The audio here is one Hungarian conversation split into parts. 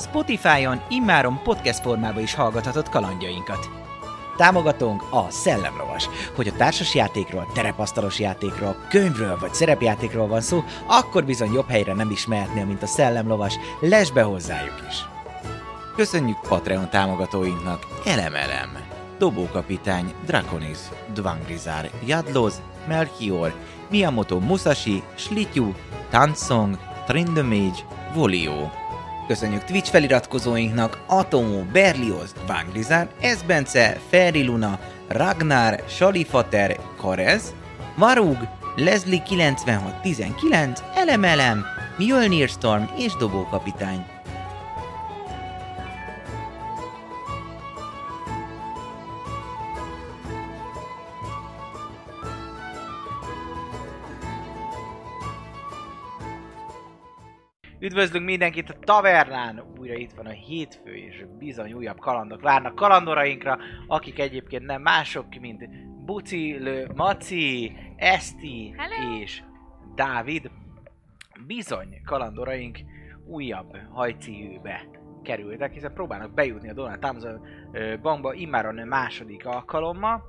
Spotify-on immáron podcast formában is hallgathatod kalandjainkat. Támogatónk a Szellemlovas. Hogy a társas játékról, terepasztalos játékról, könyvről vagy szerepjátékról van szó, akkor bizony jobb helyre nem is mehetnél, mint a Szellemlovas. Lesz be hozzájuk is! Köszönjük Patreon támogatóinknak Elemelem, Dobókapitány, Draconis, Dvangrizár, Jadloz, Melchior, Miyamoto Musashi, Slityu, Tansong, Trindemage, Volio, Köszönjük Twitch feliratkozóinknak Atomó, Berlioz, Vágrizár, Esbence, Ferri Luna, Ragnar, Salifater, Karez, Varug, Leslie 9619, Elemelem, Mjölnir Storm és Dobókapitány. Üdvözlünk mindenkit a tavernán! Újra itt van a hétfő, és bizony újabb kalandok várnak kalandorainkra, akik egyébként nem mások, mint Buci, Lő, Maci, Eszti Hello! és Dávid. Bizony kalandoraink újabb hajcihűbe kerültek, hiszen próbálnak bejutni a Donald Thompson ö, bankba immáron a második alkalommal,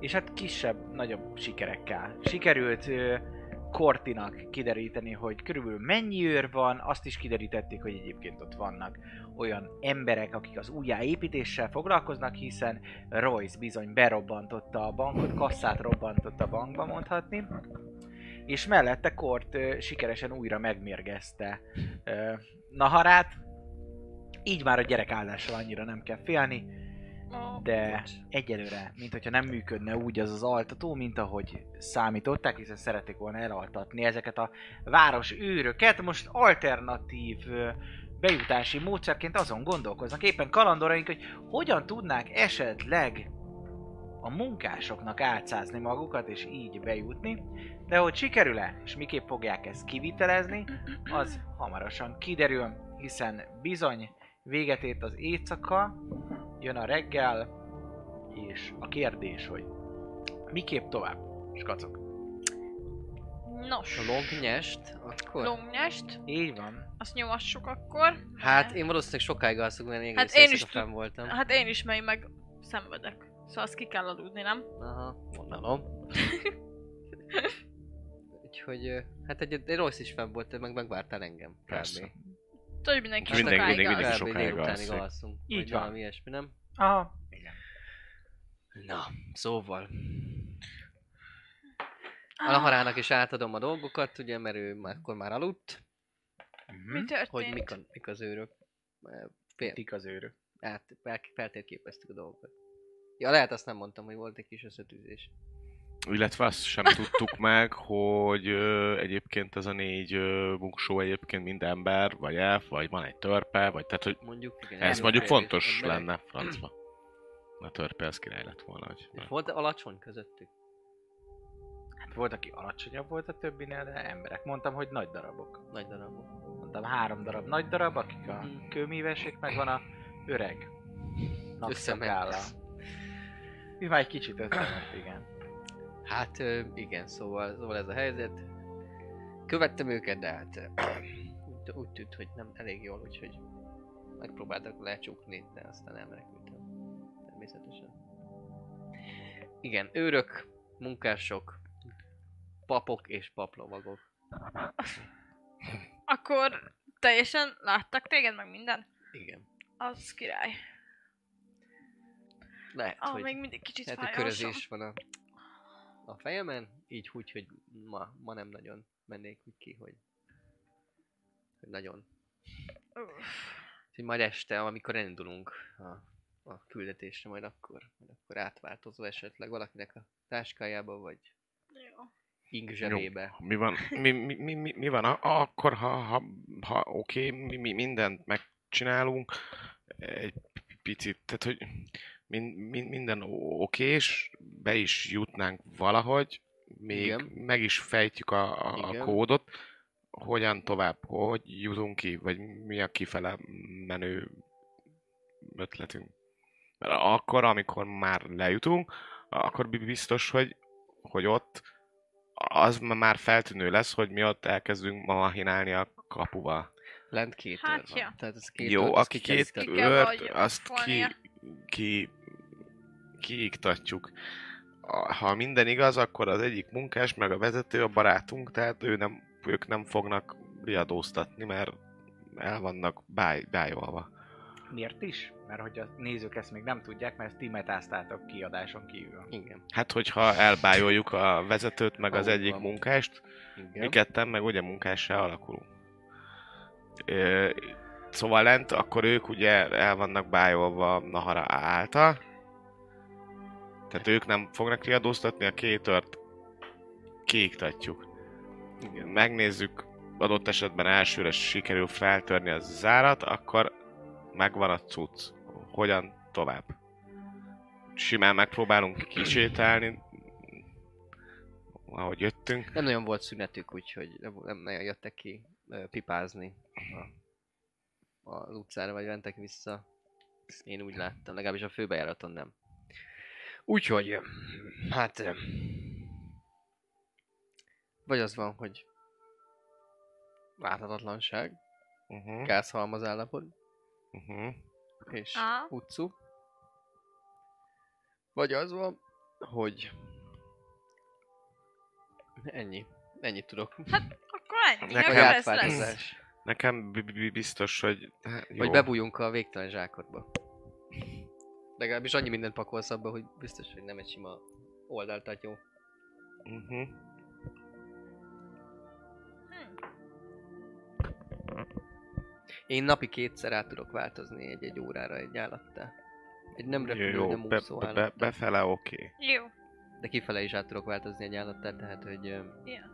és hát kisebb, nagyobb sikerekkel sikerült ö, Kortinak kideríteni, hogy körülbelül mennyi őr van, azt is kiderítették, hogy egyébként ott vannak olyan emberek, akik az újjáépítéssel foglalkoznak, hiszen Royce bizony berobbantotta a bankot, kasszát robbantotta a bankba mondhatni, és mellette Kort ö, sikeresen újra megmérgezte ö, Naharát, így már a gyerek állással annyira nem kell félni, Ó, de bocs. egyelőre, mint hogyha nem működne úgy az az altató, mint ahogy számították, hiszen szerették volna elaltatni ezeket a város őröket. Most alternatív ö, bejutási módszerként azon gondolkoznak éppen kalandoraink, hogy hogyan tudnák esetleg a munkásoknak álcázni magukat és így bejutni, de hogy sikerül-e, és miképp fogják ezt kivitelezni, az hamarosan kiderül, hiszen bizony véget ért az éjszaka, jön a reggel, és a kérdés, hogy miképp tovább, skacok. Nos, A lombnyest, akkor? lombnyest, Így van. azt nyomassuk akkor. Hát én valószínűleg sokáig alszok, mert én Hát egész én hát is éjszaka is voltam. Hát én is, mely meg szenvedek. Szóval azt ki kell aludni, nem? Aha, gondolom. Úgyhogy, ö, hát egy, egy rossz is fenn volt, te meg megvártál engem. Persze. Kb. Hát Tudod, mindenki És mindenki- sokáig mindenki- alszik. mindenki Kb. sokáig délutánig alszik. alszunk. Így vagy van. Valami iesmi, nem? Aha. Na, szóval. A Ah, Laharának is átadom a dolgokat, ugye, mert ő már, akkor már aludt, Mi Mhm. történt? hogy mik, a, mik az őrök. Ö, Fél, Tik az őrök. át, fel- feltérképeztük a dolgokat. Ja, lehet azt nem mondtam, hogy volt egy kis összetűzés. Illetve azt sem tudtuk meg, hogy ö, egyébként ez a négy ö, buksó egyébként mind ember, vagy elf, vagy van egy törpe, vagy tehát, hogy Mondjuk, igen. ez Emberek. mondjuk fontos Emberek. lenne francba. A törpe az király lett volna, hogy És Volt alacsony közöttük? Hát volt, aki alacsonyabb volt a többinél, de emberek. Mondtam, hogy nagy darabok. Nagy darabok. Mondtam, három darab nagy darab, akik Hm. a Mhm. kőművesek, meg van a öreg. Napszakálla. Összement. Ő már egy kicsit összement, igen. Hát ö, igen, szóval, szóval ez a helyzet. Követtem őket, de hát ö, úgy, úgy tűnt, hogy nem elég jól, úgyhogy megpróbáltak lecsukni, de aztán elmenekültem. Természetesen. Igen, őrök, munkások, papok és paplovagok. Akkor teljesen láttak téged meg minden? Igen. Az király. Lehet, Ah, Hát, hogy... még mindig kicsit Tehát fáj a a körözés van a, a fejemen, így úgy, hogy ma, ma nem nagyon mennék úgy ki, hogy, hogy nagyon. alsam. Öh. Úgyhogy majd este, amikor elindulunk a, a küldetésre, majd akkor, majd akkor átváltozó esetleg valakinek a táskájába, vagy Jó. ink zsebébe. Mi van, mi, mi, mi, mi, mi van a, akkor, ha, ha, ha oké, mi, mi mindent meg csinálunk, egy picit, tehát hogy min, min, minden okés, be is jutnánk valahogy, még Igen. Igen. meg is fejtjük a, a, a Igen. kódot, hogyan tovább, hogy jutunk ki, vagy mi a kifele menő ötletünk. Mert akkor, amikor már lejutunk, akkor bi- biztos, hogy, hogy ott az ma- már feltűnő lesz, hogy mi ott elkezdünk mahinálni a kapuval. Lent két Hát őr van. ja. Tehát ez két Két Jó, őr, aki azt ki kell két Ki iktatni. kell őrt, vagy- azt ki, tolnia. ki, kiiktatjuk. A- Ha minden igaz, akkor az egyik munkás, meg a vezető a barátunk, tehát ő nem, ők nem fognak riadóztatni, mert el vannak báj, bájolva. Miért is? Mert hogy a nézők ezt még nem tudják, mert ti metáztátok kiadáson kívül. Igen. Hát, hogyha elbájoljuk a vezetőt, meg az Ó, egyik van. munkást, Mi Igen. ketten meg ugye munkássá alakulunk. Ö, szóval lent, akkor ők ugye el vannak bájolva Nahara által. Tehát ők nem fognak kiadóztatni, a két ört kiiktatjuk. Igen. Megnézzük, adott esetben elsőre sikerül feltörni a zárat, akkor megvan a cucc. Hogyan tovább? Simán megpróbálunk kisétálni, ahogy jöttünk. Nem nagyon volt szünetük, úgyhogy nem, nem nagyon jöttek ki ö, pipázni a, az utcára, vagy mentek vissza. Én úgy láttam, legalábbis a főbejáraton nem. Úgyhogy, ö, hát... ö, Vagy az van, hogy láthatatlanság, Uh-huh. gázhalmaz állapot, Uh-huh. és Á. utcu. Vagy az van, hogy ennyi. Ennyit tudok. Akkor ennyi, Nekem akkor Vagy ez lesz. átváltozás. Nekem bi- bi- biztos, hogy... hát Jó. Vagy bebújunk a végtelen zsákodba. Legalábbis annyi mindent pakolsz abba, hogy biztos, hogy nem egy sima oldaltatyó. Uh-huh. Hm, Én napi kétszer át tudok változni egy-egy órára egy állattá. Egy nem repülő, Jó, nem be, úszó be, be, állattá. befele oké. Okay. Jó. De kifele is át tudok változni egy állattá, tehát hogy... ö, Ja.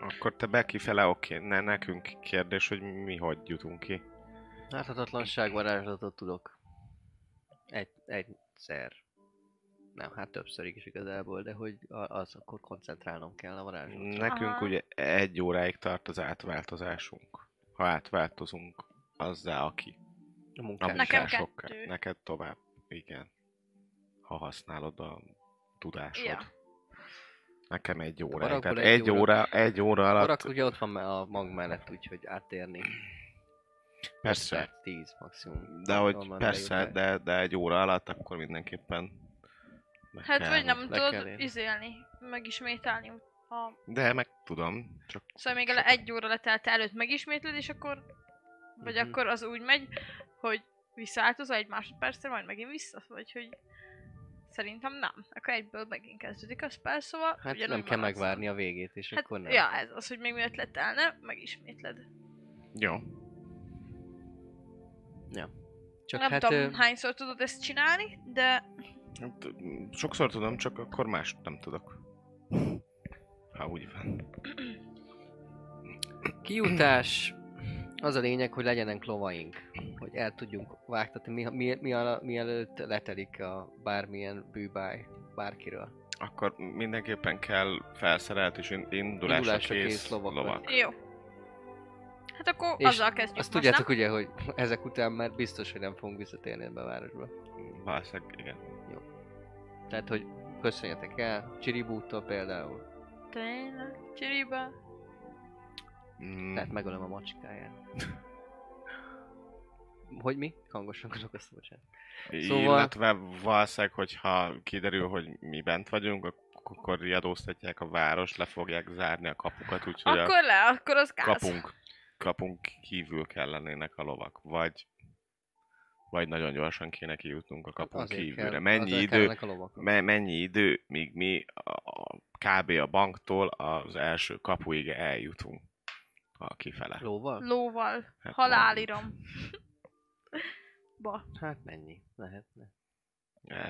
Akkor te be kifele oké. Okay. Ne, nekünk kérdés, hogy mi hogy jutunk ki. Láthatatlanság varázslatot tudok. Egy, egyszer. Nem, hát többször is igazából, de hogy a- az akkor koncentrálnom kell a varázslatra. Nekünk Aha. ugye egy óráig tart az átváltozásunk. Ha átváltozunk azzá, aki. A A munkám. Nekem munkásokká. kettő. Neked tovább. Igen. Ha használod a tudásod. Ja. Nekem egy óráig. barakból Tehát egy egy óra. óra, egy óra alatt... Barak ugye ott van me- a mag mellett, úgyhogy átérni. Persze. Tehát 10 maximum. De hogy Onnan persze, bejutni. de, de egy óra alatt akkor mindenképpen meg Hát kell. vagy nem le kell tudod érni. izélni, megismételni. Ha... De meg tudom, csak Szóval még le egy óra letelt előtt megismétled, és akkor... Vagy Mhm. akkor az úgy megy, hogy visszaáltozol egy másodpercre, majd megint vissza, vagy hogy... Szerintem nem. Akkor egyből megint kezdődik a spell, szóval Hát ugyanúgy nem kell maradsz. megvárni a végét, és Hát, akkor nem. ja, ez az, hogy még miért letelne, megismétled. jó. Csak nem hát, tudom, ö, hányszor tudod ezt csinálni, de Hát, m, Sokszor tudom, csak akkor más nem tudok. Ha úgy van. kijutás, az a lényeg, hogy legyenek lovaink, hogy el tudjunk vágtatni, mi, mi, mi, ala- mielőtt letelik a bármilyen bűbáj bárkiről. Akkor mindenképpen kell felszerelt és in- indulásra, Indulásra kész, kész lovakat. lovak. jó. Hát akkor És azzal kezdjük Azt most, tudjátok nem? ugye, hogy ezek után már biztos, hogy nem fogunk visszatérni ebbe a városba. Valószínűleg igen. Tehát, hogy köszönjetek el, Csiribútól például. Tényleg, Csiriba. Mm, Tehát megölöm a macskáját. hogy mi? Hangosan akarok azt bocsánat. szóval- szóval... Illetve valószínűleg, hogyha kiderül, hogy mi bent vagyunk, ak- akkor riadóztatják a város, le fogják zárni a kapukat, úgyhogy a Akkor le, akkor az gáz. kapunk, kapunk kívül kell lennének a lovak, vagy vagy nagyon gyorsan kéne kijutnunk a kapunk Azért kívülre. kell- mennyi azért idő, kellenek A lovak. me, mennyi idő, míg mi a, a, kb. a banktól az első kapuig eljutunk a kifele. Lóval? Lóval. Hát Halálirom. Ba. Hát mennyi? Lehetne.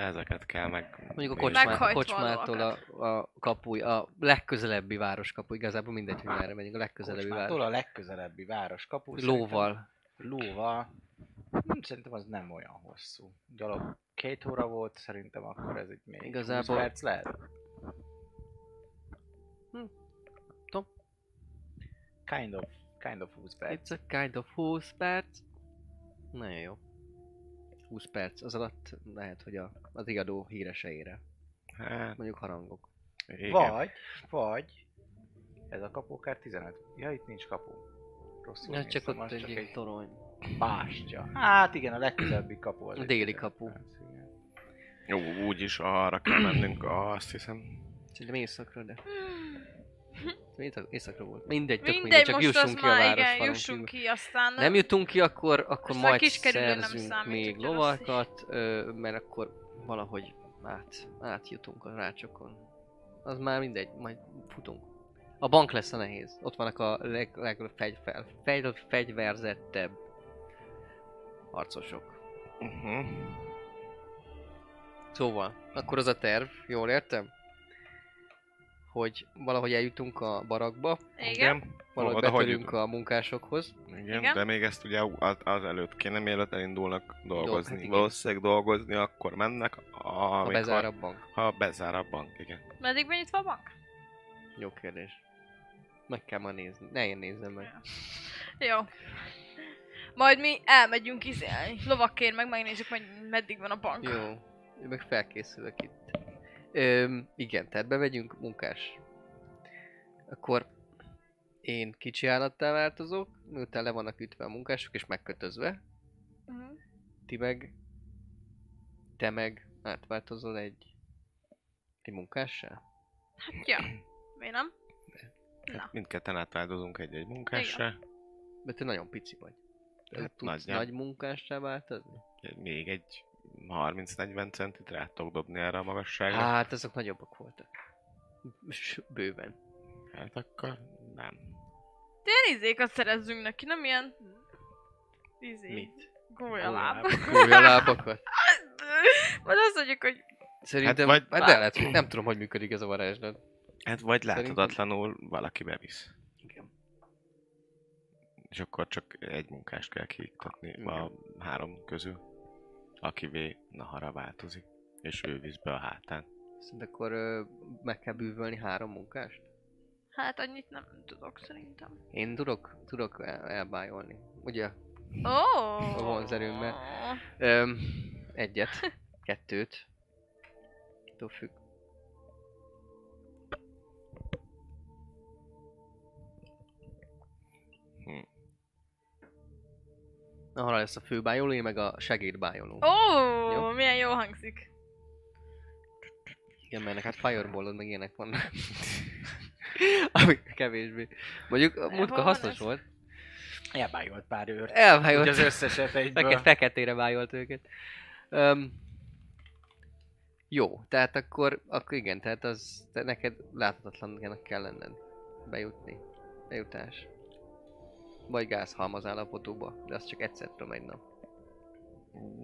Ezeket kell meg... Mondjuk a nézni. kocsmá, Meghajtva a kocsmától a, a kapuj, a legközelebbi városkapu, igazából mindegy, hogy merre megyünk, a legközelebbi Kocsmától város. a legközelebbi városkapu. Lóval. Szerintem, lóval. Hm, Szerintem az nem olyan hosszú. Gyalog két óra volt, szerintem akkor ez itt még 20 Igazából- perc lehet. Hmm. Hm. Tudom. Kind of, kind of 20 perc. It's a kind of 20 perc. Nagyon jó. 20 perc, az alatt lehet, hogy a, az igadó híreseire. Hát, Mondjuk harangok. igen. Vagy, vagy, ez a kapu akár 15. Ja, itt nincs kapu. Rosszul Szóval Ja, csak néztem, ott az egy, csak egy egy torony. bástya. Hát igen, a legközelebbi kapu. az A egy déli 15 kapu. perc, igen. Jó, úgyis arra kell mennünk, azt hiszem. Szerintem éjszakra, de Hmm. éjszak- éjszakra volt. Mindegy, tök Mindegy, mindegy, csak most az jussunk ki a már, város igen, falon jussunk kívül. ki, aztán... Nem jutunk ki, akkor, akkor Aztán majd kiskerülő nem szerzünk számít, még ugye, rossz is. lovakat, ö, mert akkor valahogy át, átjutunk a rácsokon. Az már mindegy, majd futunk. A bank lesz a nehéz. Ott vannak a leg, leg fegy, fel, fegy, fegyverzettebb harcosok. Uh-huh. Szóval, akkor az a terv, jól értem? Hogy valahogy eljutunk a barakba, Igen. valahogy Oda hogy betörünk a munkásokhoz. Igen, Igen. igen, de még ezt ugye az, az előtt kéne, mielőtt elindulnak dolgozni. hát igen. Valószínűleg dolgozni, akkor mennek, amikor, Ha bezár a bank. ha bezár a bank, igen. Meddig van nyitva a bank? Jó kérdés. Meg kell ma nézni. Ne én nézzem meg. Jó. Majd mi elmegyünk izélni. Lovakért meg megnézzük, hogy meddig van a bank. Jó. Én meg felkészülök itt. Öm, igen, tehát bevegyünk munkás. Akkor én kicsi állattá változok, miután le vannak ütve a munkások és megkötözve. Mhm. Ti meg... Te meg átváltozol egy... Egy munkássá? Hát, ja. Miért nem? Na. Hát Mindketten átáldozunk egy-egy munkásra, Mert te nagyon pici vagy. Te Hát tudsz nagyjából. nagy munkássá változni? még egy 30-40 centit rá tudok dobni erre a magasságra. Hát, azok nagyobbak voltak. S- Bőven. Hát akkor nem. Tényleg izékat szerezzünk neki, nem ilyen... Izé. Mit? Gólyaláb. Gólya lábakat. Majd azt mondjuk, hogy Szerintem, Hát hát, vagy hát lá- de lehet, hogy nem tudom, hogy működik ez a varázslat. Hát vagy Szerintem- láthatatlanul valaki bevisz. Igen. És akkor csak egy munkást kell kiiktatni a három közül, akivé Nahara változik, és ő visz be a hátán. Szerint akkor ö, meg kell bűvölni három munkást? hát annyit nem tudok szerintem. Én tudok, tudok el- elbájolni. Ugye? Ó! A vonzerőmmel. Öm, egyet, kettőt. Attól függ. Hm. Na, arra lesz a főbájoló, én meg a segédbájoló. Ó, Jó. milyen jó hangzik. Igen, mert ennek hát fireballod meg ilyenek vannak. Ami kevésbé. Mondjuk a múltkor van hasznos ez? volt. Elbájolt pár őrt. Elvájolt. Úgy az összeset egyből. Feket, feketére vájolt őket. Um, jó, tehát akkor, akkor igen, tehát az te neked láthatatlannak kell lenned. Bejutni. Bejutás. Vagy gázhalmaz állapotúba, de az csak egyszer tudom egy nap.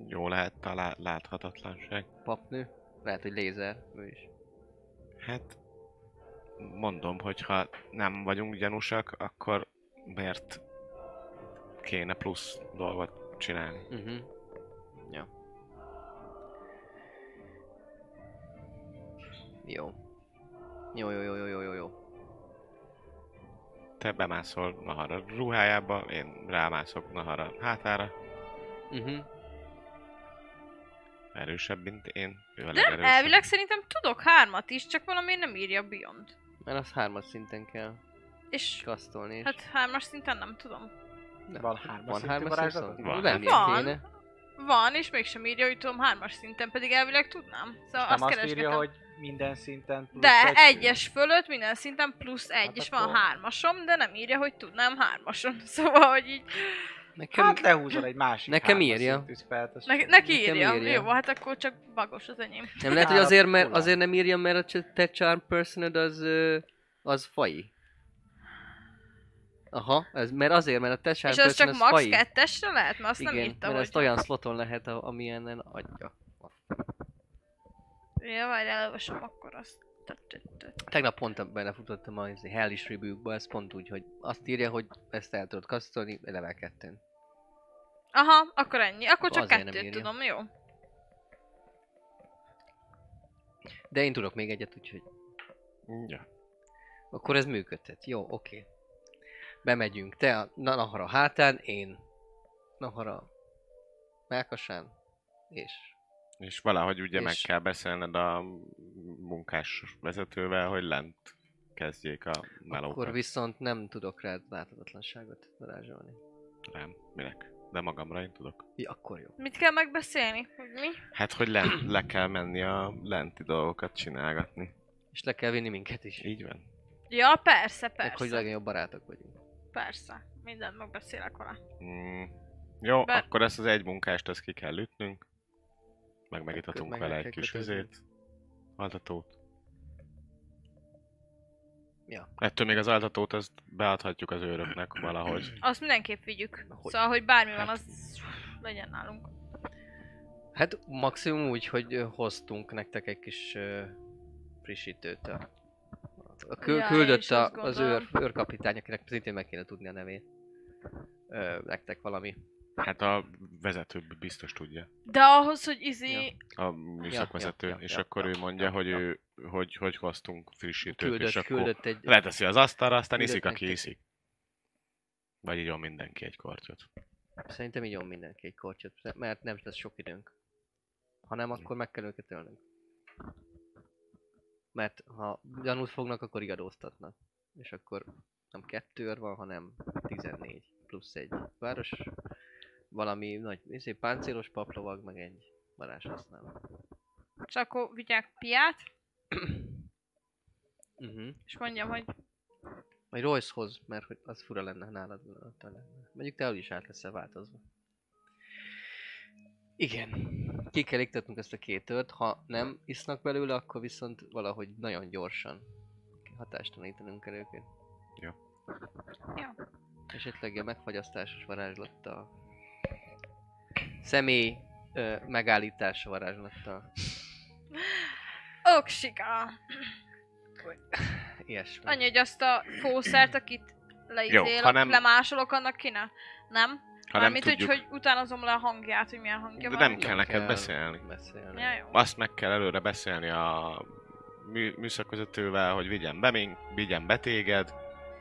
Jó lehet a lá- láthatatlanság. Papnő, lehet, hogy lézer, ő is. Hát mondom, hogy ha nem vagyunk gyanúsak, akkor miért kéne plusz dolgot csinálni? Uh-huh. Ja. Jó. Jó, jó, jó, jó, jó, jó, jó. Te bemászol Nahara ruhájába, én rámászok Nahara hátára, Uh-huh. erősebb, mint én. Ő De a legerősebb. elvileg szerintem tudok hármat is, csak valamiért nem írja a Beyond. Mert az hármas szinten kell És kasztolni, és... hát hármas szinten nem tudom. Nem. Van hármas Van szintű hármas varázslatod? viszont? Van. Nem Van. kéne. Van, és mégsem írja, hogy tudom, hármas szinten, pedig elvileg tudnám. Szóval Nem azt azt írja, keresgetem. hogy minden szinten plusz De egy egyes fölött minden szinten plusz egy, Hát és akkor- van hármasom, de nem írja, hogy tudnám hármasom. Szóval, hogy így... Nekem... Hát lehúzol egy másik Nekem hármas írja. szintű spelt, az Ne, csak- neki Nekem írja. írja. írja. Jó, hát akkor csak bagos az enyém. nem lehet, hogy Nálam azért, mert, nulla. azért nem írja, mert a ch- te charm personed az, ö, az fai. Aha, ez, mert azért, mert a te charm és az csak person max fai. kettesre lehet? Mert azt Igen, nem írta, mert hogy... ezt olyan szloton lehet, a- amilyenen adja. Ja, majd elolvasom akkor azt. Tegnap pont belefutottam a izé, Hellish Rebuke-ba, ez pont úgy, hogy azt írja, hogy ezt el tudod kasztolni level 2 Aha, akkor ennyi. Akkor csak Azért nem kettőt írja. tudom, jó? De én tudok még egyet, úgyhogy Ja. akkor ez működhet. Jó, oké. Bemegyünk. Te a Na- Nahara hátán, én Nahara melkasán, és És valahogy ugye És- meg kell beszélned a munkás vezetővel, hogy lent kezdjék a melókat. akkor viszont nem tudok rád láthatatlanságot varázsolni. Rám. Minek? De magamra én tudok. Ja, akkor jó. Mit kell megbeszélni? Hogy mi? Hát, hogy le, le kell menni a lenti dolgokat csinálgatni. És le kell vinni minket is. Így van. Ja, persze, Meg, hogy persze. legjobb barátok vagyunk. Persze. Mindent megbeszélek vele. Mm. Jó, Be- Be... akkor ezt az egy munkást, ezt ki kell ütnünk. Meg megitatunk meg vele meg egy kell kis kötözni. üzét. Altatót. Ja. Ettől még az altatót azt beadhatjuk az őröknek valahogy. Azt mindenképp vigyük. Hogy? Szóval, hogy bármi van, Hát. az legyen nálunk. Hát maximum úgy, hogy ö, hoztunk nektek egy kis ö, frissítőt. A, a kül, Ja, küldött és a, azt az gondolom. őr, őrkapitány, akinek szintén meg kéne tudni a nevét. Ö, nektek valami. Hát a vezető biztos tudja. De ahhoz, hogy izi... A műszakvezető. ja, és ja, akkor ja, ő mondja, ja, hogy ja. ő, hogy, hogy hoztunk frissítőt, Küldött, és akkor küldött egy... leteszi az asztalra, aztán Küldött iszik, aki nektek. iszik. Vagy így mindenki egy kortyot. Szerintem így jön mindenki egy kortyot, mert nem lesz sok időnk. Ha nem, akkor meg kell őket ölnünk. Mert ha gyanút fognak, akkor igadóztatnak. És akkor nem kettő őr van, hanem 14 plusz egy város. Valami nagy, izé, páncélos paplovag, meg egy varázs használ. Csak akkor vigyák piát, uh-huh. és mondjam, hogy Vagy Royce-hoz, mert hogy az fura lenne, ha nálad ott lenne. Mondjuk te is át leszel változva. Igen. Ki kell iktatnunk ezt a két tört, ha nem isznak belőle, akkor viszont valahogy nagyon gyorsan hatástalanítanunk kell őket. Jó. Jó. Esetleg ilyen megfagyasztásos varázslattal. Személy ö, megállítása varázslattal. oksika. Ilyesmi. Annyi, hogy azt a fószert, akit leizélek, ha nem- lemásolok, annak ki ne? Nem? Ha nem Mármint úgy, tudjuk, hogy utánozom le a hangját, hogy milyen hangja de van. nem kell neked kell. beszélni. Beszélni. Ja, jó. Azt meg kell előre beszélni a mű, műszakvezetővel, hogy vigyen be mink, vigyen be téged.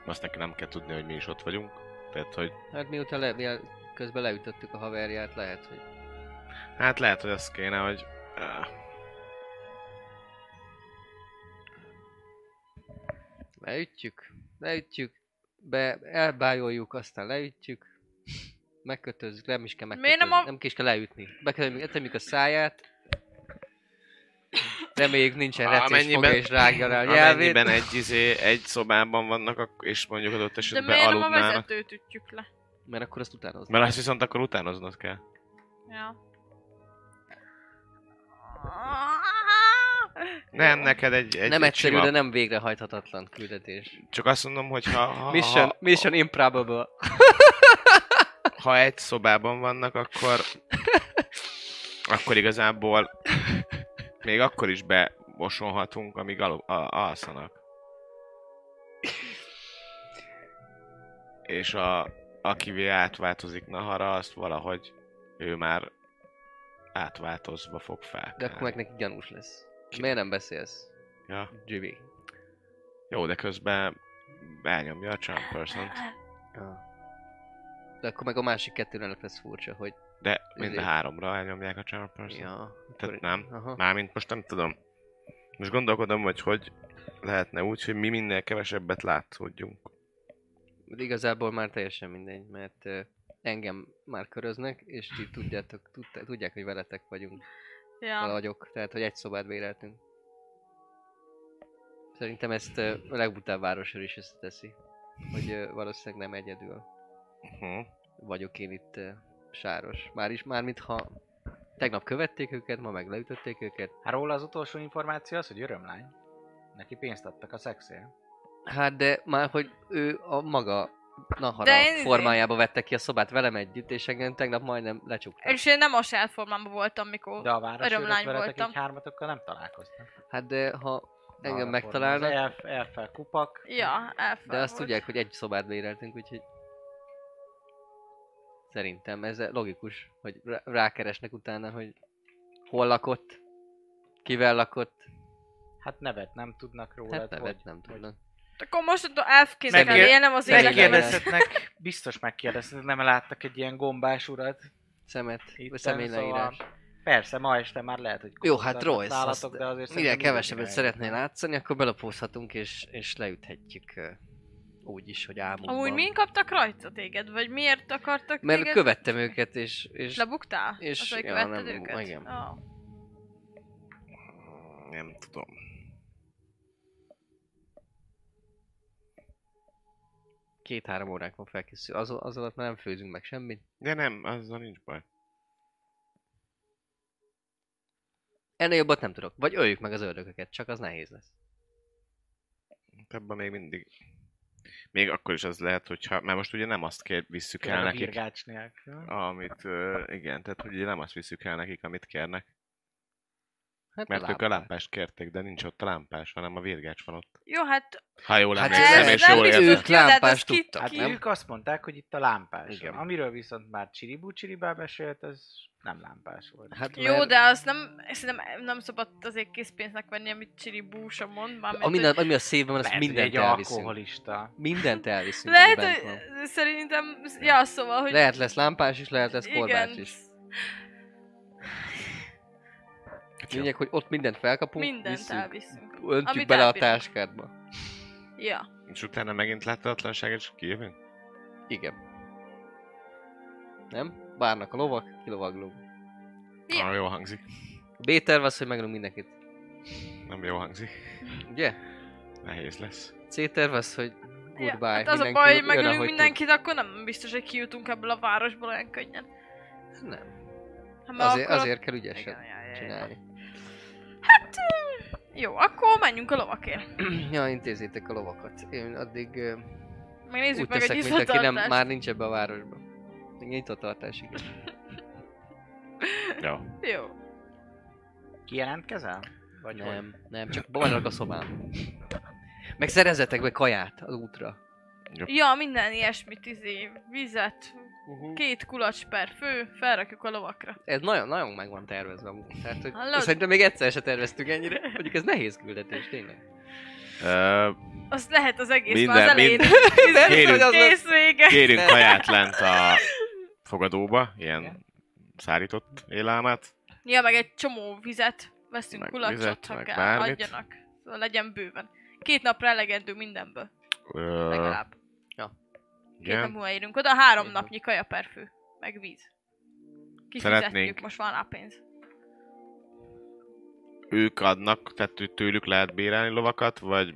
Azt neki nem kell tudni, hogy mi is ott vagyunk. Tehát, hogy Hát miután le, mivel közben leütöttük a haverját, lehet, hogy hát lehet, hogy azt kéne, hogy... áh, Leütjük, leütjük, be, elbájoljuk, aztán leütjük, megkötözzük, nem is kell Miért megkötözni, nem, nem a... a- nem ki is kell leütni. Bekötözzük, etemjük a száját, reméljük nincsen recés fogja és rágja rá a nyelvét. ah, amennyiben egy, izé, egy szobában vannak, ak- és mondjuk adott De esetben miért nem a aludnának. vezetőt ütjük le? Mert akkor azt utánozni. Mert azt viszont akkor utánoznod kell. Ja. Nem, neked egy, egy nem egy egyszerű, sima- de nem végrehajthatatlan küldetés. Csak azt mondom, hogy ha, ha, Mission, ha, mission improbable. ha egy szobában vannak, akkor akkor igazából még akkor is bemosonhatunk, amíg alu, a, alszanak. És a, akivé átváltozik Nahara, azt valahogy ő már átváltozva fog fel. De akkor meg neki gyanús lesz. Miért nem beszélsz? Ja. Jimmy. Jó, de közben elnyomja a charm person Ah. De akkor meg a másik kettőnek lesz furcsa, hogy... De mind a Izé. háromra elnyomják a charm person Ja, Tehát nem. Aha. Mármint most nem tudom. Most gondolkodom, hogy hogy lehetne úgy, hogy mi minél kevesebbet látszódjunk. De Igazából már teljesen mindegy, mert ö, engem már köröznek, és ti tudjátok, tudta- tudják, hogy veletek vagyunk, ja. valahogyok, tehát hogy egy szobát béreltünk. Szerintem ezt ö, a legbutább városőr is ezt teszi, hogy ö, valószínűleg nem egyedül Uh-huh. vagyok én itt ö, sáros. Már is, már mintha tegnap követték őket, ma meg leütötték őket. Hát róla az utolsó információ az, hogy örömlány. Neki pénzt adtak a szexért. Hát de már, hogy ő a maga nahara De én- formájába vette ki a szobát velem együtt, és engem tegnap majdnem lecsuktak. És én nem a saját formámban voltam, mikor... De a városőrök Örömlány veletek voltam. így hármatokkal nem találkoznak. Hát de ha engem Arra megtalálnak, fordul. Az Elf, elfel kupak. Ja, elfel de azt volt. tudják, hogy egy szobát béreltünk, úgyhogy... Szerintem ez logikus, hogy rá- rákeresnek utána, hogy hol lakott, kivel lakott, Hát nevet nem tudnak róla. hát nevet nem tudnak. Akkor most tudom, elfként kell Megkér- élnem az életemet. Megkérdezhetnek, biztos megkérdezhetnek, nem láttak egy ilyen gombás urat. Szemet, Itten, vagy személyleírás. szóval- Persze, ma este már lehet, hogy Jó, hát kutatnak Royce, nálatok, azt de azért Minél szerintem kevesebbet mindenki szeretnél rájön. látszani, akkor belapózhatunk és, és leüthetjük ö, úgy is, hogy álmunkban. Amúgy min kaptak rajta téged? Vagy miért akartak Mert téged? követtem őket, és, és Lebuktál? és- Azzal, hogy ja, követted nem- őket? igen. Ah. Nem tudom. két-három óránk van felkészül. Az, az alatt már nem főzünk meg semmit. De nem, azzal nincs baj. Ennél jobbat nem tudok. Vagy öljük meg az ördögöket, csak az nehéz lesz. Ebben Hát még mindig... Még akkor is az lehet, hogyha... Mert most ugye nem azt kér, visszük el Tényleg a nekik, virgács nélkül. amit... ö, igen, tehát ugye nem azt visszük el nekik, amit kérnek. Hát Mert ők a lámpák. lámpást kérték, de nincs ott a lámpás, hanem a virgács van ott. Jó, hát Ha jól Hát emlékszem, ez és nem jól biztos. értem. Ők lámpást ki, tudtak, Hát ki, nem? ők azt mondták, hogy itt a lámpás. Igen. Igen. Amiről viszont már Csiribú Csiribá mesélt, az nem lámpás volt. Hát Jó, mert- de azt nem, szerintem nem szabad azért készpénznek venni, amit Csiri búsa mond, már Ami, nem- ami a szívben van, azt Lehet, hogy mindent egy elviszünk. alkoholista. Mindent elviszünk, ami Lehet, bent hogy van. szerintem, ja, szóval, hogy... Lehet lesz lámpás is, lehet lesz korbács is. Hát Lényeg, hogy ott mindent felkapunk, Mindent visszük, elviszünk. Öntjük Amit bele elbírunk. a táskádba. Ja. És utána megint láthatatlanság, és kijövünk? Igen. Nem? Várnak a lovak, kilovaglunk. Igen. Ah, jó hangzik. A B-terv az, hogy megölünk mindenkit. Nem jó hangzik. Ugye? Nehéz lesz. C-terv az, hogy ja. goodbye. Hát az a mindenki baj, hogy jön, megölünk ahogy mindenkit, akkor nem biztos, hogy kijutunk ebből a városból olyan könnyen. tud. Nem. Hát, mert Azért, akkor azért kell Ott... Igen, ügyesen ja, ja, ja. csinálni. Hát, ö, jó, akkor menjünk a lovakért. Ja, intézzétek a lovakat. Én addig ö, Meg nézzük úgy meg a teszek, mint aki nem, gyűjtőtartást. már nincs ebbe a városban. Még nyitvatartás, igen. Jó. Jó. Kijelentkezel? Vagy hogy? Nem, nem, csak vannak a szobám. Meg szerezzetek be kaját az útra. Ja, minden ilyesmit, izé, vizet, Mhm. két kulacs per fő, felrakjuk a lovakra. Ez nagyon, nagyon meg van tervezve amúgy. Tehát, hogy Hallod? szerintem még egyszer se terveztük ennyire. Mondjuk ez nehéz küldetés, tényleg. Ö, Az lehet az egész Minden- már az elején. Kész- minden- Kérünk. hogy az lesz. Kész vége. Kérünk kaját lent a fogadóba, ilyen szárított élelmet. Ja, meg egy csomó vizet, veszünk Meg kulacsot, vizet, ha meg kell, bármit. adjanak. Szóval legyen bőven. Két napra elegendő mindenből, Ö, legalább. Két nap igen. Mhm. múlva érünk oda, három Igen. napnyi kaja per fő, meg víz. Szeretnénk. Kifizetjük, most van rá pénz. Ők adnak, tehát ő- tőlük lehet bérelni lovakat, vagy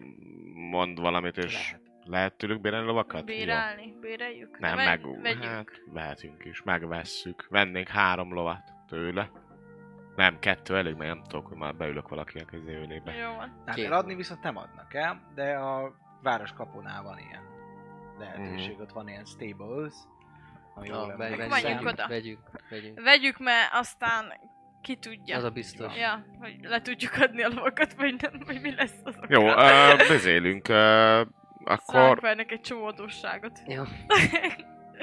mond valamit, és lehet, tőlük bérelni lovakat? Jó. Bérelni, béreljük. Nem, Vegy- meg... Vegyünk. Hát, vehetünk is, megvesszük. Vennénk három lovat tőle. Nem, kettő elég, mert nem tudok, hogy már beülök valaki a kezéülébe. Jó van. Hát Két. eladni viszont nem adnak el, de a város kapunál van ilyen lehetőség, ott van ilyen stables. Ami Mhm. Na, jól vegy- emlékszem. menjünk vegyünk, oda. vegyünk, vegyünk. Vegyük, mert aztán ki tudja. Az a biztos. Ja, hogy le tudjuk adni a lovakat, vagy nem, hogy mi lesz az. Jó, ö, beszélünk. Ö, Szálljunk akkor velnek egy csomó adósságot. Jó.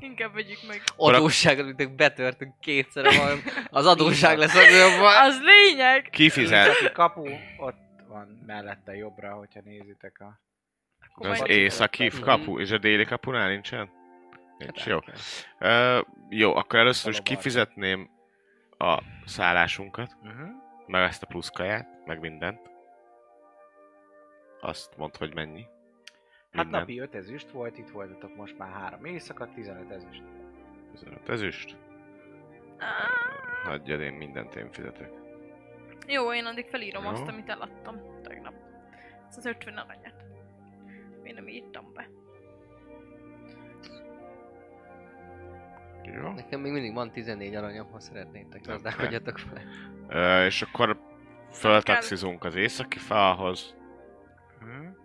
Inkább vegyük meg. Adósságot, amit betörtünk kétszer, ahol az adósság lesz az olyan baj. Az lényeg! kifizet. Északi kapu, ott van mellette jobbra, hogyha nézitek a... De Akkor az majd- északi Mhm. kapu, és a déli kapunál nincsen? Nincs, Hát jó. Ö, jó, akkor először is Valahol. kifizetném a szállásunkat, Uh-huh. meg ezt a plusz kaját, meg mindent. Azt mondd, hogy mennyi. Hát Minden. napi 5 ezüst volt, itt voltatok most már 3 éjszaka, 15 ezüst. 15 ezüst. Á, Hagyjad, én mindent én fizetek. Jó, én addig felírom Jó. azt, amit eladtam tegnap. Ez az 50 aranyat. Én nem írtam be. Jó. Nekem még mindig van 14 aranyom, ha szeretnétek. Nem Gazdálkodjatok vele. Ö, és akkor föltaxizunk az Mhm. északi falhoz. Hmm.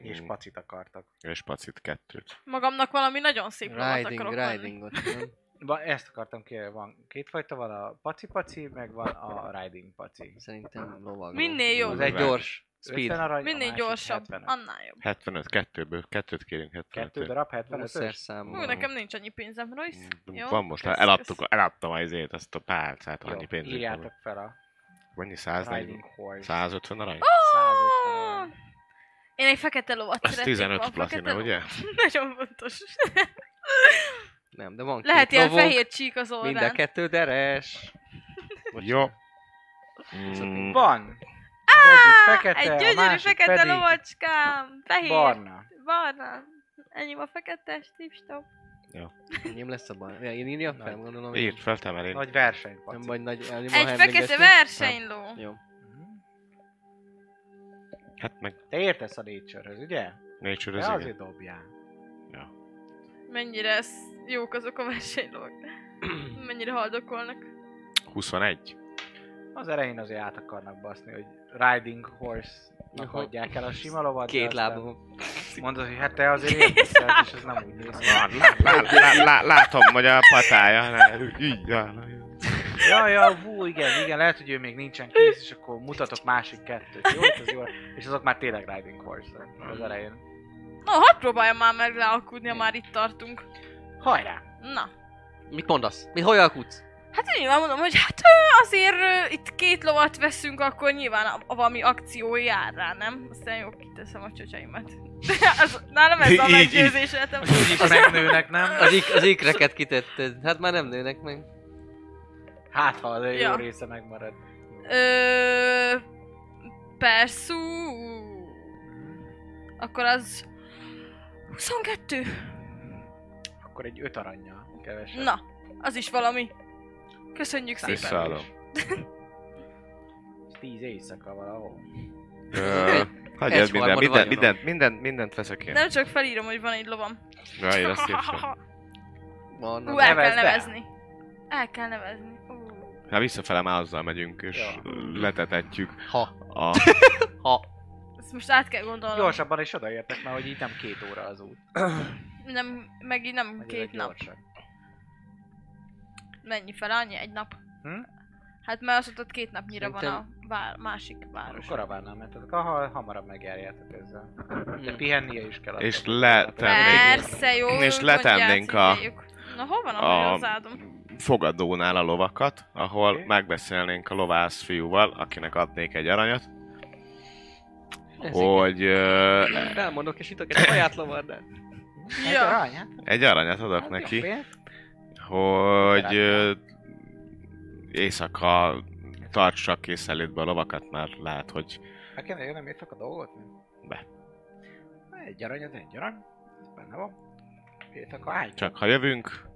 És Mm. pacit akartak. És pacit kettőt. Magamnak valami nagyon szép lovat Riding, akarok venni. ridingot, nem? Van, ezt akartam kérni, van kétfajta, van a paci-paci, meg van a riding paci. Szerintem lovag. Minél jobb. Az egy gyors. Speed. 50 arany, a Minél másik gyorsabb, 75. annál jobb. 75, kettőből, kettőt kérünk, 75 Kettő darab, 75 Lószer számú. Hú, nekem nincs annyi pénzem, Royce. Jó? Mm, Van most, Kösz, eladtuk, kösz. eladtam az izét, azt a pálcát, annyi Jó, pénzünk van. írjátok fel a Mennyi? 140, Riding Horse. 150 arany? Ah! Én egy fekete lovat Az szeretnék. 15 van fekete platina, ló? ugye? Nagyon fontos. Nem, de van Lehet két ilyen lovunk, fehér csík az Mind a oldalán. kettő deres. Jó. Mm. Van! Az egyik fekete, Egy a gyönyörű másik fekete pedig lovacskám. Fehér. Barna. Barna. Ennyi a fekete stipstop. Nem lesz a baj. Én írjam fel, Nagy. gondolom. hogy Írd fel, te már én. Nagy versenypaci. Nem vagy nagy animal Egy fekete handlingesnek. versenyló. Jó. Mhm. Hát meg Te értesz a nature ugye? nature Te az igen. azért dobjál. Mennyire ez- jók azok a versenylók. Mennyire haldokolnak. 21. Az elején azért át akarnak baszni, hogy riding horse Aha. adják el a sima lovat. de Két aztán lábam. Mondod, hogy hát te azért értesz, és ez nem úgy néz ki. Lá- lá- lá- lá- Látom, hogy a patája. Így van. Ja, ja, hú, igen, igen, lehet, hogy ő még nincsen kész, és akkor mutatok másik kettőt. Jó, ez jó. És azok már tényleg riding horse az elején. Na, hadd próbáljam már meg lealkudni, ha már itt tartunk. Hajrá! Na. Mit mondasz? Mit hogy alkudsz? Hát én nyilván mondom, hogy hát ö, azért ö, itt két lovat veszünk, akkor nyilván a, a valami akció jár rá, nem? Aztán jó, kiteszem a csocsaimat. Az, nálam ez a Így, így. meggyőzés hát lehetem. Úgyis megnőnek, nem? Az, ik- az ikreket kitetted. Hát már nem nőnek meg. Hát, ha az jó Ja. része megmarad. Ö, perszú. Akkor az 22. Akkor egy öt aranyjal kevesebb. Na, az is valami. Köszönjük szépen. Visszaállom. Ez Tíz éjszaka valahol. Ö, Hagyjad Ez minden, harmad vagyonom. minden, minden, minden, mindent veszek én. Nem csak felírom, hogy van egy lovam. Jaj, én azt érzem. Van. Ú, el kell nevezd el. nevezni. El kell nevezni. Ú. Hát visszafele már azzal megyünk, és Ja. letetetjük Ha. a... Ha. Ezt most át kell gondolnom. Gyorsabban is odaértek, mert hogy így nem két óra az út. Nem, meg így nem Hogy ezek két nap. gyorsak. Mennyi fel, annyi? Egy nap. Hm? Hát mert azt mondtad, két napnyira van Szerintem- a vár, másik város. Karavánnal mentetek, aha, hamarabb megjárjátok ezzel. De Mm. pihennie is kell. És azon. letennék Persze, jó. És mondját, letennénk a- figyeljük. Na, hol van a, a az ádom? fogadónál a lovakat, ahol Oké. megbeszélnénk a lovász fiúval, akinek adnék egy aranyat, Ez hogy ö, igen. Felmondok és itok egy saját lovardát. Egy Ja. arany, hát? egy aranyat adok Hát jó, neki, pénz. hogy ö, éjszaka tartsak készenlétbe a lovakat, mert lehet, hogy Hát kéne, nem értek a dolgot? nem? Be. Na, Egy arany, az egy arany. Ez benne van. Értek a ágy. csak ha jövünk,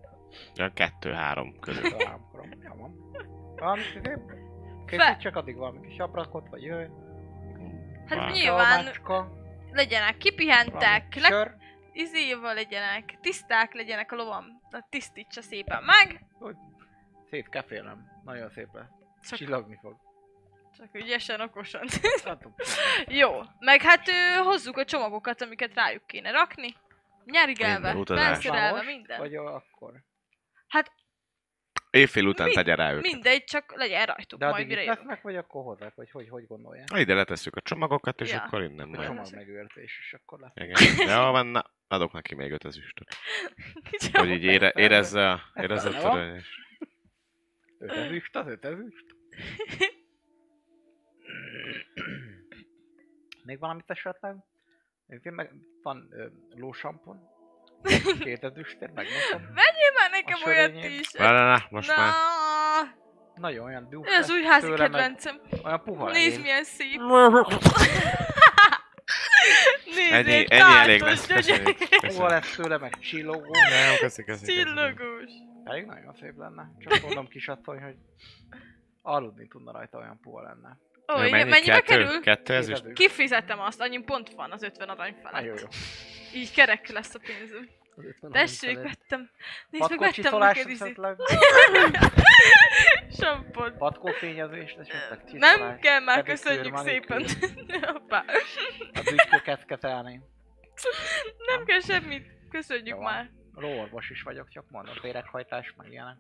olyan kettő-három között. Talán korom. Jó van. Valamit izé? Fe- Készít csak addig valami kis abrakot, vagy jöjjön. Hát Vár. nyilván Kalmácska, legyenek valami kipihentek, le, sör. izéval legyenek, tiszták legyenek a lovam. Na, tisztítsa szépen meg. Szép kefélem. Nagyon szép lesz. Csak, Csillogni fog. csak ügyesen, okosan. Látom. jó. Meg hát ő, hozzuk a csomagokat, amiket rájuk kéne rakni. Nyerigelve, Minden utazás. benszerelve, Most, minden. Vagy akkor. Éjfél után Mi- tegye rá őket. Mindegy, csak legyen rajtuk, De majd addig mire itt jövünk. lesznek, vagy akkor hozzák, vagy hogy, hogy gondolják? Ide letesszük a csomagokat, és Ja. akkor innen A majd. csomag megőrzés, és akkor lesz. Igen. De ha van, na, adok neki még öt ezüstöt. Kicsi- Hogy így ére, érezze a, érezze a Jó. törődést. Öt ezüst, az öt ezüst. Még valamit esetleg? Egyébként meg van ö, lósampon. Két ezüstért megmondom. Vegyél már nekem A olyat sörényét. is! Na, na, na, most Na, már. Nagyon olyan dúf. ő az lesz új házi tőle, meg kedvencem. Olyan puha Nézd legény. milyen szép. Nézd, Ennyi- ilyen ennyi tártos, elég lesz, köszönjük. gyönyörű, Puha lesz tőle, meg csillogó. Nem, köszi, köszi, köszi. Csillogós. Pedig nagyon szép lenne. Csak mondom kisasszony, hogy aludni tudna rajta, olyan puha lenne. Ó, Jó, igen, mennyi? mennyibe Kettő? kerül? Kettő Két ezüst? ezüst. Kifizetem azt, annyi pont van az 50 arany Á, jó, felett. jó. Így kerek lesz a pénzem. Az 50 Tessék, harminc vettem. Nézd meg, Patkó vettem neked csiszolást izét. esetleg? Sampont. Patkó fényezést esetleg? Nem Csiszolás? kell már, pedikűr, köszönjük manikűr. szépen. Hoppá. A bütyköket ketelni. Nem kell semmit. Köszönjük Jó. már. Lóorvos is vagyok, csak mondom, béreghajtás, meg ilyenek.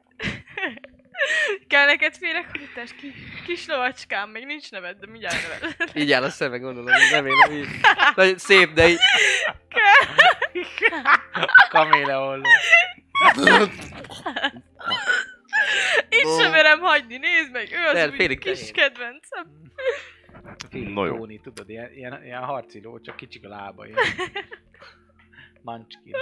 Kell neked félrekorítás? Ki, kis lovacskám, még nincs neved, de mindjárt neved. Így áll a szeme, gondolom, hogy remélem így. Nagyon szép, de így. Kaméleolló. Itt sem merem hagyni, nézd meg, ő az Lehet, új félig kis tehén. kedvencem. Na jó. Lóni, tudod, ilyen, ilyen, ilyen harci ló, csak kicsik a lába. Ilyen. Munchkin.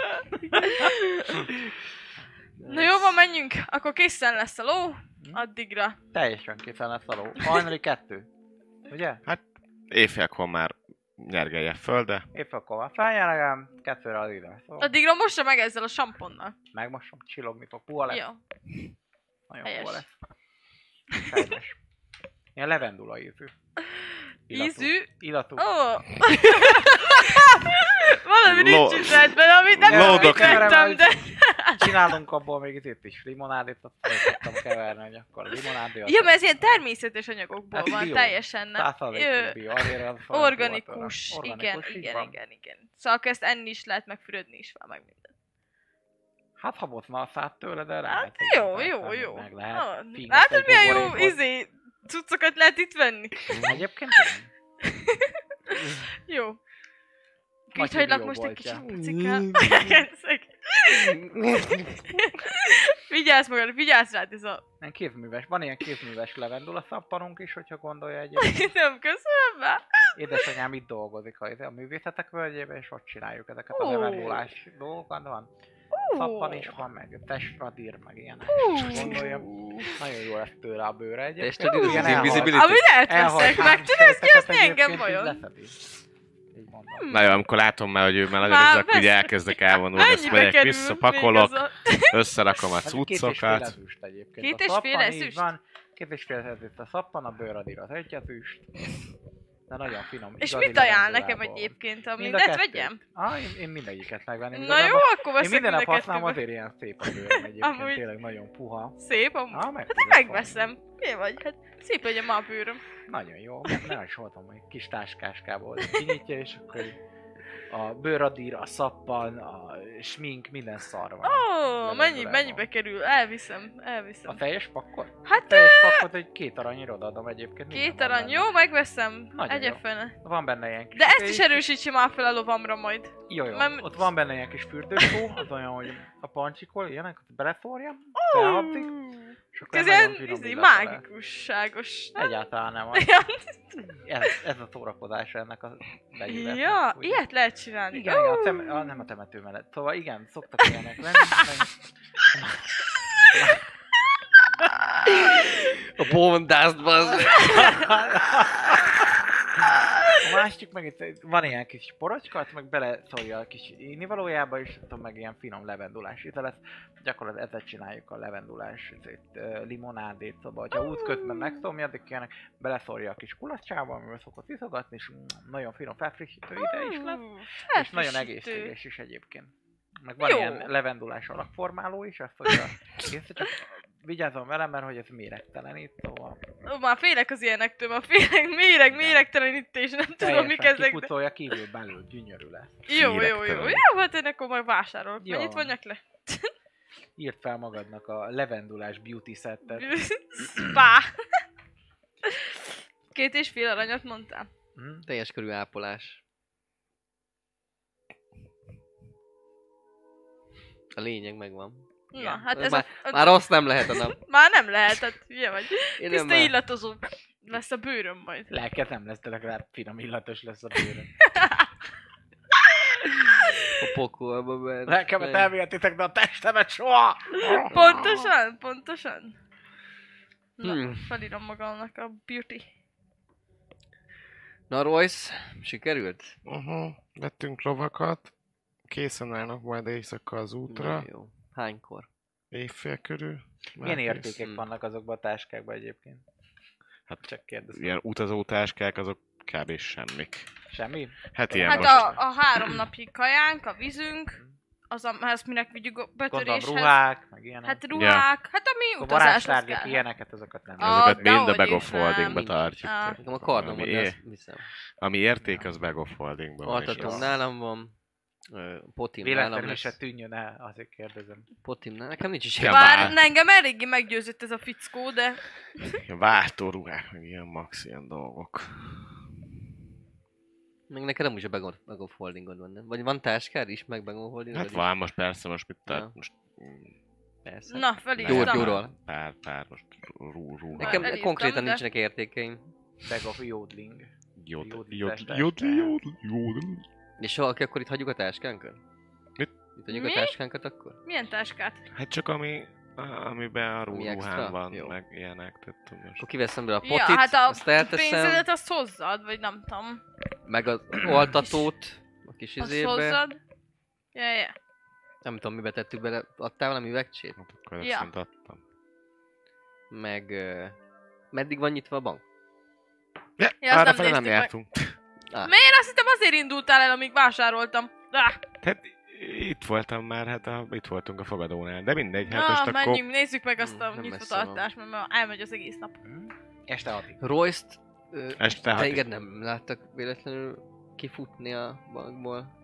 Na jó, van, menjünk, akkor készen lesz a ló, Mhm. addigra. Teljesen készen lesz a ló. Hajnali kettő. Ugye? Éjfélkor már nyergelje föl, de Épp akkor van feljellegem, kettőre az ide. Szóval Addigra mossa meg ezzel a samponnal. megmosom, csillogni fog. Puha lesz. Jó. Nagyon helyes. puha lesz. Sajnos. Ilyen levendula ízű. Illatú. Ízű. Illatú. Ó. Valami Ló- nincs itt rendben, amit nem Lódok. említettem, de... Csinálunk abból még itt is limonádét, azt fel tudtam keverni, hogy akkor limonádé. Ja, mert ez ilyen természetes anyagokból Hát van, jó. teljesen nem. Ö, Százalékig bio, azért az fel- Organikus, igen, Organikus, így igen, van. igen, igen. Szóval akkor ezt enni is lehet, meg fürödni is van, meg minden. Hát habozna a szád tőle, de rá. Hát lehet, jó, hogy jó, persze, jó. Meg Ah, lehet. Fingert Látod egy milyen jó buborékot. izé cuccokat lehet itt venni? Egyébként igen. Jó. Itt Matyi hagylak Dió most egy boltja. kicsit picikkel. Vigyázz magad, vigyázz rád ez a... Ilyen kézműves, van ilyen kézműves levendula szappanunk is, hogyha gondolja egy Nem, köszönöm már. Édesanyám itt dolgozik a, a művészetek völgyében, és ott csináljuk ezeket Ó. a levendulás dolgokat, van. Ú. Szappan is van, meg testradír, meg ilyenek. Ú. Gondolja, nagyon jó lesz tőle a bőre egyébként. Testradír az Ilyen az elhalt- invisibility. Amit elveszek, elhalt Hát meg tudod ki, az hámsejteket mi engem egyébként így vajon? lefedi. Így mondom. na jó, amikor látom már, hogy ő már nagyon Hmm. Már ezzel vesz- ugye elkezdek elvonulni, ezt Mennyibe megyek kerül vissza, még pakolok, ez a- összerakom a Hát két és fél cuccokat. ezüst egyébként. Két a és fél szappan, így ezüst? Van, két és fél ezüst a szappan, a bőradír az egy ezüst. De nagyon finom. És igazi mit ajánl levendulából. nekem egyébként, a Mind mindent kettőt. vegyem? Ah, én, én mindegyiket megvenném. Na Igazából jó, Én akkor veszek minden mind nap a használom, kettőből. azért ilyen szép a bőröm egyébként, Amúgy- tényleg nagyon puha. Szép, amúgy. Na, meg Hát megveszem. Mi vagy? Hát szép legyen ma a bőröm. Nagyon jó, nem is voltam, hogy kis táskáskából kinyitja, és akkor így a bőradír, a szappan, a smink, minden szar van. Ó, Nem mennyi, durva. mennyibe kerül? Elviszem, A elviszem. teljes pakkot? A Hát teljes pakkot egy két aranyért odaadom egyébként. minden két van arany, benne. jó, megveszem. Nagyon Egye jó. fene. Van benne ilyen kis De ezt is fény. erősítse már fel a lovamra majd. Jó, jó. nem- Ott van benne ilyen kis fürdősó, az olyan, hogy a pancsikol, ilyenek, ott beleszórja, felhaptik, és akkor Ez nagyon ilyen finom izé, illata lesz. mágikusságos. nem? Egyáltalán nem az. Ez, ez a szórakozás ennek a vegyületnek. Ja, úgy- ilyet lehet csinálni. Hát Igen, igen a tem- a, nem a temető mellett. Szóval igen, szoktak ilyenek lenni. Meg... A bondázt, bazd. A másik meg itt van ilyen kis porocska, azt meg beleszolja a kis innivalójába, és tudom, meg ilyen finom levendulás íze lesz. Gyakorlatilag ezzel csináljuk a levendulás ízét, ö, limonádét, szóval, hogyha útközben megszomjadik ilyenek, beleszolja a kis kulacsába, amivel szokott iszogatni, és mm, nagyon finom felfrissítő íze is lesz. hát És nagyon egészséges is egyébként. Meg van Jó. Jó. ilyen levendulás alakformáló is, azt hogy a csak vigyázzon velem, mert hogy ez méregtelen itt, szóval Ó, már félek az ilyenektől, már félek, méreg, Igen. méregtelenítés, nem tudom, mik teljesen ezek. de- kipucolja kívül belül, gyönyörű lesz. Jó, jó, jó. Méregtelen. Jó, hát én akkor majd vásárolok. Jó. Mennyit vonjak le? Írd fel magadnak a levendulás beauty settet. Spá. Két és fél aranyat mondtál. Hm? Teljes körű ápolás. A lényeg megvan. Na, Igen. hát ez már, a, már rossz nem lehet a nap. már nem lehet, hát hülye vagy. Én nem Tiszta már. illatozó lesz a bőröm majd. Lelked nem lesz, de legalább finom illatos lesz a bőröm. a pokolba mert... Lelkemet elvihetitek, de a testemet soha! Pontosan, pontosan. Na, Hmm. felírom magamnak a beauty. Na Royce, sikerült? Uh-huh. Vettünk lovakat, készen állnak majd éjszaka az útra, Na, jó. Hánykor? éjfél körül. már Milyen Hát kész. értékek Mm. vannak azokban a táskákban egyébként? Hát Csak kérdezem. ilyen utazótáskák, azok kb. semmik. Semmi? Hát ilyen Hát most. a, a három napi kajánk, a vízünk, az a, hát ezt minek vigyük a Gondolom betöréshez. ruhák, meg ilyenek. Hát ruhák, hát ami A utazáshoz varázstárgyak, kell. Ah, ilyeneket, azokat nem. A- Ezeket mind a dehogy bag is of holdingba nem. tartjuk. Á. tehát Nekem a kardom ami van, de é- azt hiszem. Ami érték, az bag of holdingban van. és Altatom az- nálam van. Ö, Potim nálam Véletlenül lesz. se tűnjön el, azért kérdezem. Potimnál. Nekem nincs is Ja, ilyen. Bár bár. ne, engem eléggé meggyőzött ez a fickó, de Ilyen váltóruhák, meg ilyen max ilyen dolgok. Meg neked amúgy is a bag of, bag of holdingod van, nem? Vagy van táskád is, meg bag of holdingod? Hát is? van, most persze, most mit Ja. tehát most... mm, Persze. na, Gyúr- felírtam. gyúrol. pár- Pár, pár, most rú, rú. Már Nekem elírtam, konkrétan de- nincsenek értékeim. Bag of Jodling. Jod, Jódli jod, testek. jod, jod, jod. És ha akkor itt hagyjuk a táskánkat? Mit? Itt hagyjuk a Mi? táskánkat akkor? Milyen táskát? Hát csak ami, amiben a rú, Ami extra? ruhám van, Jó. meg ilyenek, tehát tudom, Akkor most. kiveszem belőle a Ja, potit, hát a azt elteszem, pénzedet azt hozzád, vagy nem tudom. meg az oltatót, a kis Azt izébe. hozzád. Ja, ja. Nem tudom, mibe tettük bele. Adtál valami üvegcsét? Hát akkor ezt Ja. szerint adtam. Meg... ö, Meddig van nyitva a bank? Ja, Ja, azt arra nem fele nem néztük meg. jártunk. Én azt hittem azért indultál el, amíg vásároltam. Rá. Hát itt voltam már, hát a, itt voltunk a fogadónál, de mindegy, hát Na, most akkor... Ah, menjünk, nézzük meg azt Hm, a nem messze nyitvatartást, mert már elmegy az egész nap. Este hatig. Royce-t... Este hatig. Téged nem láttak véletlenül kifutni a bankból.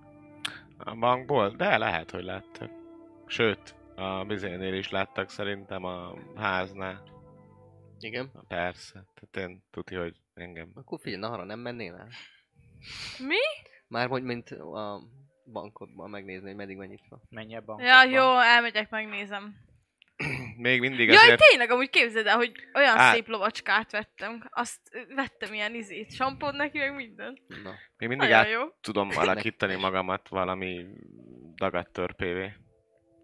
A bankból? De lehet, hogy láttak. Sőt, a bizénél is láttak szerintem a háznál. Igen. Na, Persze. Tehát én tuti, hogy engem. Akkor figyelj, na arra nem mennél el? Mi? Már hogy mint a bankodban megnézni, hogy meddig van nyitva. Menj ebbe a Ja, bankba. jó, elmegyek, megnézem. Még mindig Igen, Jaj, ezért... tényleg, amúgy képzeld el, hogy olyan Á. szép lovacskát vettem. Azt ö, vettem ilyen izét, sampont neki, meg minden. Na. Még mindig Nagyon át jó. tudom alakítani magamat valami dagadt törpévé.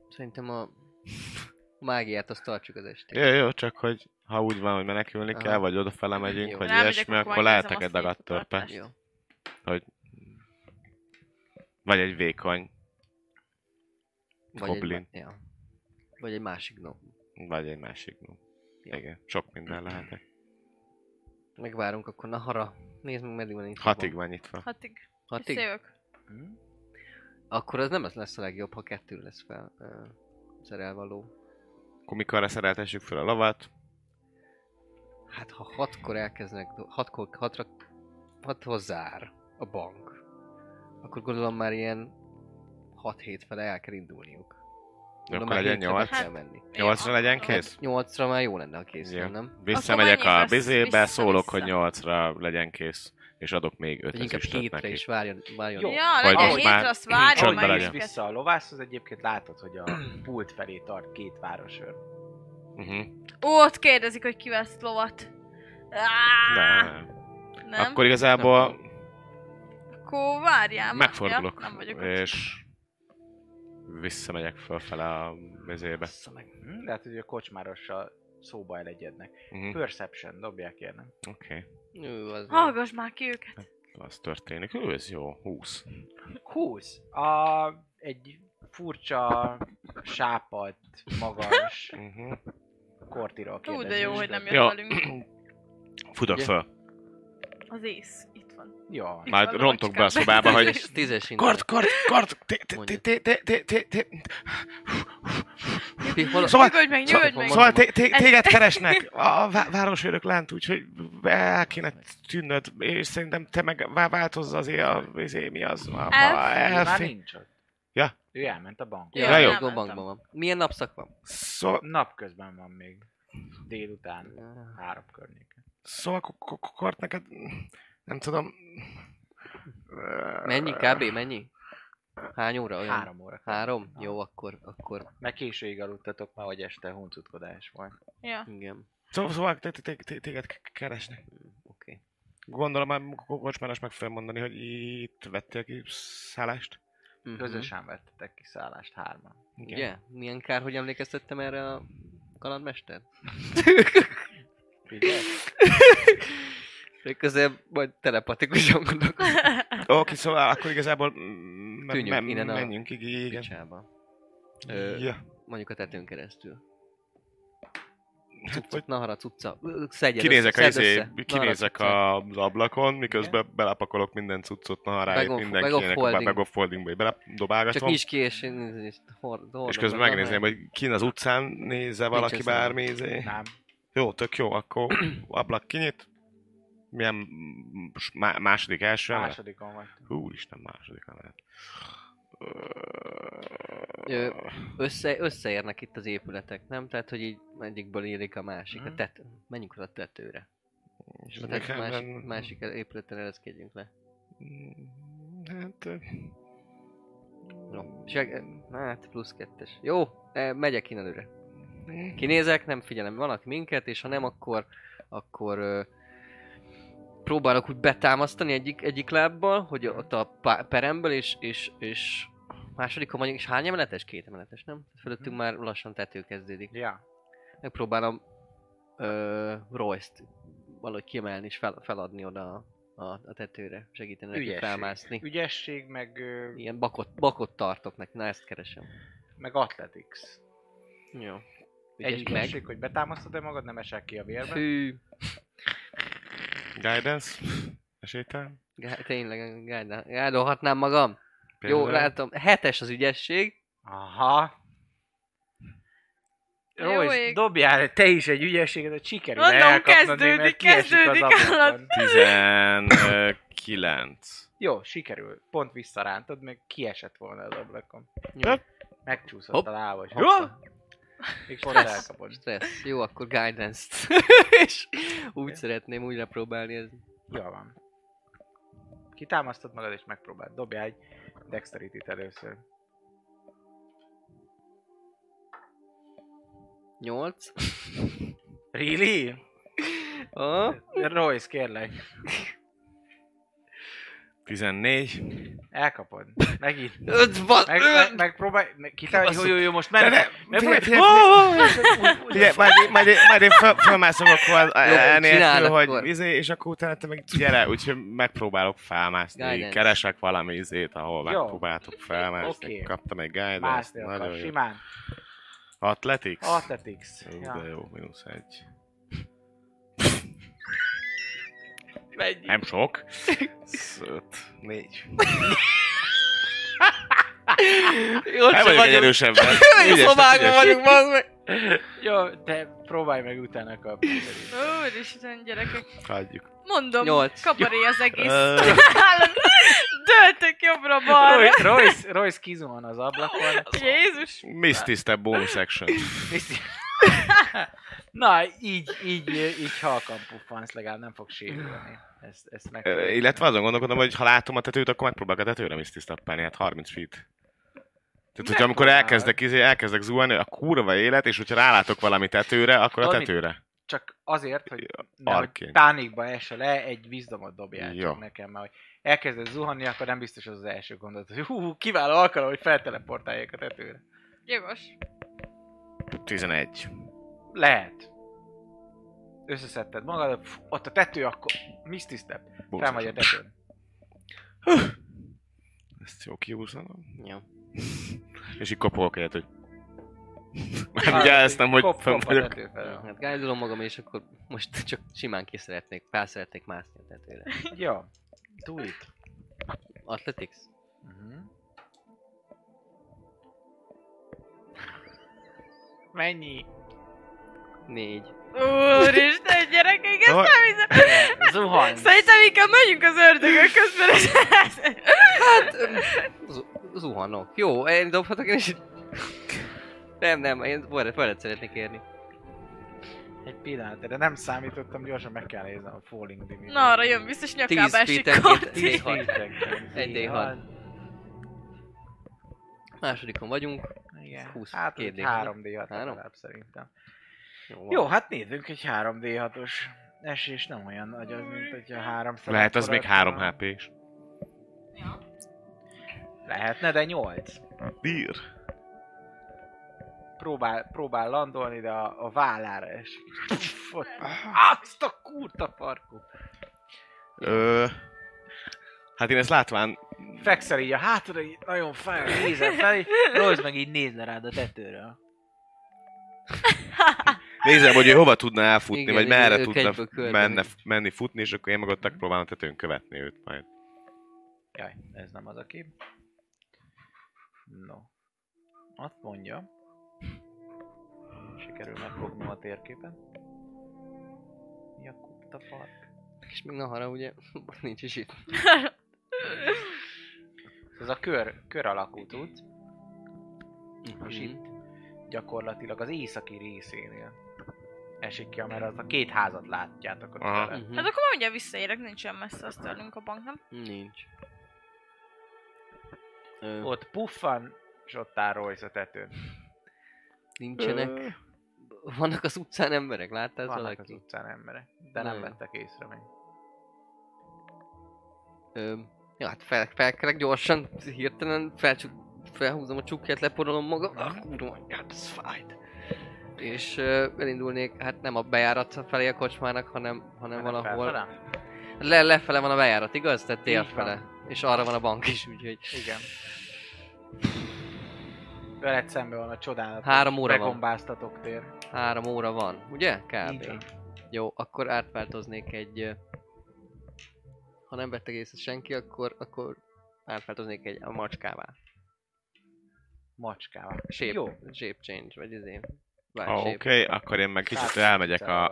Szerintem a a mágiát azt tartsuk az estig. Jó, jó, csak hogy ha úgy van, hogy menekülni Aha. kell, vagy odafele megyünk, Jó. vagy Rámegyek, ilyesmi, akkor akkor lehetek megnézem egy a dagadt törpe. szétfutást. Jó. Vagy egy vékony, Vagy Goblin. Egy, ja. Vagy egy másik no. vagy egy másik. gnom. Jó. Igen, sok minden lehetek. Megvárunk akkor Nahara. Nézd meg, meddig van nyitva. a Hatig bank. van nyitva. Hatig. Hatig? Visszajövök. Hm? Akkor az nem az lesz a legjobb, ha kettő lesz fel ö, szerelve a ló. Akkor mikorra szereltessük fel a lovat, Hát ha hatkor elkezdenek, do- hatkor, hatra, hathoz zár a bank, akkor gondolom már ilyen 6-7 fele el kell indulniuk. akkor legyen nyolc. Hát, menni. Nyolcra legyen Hát, kész? 8-ra már jó lenne, ha kész Jó. ja. nem? Visszamegyek menjünk a össz- bizébe, vissza-vissza. szólok, hogy nyolcra legyen kész, és adok még öt Vagy inkább ezüstöt 7-re neki. is várjon, várjon. Jó. Ja, Vagy legyen most már hétre, azt várom csöndben Csodban meg is legyen. őket. vissza a lovászhoz, egyébként látod, hogy a pult felé tart két városőr. Uh-huh. Ó, ott kérdezik, hogy ki vesz lovat. Á, Nem. nem? Akkor igazából Akkor várjál. már. megfordulok, Ja, nem vagyok ott. és visszamegyek fölfele a bizébe. Bassza meg. Hm? Lehet, hogy a kocsmárossal szóba elegyednek. Uh-huh. Perception, dobják kérnem. Oké, okay. Jó, az meg. Hallgass már ki őket. az történik. Ő, ez jó, 20. 20. A, egy furcsa, sápat, magas Uh-huh. kortiról Ú, kérdezik. de jó, hogy nem jött Jó. velünk. Futok Ugye? föl. Az ész, itt van. Jó. Itt Majd van rontok be a lovacskám. szobába, hogy- Tízes, tízes indul. Kort, kort, kort! Te- te- Mondja. te- te- te- te- te- Pi- hol a- Szóval- Nyugodj meg, nyugodj meg! Szóval té- té- téged keresnek a vá- városőrök lánt, úgyhogy el kéne tűnnöd, és szerintem te meg vá- változz azért a, azért mi az, a, a Elf. Ő már elfi. nincs ott. Ja. Ő elment a bankba. Ja, Ja, jó. Jó, elmentem. bankban van. Milyen napszak van? Szóval, Napközben van még. Délután. Három környéken. szóval k- k- k- kort neked, nem tudom. Mennyi kb? Mennyi? Hány óra? Olyan? Három óra. Három? Na. Jó, akkor, akkor Meg későig aludtatok, mert hogy este huncutkodás volt. Mhm. Ja. igen. Szóval, szóval te- te- te- te- téged k- keresnek. Oké. Gondolom már Ko- kocsmáros meg fogja mondani, hogy itt vettél ki szállást. Mhm. Közösen vettetek ki szállást hárman. Ugye? Milyen kár, hogy emlékeztettem erre a kalandmester? Figyelj? Legközelebb majd telepatikusan gondolkodom. Oké, szóval akkor igazából mm, me- Tűnjünk me- innen a menjünk, igen. igen. Picsába. Ö, Ja. Mondjuk a tetőn keresztül. Hát, vagy Nahara cucca. Ö, Szedjed kinézek, a, össze, szedd izé, össze. Nahara kinézek cucca. a, az ablakon, miközben belepakolok minden cuccot Bag naharájét of- bag mindenkinek, of a holding. bag of holdingba, így Csak beledobálgatom. nyisd ki és, és, hord, hordom, És közben meg, megnézném, meg- hogy kin az utcán nézze valaki az bármi izé. Nem. Jó, tök jó, akkor ablak kinyit. Milyen m- s- má- második, első emelet? Másodikon vagy. Hú, Isten, második emelet. Ö, Össze, összeérnek itt az épületek, nem? Tehát, hogy így egyikből érik a másik. Mhm. A tet, menjünk fel a tetőre. És a tet, Nekem másik, nem- másik épületen ereszkedjünk le. Hát... ö, Jó. Seg, hát, plusz kettes. Jó, e, megyek én előre. Kinézek, nem figyelem, vannak minket, és ha nem, akkor, akkor ö, próbálok úgy betámasztani egyik, egyik lábbal, hogy ott a pá- peremből, és, és, és másodikon mondjuk, és hány emeletes? Két emeletes, nem? Fölöttünk már lassan tető kezdődik. Ja. Megpróbálom ö, Royce-t valahogy kiemelni és fel, feladni oda a, a, a tetőre, segíteni neki Ügyesség. felmászni. Ügyesség, meg, ö, Ilyen bakot, bakot tartok neki, na ezt keresem. meg athletics. Jó. Egy Ügyes meg. meg. hogy betámasztod-e magad, nem esel ki a vérbe. Fű, Guidance? Esélytelen? Gá- tényleg, gádol- gádolhatnám magam. Jó, Például? látom. Hetes az ügyesség. Aha. Jó Royce, ég. dobjál te is egy ügyességet, hogy sikerül Onnan elkapnod, kezdődik, mert kiesik az kezdődik ablakon. alatt. 19. Jó, sikerül. Pont visszarántod, meg kiesett volna az ablakon. Jó. Megcsúszott Hopp. a lába, és Hopp. hoppa. Még pont Stressz. elkapod. Stressz. Jó, akkor guidance-t. És úgy szeretném újra próbálni ez. Jó van. Kitámasztod magad, és megpróbáld. Dobjál egy dexterity először. Nyolc. Really? Ó, Royce, kérlek. 14. Elkapod. Megint. Öt van. Meg, öt. meg, megpróbálj, meg, kitálj, jó, Kibaszott. jó, jó, most Ne, menj! ne, Ne figyelj, fogj- figyelj, Ó! Ugye, majd, én- majd, én- majd én föl, fölmászom akkor az- Jó, enélkül, csináld hogy akkor. izé, és akkor utána te meg gyere, úgyhogy megpróbálok felmászni, Guidance. keresek valami izét, ahol Jó. megpróbáltok felmászni, Oké. kaptam egy guidance, Mászni nagyon akar, jó. simán. Athletics? Athletics. Ú, Ja. De jó, mínusz egy. Mennyi? Nem sok. Sz- Öt, négy. Jó, Nem csak vagyok egy vagyok. erősebben. Jó, Ügyes vagy, szobában ügyes. vagyunk, bazd meg. Jó, de próbálj meg utána kapni. Úristen, gyerekek. Hagyjuk. Mondom, Nyolc. kabaré az egész. Ö. Állandó- Döltök jobbra-balra. Royce, Royce, Royce kizuhan az ablakon. Jézus. Miss tisztebb bonus action. Viszi- Na, így, így, így halkan puffansz, legalább nem fog sérülni. Ezt, ezt meg... Ö, Illetve azon gondolkodom, hogy ha látom a tetőt, akkor megpróbálok a tetőre Miss tisztappálni, hát 30 feet. Tehát, hogy amikor Megpróbálod. elkezdek, izé, elkezdek zuhanni, a kurva élet, és hogyha rálátok valami tetőre, akkor a Tudod, mit? tetőre. Csak azért, hogy nehogy Arként. pánikba esel le, egy vízdomot dobjál Jó. csak nekem, mert hogy elkezded zuhanni, akkor nem biztos az, az első gondolat, hogy hú, kiváló alkalom, hogy felteleportáljak a tetőre. Jogos. 11. Lehet. Összeszedted magad, pff, ott a tető, akkor Misty Step, Bonus fel vagy a action. tetőn. Ezt jó kihúzom. Jó. És így kopolok egyet, hogy... Már Fel- ugye ezt nem, hogy kop- fönn kop a vagyok. tető Jó, felől. Hát gájdolom magam, és akkor most csak simán ki szeretnék, fel szeretnék mászni a tetőre. Jó. Do it. Athletics? Mhm. Mennyi? Négy. Úristen, gyerekek, ezt Jó. nem hiszem. Zuhan. Szerintem inkább megyünk az ördögök közben. és- Zu- Zuhanok. Jó, én dobhatok én is. Nem, nem, én Boret szeretnék érni. Egy pillanat, de nem számítottam, gyorsan meg kell néznem a Falling Dimin. Na, arra jön biztos Tíz nyakába esik feet-enként karti. egy D6. Egy D6. Másodikon vagyunk. Igen, 20 hát ez kérdés. 3 d 6 Három? legalább szerintem. van. Jó, hát nézzünk egy 3 d 6 os esés nem olyan nagy az, mint hogyha 3 Lehet az még 3 HP is. Lehetne, de 8. Dír. Próbál, próbál landolni, de a, a vállára esik. Pff, Ott, azt a kurta farkú. Ö... Hát én ezt látván... Fekszel így a hátulra, így nagyon fáj, nézel fel, Rose meg így nézne rád a tetőről. Nézem, hogy ő hova tudna elfutni, Igen, vagy igen, merre ők tudna egyből körbe menne, megy. menni futni, és akkor én meg ott megpróbálom tetőn követni őt majd. Jaj, ez nem az a kép. No. Azt mondja. Sikerül megfognom a térképen. Mi a kurta fark? És még nahara ugye, nincs is itt. Az ez a kör, kör alakú út, és Mhm. itt gyakorlatilag az északi részénél esik ki, mert az a két házat látjátok ott Aha. bele. Hát akkor már ugye visszaérek, nincsen messze, azt tőlünk a bank, nem? Nincs. Ö, Ott puffan, és ott áll Royce a tetőn. nincsenek. Vannak az utcán emberek, láttál Vannak valaki? az utcán emberek, de nem Nagyon. vettek észre még. Ö, ja, hát fel, felkelek gyorsan, hirtelen felcsuk, felhúzom a csukját, leporolom magam. Ah, kurva, anyját, ez fájt. És ö, elindulnék, hát nem a bejárat felé a kocsmának, hanem, hanem Mennek valahol. felfele? Le, lefele van a bejárat, igaz? Tehát Így van. délfele. És arra van a bank is, úgyhogy... Igen. Veled szemben van a csodálatos Három óra van. begombáztatok tér. Három óra van, ugye? Így van. Kb. Jó, akkor átváltoznék egy... ö, Ha nem vettek észre senki, akkor, akkor átváltoznék egy a macskává. Macskával. Shape, Jó. shape change, vagy izé. Vagy Ah, Oké, okay, akkor én meg kicsit elmegyek a...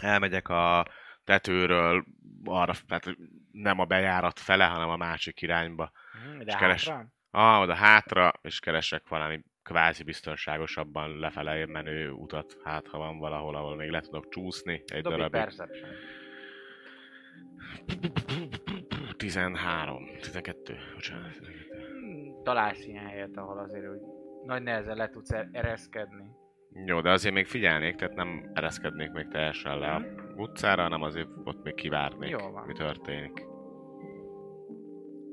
Elmegyek a tetőről arra, tehát nem a bejárat fele, hanem a másik irányba. Mhm, És De keres. hátra? Ah, oda hátra, és keresek valami kvázi biztonságosabban lefele menő utat, hát ha van valahol, ahol még le tudok csúszni egy Dobj egy darabig. perception. 13, 12, bocsánat. 12. Hmm, Találsz ilyen helyet, ahol azért úgy nagy nehezen le tudsz er- ereszkedni. Jó, de azért még figyelnék, tehát nem ereszkednék még teljesen le a utcára, hanem azért ott még kivárnék, Jó Mhm. van. mi történik.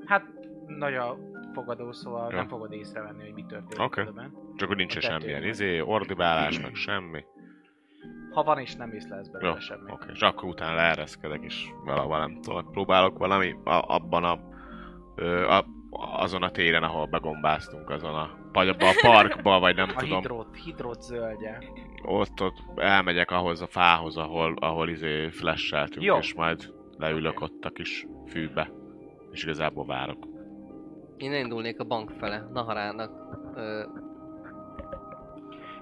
Hát nagy a fogadó, szóval Jó. nem fogod észrevenni, hogy mi történik Oké. közben. Csak hogy nincs A se semmilyen tetőn. izé, ordibálás, meg semmi. Ha van is, nem észlelsz belőle Jó, semmit. Oké, okay. és akkor utána leereszkedek, és valahol nem tudom, Szóval próbálok valami a, abban a, ö, a, azon a téren, ahol begombáztunk, azon a, vagy abban a parkba, vagy nem A tudom, hidrót, hidrót zöldje. ott, ott elmegyek ahhoz a fához, ahol, ahol izé flasheltünk, Jó. és majd leülök ott a kis fűbe, és igazából várok. Én elindulnék a bank fele, Naharának. Ö,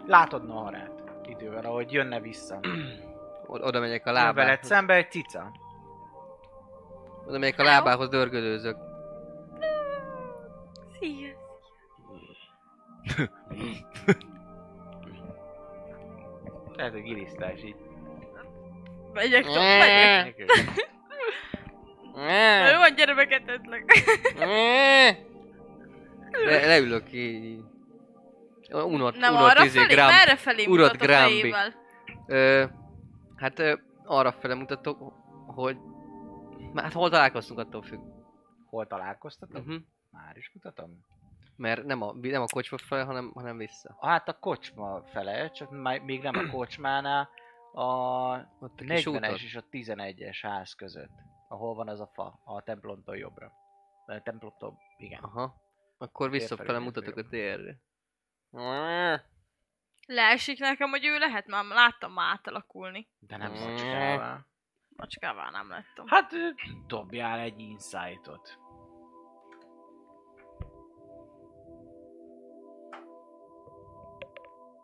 Látod Naharát idővel, ahogy jönne vissza. o- oda megyek a Lábát. Veled lábához. szembe egy cica. Oda megyek a lábához, dörgölőzök. Szia! Lehet, hogy gilisztás így. Megyek tovább, megyek. Na Jó van, gyere, beketetlek. Le, leülök így. így. Ö, Unott, Nem unott arra izé, felé? Grump. Merre felé Urod mutat a Grambi. fejével? Ö, hát ö, arra fele mutatok, hogy... Hát hol találkoztunk, attól függ. Hol találkoztatok? Mhm. Uh-huh. Már is mutatom. Mert nem a, nem a kocsma fele, hanem, hanem vissza. Hát a kocsma fele, csak má- még nem a kocsmánál, a Ott a kis úton. 40-es és a 11-es ház között, ahol van az a fa, a templomtól jobbra. A templomtól, igen. Aha. Akkor Térfelé visszafele nézve mutatok a jobb. térre. Leesik nekem, hogy ő lehet, már láttam már átalakulni. De nem Mm. macskával. Macskává nem láttam. Hát ö, dobjál egy insightot.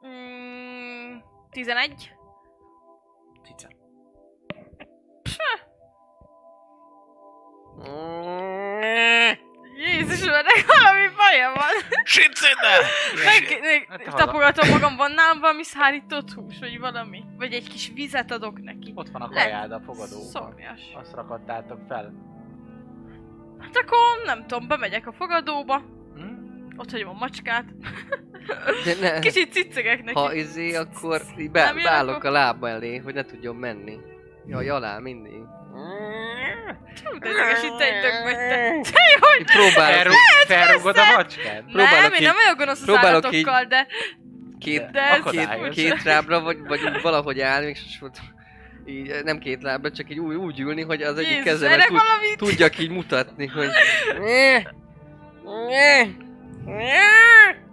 Mm, 11? Cica. Jézusom, ennek valami baja van. Meg, Hát meg, haza. tapogatom magam, van nálam valami szárított hús, vagy valami? Vagy egy kis vizet adok neki. Ott van a Lehet. kajád a fogadóban. Szomjas. Azt rakadtátok fel. Hát akkor nem tudom, bemegyek a fogadóba, Hm? ott hagyom a macskát, De ne, kicsit ciccegek neki. ha izé, akkor Nem így be, jön, beállok akkor- a lába elé, hogy ne tudjon menni. Jaj, alá mindig. Hú, De ideges, itt egy dög vagy te. Így Próbálok, Felrúgod a macskát? Nem, Próbálok én így- nem vagyok gonosz az próbálok állatokkal, de két, De ez két, furcsa. két lábra, vagy, vagy úgy valahogy állni, és most ott- így, eh, nem két lábra, csak így úgy, úgy ülni, hogy az egyik Jézus, kezemet ennek tud, valami... tudjak így mutatni, hogy...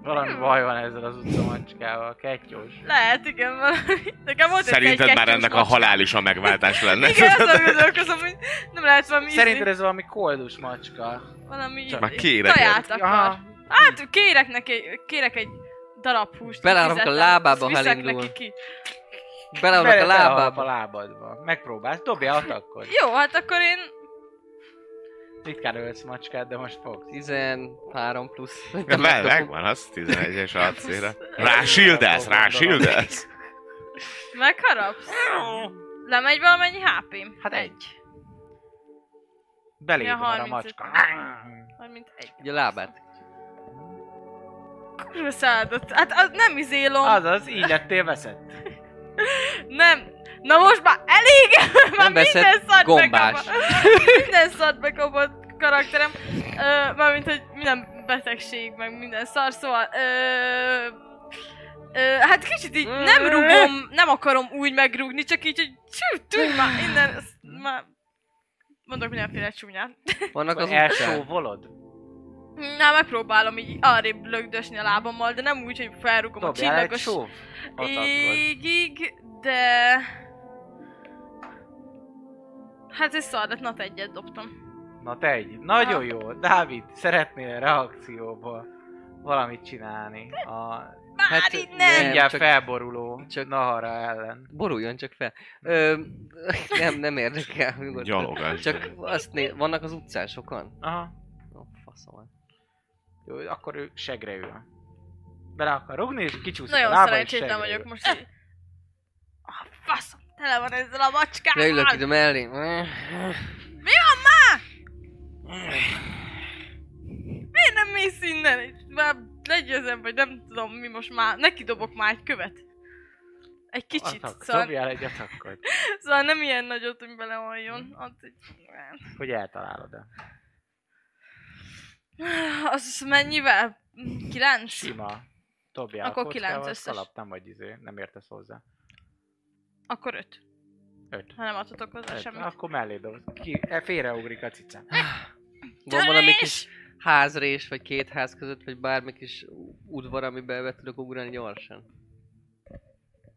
Valami Hmm. baj van ezzel az utca macskával, kettős. Lehet, igen, valami. Nekem volt egyszer egy Szerinted már kettős ennek a macska. halál is a megváltás lenne? Igen, azon gondolkozom, hogy nem lehet valami ízni. Szerinted ez valami koldus macska. valami Csak már ízni. kérek Toját egy. akar. Aha. Hát kérek neki, kérek egy darab húst. Beleállok a fizetem, lábába, azt ha viszek elindul. neki ki. Beleállok a Bele- belehalap a lábába. lábadba. Megpróbálsz, dobjál atakot. Jó, hát akkor én Ritkán ölsz macskát, de most fogsz. 13 plusz. Ja, Vel, megvan az 11-es acélra. Rá shieldelsz, shieldelsz, rá rá shieldelsz. shieldelsz. Megharapsz? Lemegy valamennyi hp Hát egy. Beléd Ja, van a 35. macska. 31. Ugye a lábát. Kurva szádat. Hát az nem izélom. Az... Azaz, így lettél veszett. Nem. Na most már elég! már Nem veszed, minden szart gombás. bekapott. minden szart bekapott karakterem. Ö, mármint, hogy minden betegség, meg minden szar, szóval... Ö, ö, hát kicsit így Mm. nem rugom, nem akarom úgy megrugni, csak így, hogy csú, tűnj már innen, ezt már... Mondok mindenféle csúnyát. Vannak Szóval az utcán. Elsóvolod? Na, megpróbálom így arrébb lögdösni a lábammal, de nem úgy, hogy felrugom a Dobjál egy csillagos sóv. égig, de... Hát ez szar, lett, nat egyet dobtam. Na te egy. Nagyon jó. Dávid, szeretnél reakcióból valamit csinálni? A Már Hát, hát, így nem. nem! mindjárt csak- felboruló csak- Nahara ellen. Boruljon csak fel. Hm. Ö, nem, nem érdekel. nyugodtan. Gyalogasd. Csak azt né- vannak az utcán sokan? Aha. Ó, faszom. Jó, akkor ő segre ül. Bele akar rugni, és kicsúszik a Nagyon lába, és szerencsétlen segre vagyok ül. most így. Ah, faszom, tele van ezzel a macskával! Leülök ide mellé. Mi van már? Miért nem mész innen? Már legyőzem, vagy nem tudom mi most már. Neki dobok már egy követ. Egy kicsit, Atak, szóval, Dobjál egy atakot, szóval nem ilyen nagyot, hogy beleoljon. Az, egy- hogy eltalálod-e. Ah, az mennyivel? Kilenc? Sima. Dobjál Akkor a kilenc kockával, összes. Kalap, nem vagy izé, nem értesz hozzá. Akkor öt. Öt. Ha nem adhatok hozzá Öt. semmit. Akkor mellé dob. Ki, e, félreugrik a cicám. Van valami kis Törés! házrés, vagy két ház között, vagy bármi kis udvar, amiben be tudok ugrani gyorsan.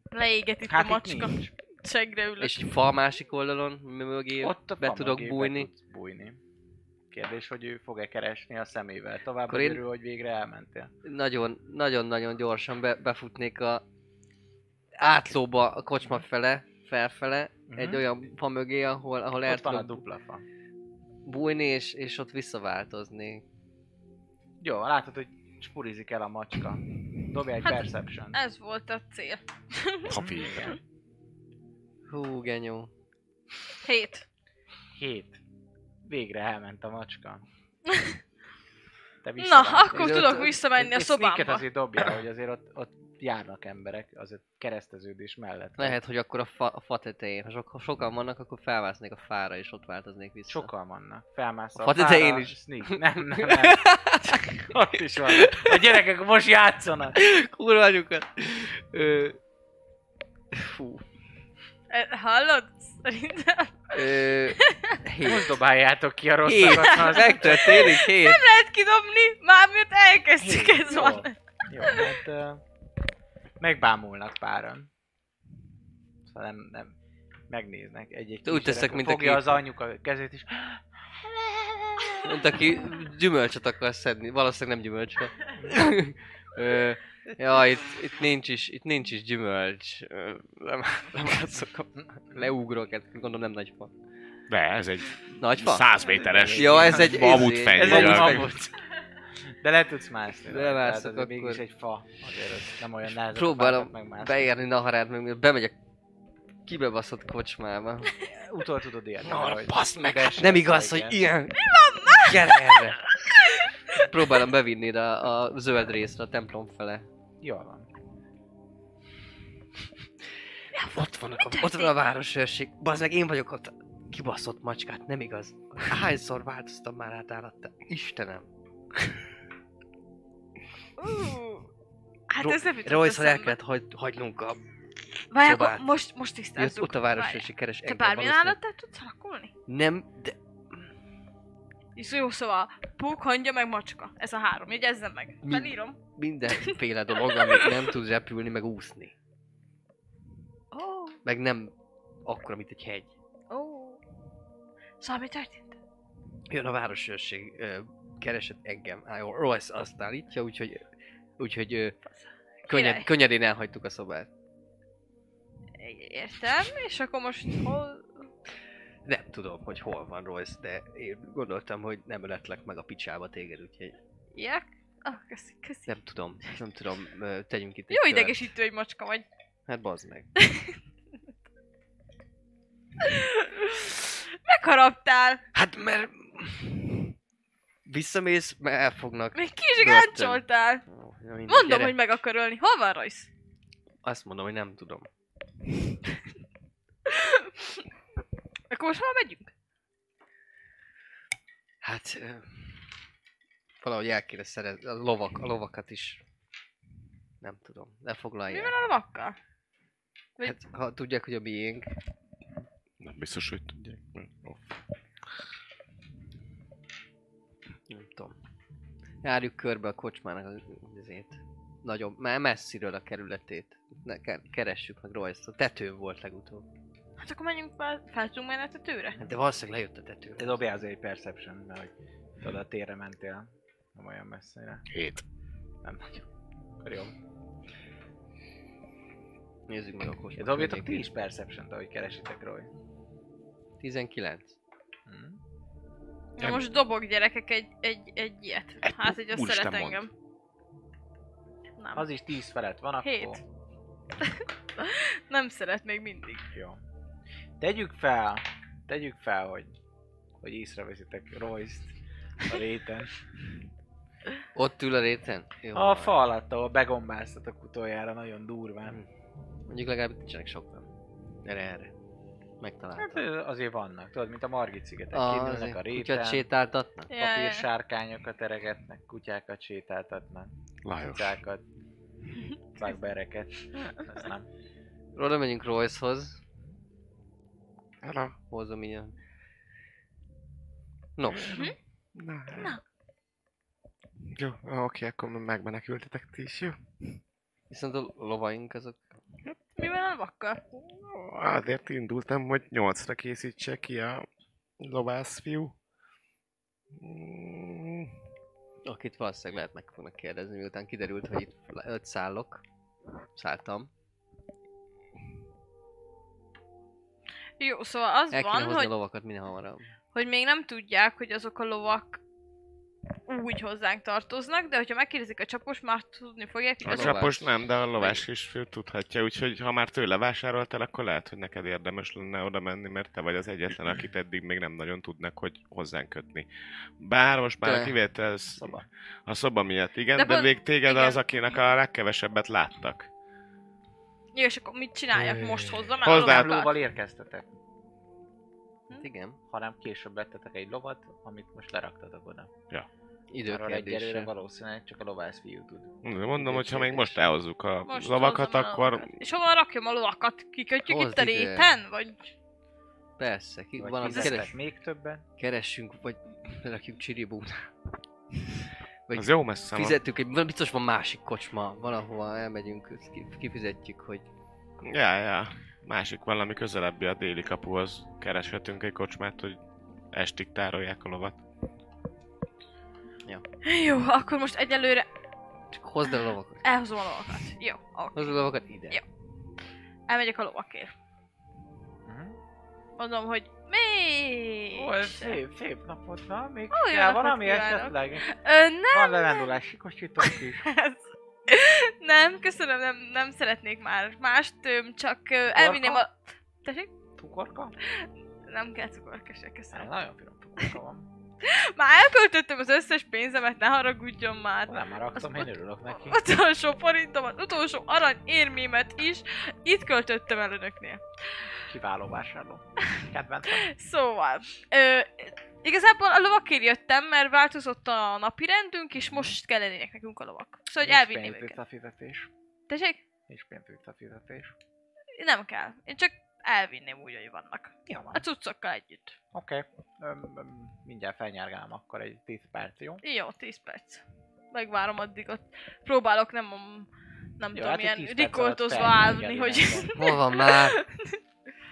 Leéget itt Hát a itt macska. nincs. Segre ülök. És egy fa a másik oldalon, mi mögé Ott a be fa tudok mögé bújni. tudsz bújni. Kérdés, hogy ő fog-e keresni a szemével. Tovább Akkor Akkor én- örül, hogy végre elmentél. Nagyon, nagyon-nagyon gyorsan be, befutnék a átlóba a kocsma fele, felfele, Mhm. egy olyan fa mögé, ahol, ahol el Ott van a tudok dupla fa. bújni, és, és ott visszaváltozni. Jó, látod, hogy spurizik el a macska. Dobja egy Hát- perception. Ez volt a cél. Ha végre. Hú, genyó. Hét. Hét. Végre elment a macska. Te Na, visszavágtál. akkor Ugye ott- tudok visszamenni a Egy sneaket szobámba. azért dobja, hogy azért ott, ott járnak emberek, az egy kereszteződés mellett. Lehet, hogy akkor a fa, a fa tetején. Ha, sok, ha sokan vannak, akkor felvásznék a fára, és ott változnék vissza. Sokan vannak. Felmász a A fa fára, tetején hát is. Sneak. Nem, nem, nem. ott is van. A gyerekek most játszanak. Kurva anyukat. Ö... Fú. E, Hallod? Szerintem Ö... Hét. Most dobáljátok ki a Hét. rosszakat. na, az- Megtörténik, hét. lehet kidobni, már miért elkezdtük, Hét. ez Jó. van. Jó, hát ö, megbámulnak páran. Szóval nem, nem megnéznek egy-egy De úgy kisgyerek, teszek, mint fogja aki- az anyuka kezét is. Mint aki gyümölcsöt akar szedni. Valószínűleg nem gyümölcsöt. Ö... Ja, itt, itt, nincs is, itt nincs is gyümölcs. Ö, Nem, nem látszok. a- Leugrok, hát gondolom nem nagy fa. De ez egy Nagy fa? 100 méteres Jó, ez egy... mamut izé- fej. Ez egy Jaj. mamut. De le tudsz mászni. De rajta, mászok tehát azért Mégis akkor. egy fa. Azért az nem olyan nehéz. Próbálom beérni Naharát, meg mielőtt bemegyek kibebaszott kocsmába. Utol tudod érni. Nahara, hogy baszd meg, belső Nem igaz, szegény. hogy ilyen. Mi van már? Gyere erre. Próbálom bevinni ide a, a zöld részre, a templom fele. Jól van. Ott van, a, ott van a városőrség. Bazd meg, én vagyok ott. Kibaszott macskát, nem igaz? Hányszor változtam már át állatta? Istenem. Ú, Hát Ro- ez nem jutott Royce-szal el eszembe. kellett hagy, hagynunk a... Várj, szobát. akkor most, most Jött tisztázzuk. ott a városőrség, keres Te engem bármilyen valószínűleg. állattát tudsz alakulni? Nem, de... És jó, szóval pók, hangya, meg macska. Ez a három, jegyezzem meg. Mi- Felírom. mindenféle dolog, amit nem tud repülni, meg úszni. Ó, Meg nem akkora, mint egy hegy. ó. Szóval mi történt? Jön a városőrség, ö, keresett engem. Á, jó, Royce azt állítja, úgyhogy, úgyhogy ö, könnyed, Király. könnyedén elhagytuk a szobát. Értem, és akkor most hol... Nem tudom, hogy hol van Royce, de én gondoltam, hogy nem öletlek meg a picsába téged, úgyhogy Ilyek? Ah, köszi, köszi. nem tudom, nem tudom, ö, tegyünk itt egy Jó kört. idegesítő, hogy macska vagy. Hát bazd meg. Megharaptál! Hát mert... Visszamész, mert elfognak. Még ki is Börtön. gáncsoltál! Ó, na mindegy, Mondom, gyere. hogy meg akar ölni. Hol van Royce? Azt mondom, hogy nem tudom. Akkor most hol megyünk? Hát... ö, Valahogy el kéne szerezni. A, lovak, a lovakat is... Nem tudom. Mi Lefoglalják. van a lovakkal? Vagy- Hát, ha tudják, hogy a miénk, Nem biztos, hogy tudják. mert- Ó, nem tudom. Járjuk körbe a kocsmának az, azért. Nagyon, már messziről a kerületét. Ne, ke- keressük meg Royce-t. A tetőn volt legutóbb. Hát akkor menjünk fel, feltudunk menni a tetőre. Hát De valószínűleg lejött a tetőn. Te dobjál azért egy perception, mert hogy tudod, a térre mentél. Nem olyan messzire. Hét. Nem nagyon. Akkor Jó. Nézzük meg a kocsmát. Ja, dobjatok ti is perception ahogy keresitek Roy. 19. Hm? Na most dobok gyerekek egy, egy, egy ilyet. Egy Hát, hogy azt úristen szeret mond. engem. Nem. Az is 10 felett van, akkor... Hét. Nem szeret még mindig. Jó. Tegyük fel, tegyük fel, hogy, hogy észreveszitek Royce-t a réten. Ott ül a réten? Jó. A fa alatt, ahol begombáztatok utoljára nagyon durván. Mondjuk legalább nincsenek sokan. Erre, erre. Hát Megtaláltam. ö, azért vannak, tudod, mint a Margit szigetek, Ah, ah, a azért kutyát réten, sétáltatnak? Ja, ja, ja. papírsárkányokat eregetnek, kutyákat sétáltatnak, Lajos. kutyákat, szakbereket, ez nem. Róla megyünk Royce-hoz. Hát Hello. Hozom ilyen. No, Na. Jó, oké, akkor megmenekültetek ti is, jó? viszont a lovaink azok... Mi van a lovakkal? Azért indultam, hogy nyolcra készítse ki a lovászfiú. Mm, Akit valószínűleg lehet meg fognak kérdezni, miután kiderült, hogy itt le- öt szállok. Szálltam. Jó, szóval az El kéne van, hozni a hogy, Hm? lovakat minél hamarabb. hogy még nem tudják, hogy azok a lovak úgy hozzánk tartoznak, de hogyha megkérdezik a csapos, már tudni fogják, hogy A A azok... csap- csapos lovás. nem, de a lovás is fő tudhatja, úgyhogy ha már tőle vásároltál, akkor lehet, hogy neked érdemes lenne oda menni, mert te vagy az egyetlen, akit eddig még nem nagyon tudnak, hogy hozzánk kötni. Bár most már De. a kivétel sz- Szoba. a szoba miatt, igen, De de, pont- még téged igen. az, akinek a legkevesebbet láttak. Jó, és akkor mit csináljak? Most hozzam el Hozzád- a Nem lovakat? lóval érkeztetek, Hát igen, hanem később vettetek egy lovat, amit most leraktatok oda. Arról egyelőre időkérdése. valószínűleg csak a lovász fiú tud. Mondom, hogy ha még Érdekes. most elhozzuk a Most lovakat, hozzam el a akkor lovakat. És hova rakjam a lovakat? Kikötjük Hozd itt a ide. réten? Vagy... Persze, ki, Vagy valami keres, fizettek még többen, keressünk, vagy rakjuk csiribút. Vagy az jó messze van. Fizetünk, egy, van- biztos van másik kocsma, valahova elmegyünk, ezt ki- kifizetjük, hogy Ja, ja. Másik valami közelebbi a déli kapuhoz. Kereshetünk egy kocsmát, hogy estig tárolják a lovat. Jó, akkor most egyelőre csak hozd el a lovakat. elhozom a lovakat. Jó, oké. Hozd el a lovakat ide. Jó. Elmegyek a lovakért. Mhm. Mondom, hogy mi? Ó, ez szép, szép napot van, még Ó, jó kell napot valami kívánok. esetleg. Ö, nem, Van levendulás, kocsitok is. ez... nem, köszönöm, nem, nem szeretnék már mást, öm, csak ö, elvinném a... Tessék? Cukorka? Nem kell cukorka se, köszönöm. Nem, nagyon finom cukorka van. Már elköltöttem az összes pénzemet, ne haragudjon már. Nem, már raktam, Azt én örülök neki. Utolsó forintomat, utolsó arany érmémet is itt költöttem el önöknél. Kiváló vásárló. Kedvencem. Szóval, ö, igazából a lovakért jöttem, mert változott a napi rendünk, és most kellenének nekünk a lovak. Szóval, hogy Nincs elvinném pénz itt őket. a fizetés. Tessék? Nincs pénz itt a fizetés. Nem kell. Én csak elvinném úgy, hogy vannak. Jó van. A cuccokkal együtt. Oké. Öm, öm, Mindjárt felnyárgálom akkor egy 10 perc, jó? Jó, 10 perc. Megvárom addig ott. Próbálok nem nem Jó, tudom, hát egy ilyen 10 perc alatt rikoltozva felnyergeli állni, hogy... nekem. Hol van már?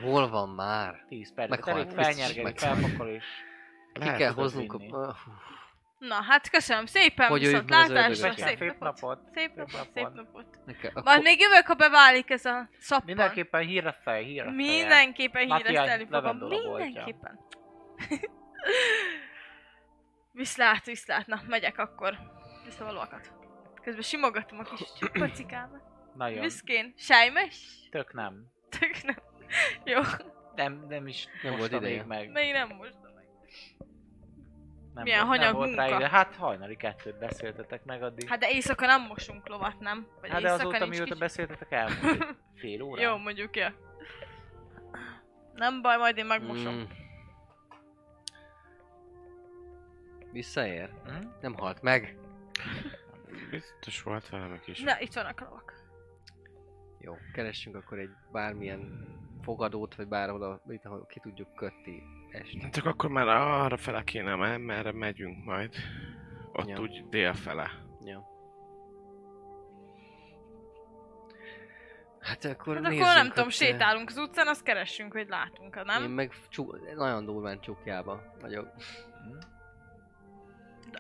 Hol van már? 10 Meghalt, perc, biztos felnyergeli, meghalt. felpakol és Ki Lehet kell tudod hoznunk vinni. a... Ah, hú. Na, hát köszönöm szépen, Hogy hogy jöjjünk viszont meg az látásra, ördögöt. szép, Szép napot. napot! Szép napot, szép napot. Nekem, Majd akkor, még jövök, ha beválik ez a szappan. Mindenképpen hírre fel, hírre fel. Mindenképpen Matiány híresztelni fogom. levendula boltja. Mindenképpen. viszlát, viszlát. Na, megyek akkor. Viszont a lovakat. Közben simogatom a kis pacikámat. Nagyon. Büszkén. Sájmes? Tök nem. Tök nem. Jó, Nem, nem is Nem nem volt volt ideje. még meg. még nem most. Nem Milyen volt, hanyag nem volt rá munka? ide. Hát hajnali kettőt beszéltetek meg addig. Hát, Hát de éjszaka nem mosunk lovat, nem? Vagy hát de éjszaka azóta nincs mióta kicsi- beszéltetek elmúlt egy fél óra. Jó, mondjuk, ja. Nem baj, majd én megmosom. mm, visszaér. Hm? Nem halt meg. Biztos volt valami kis... Na, itt vannak a lovak. Jó, keressünk akkor egy bármilyen fogadót, vagy bárhol, itt, ahol ki tudjuk kötni este. Csak akkor már arra fele kéne menni, merre megyünk majd. Ott Ja. úgy délfele. Ja. Hát akkor Hát nézzünk, akkor nem tudom, hogy, eh, sétálunk az utcán, azt keressünk, hogy látunk, nem? Én meg csú, nagyon durván csukjába vagyok. Hm?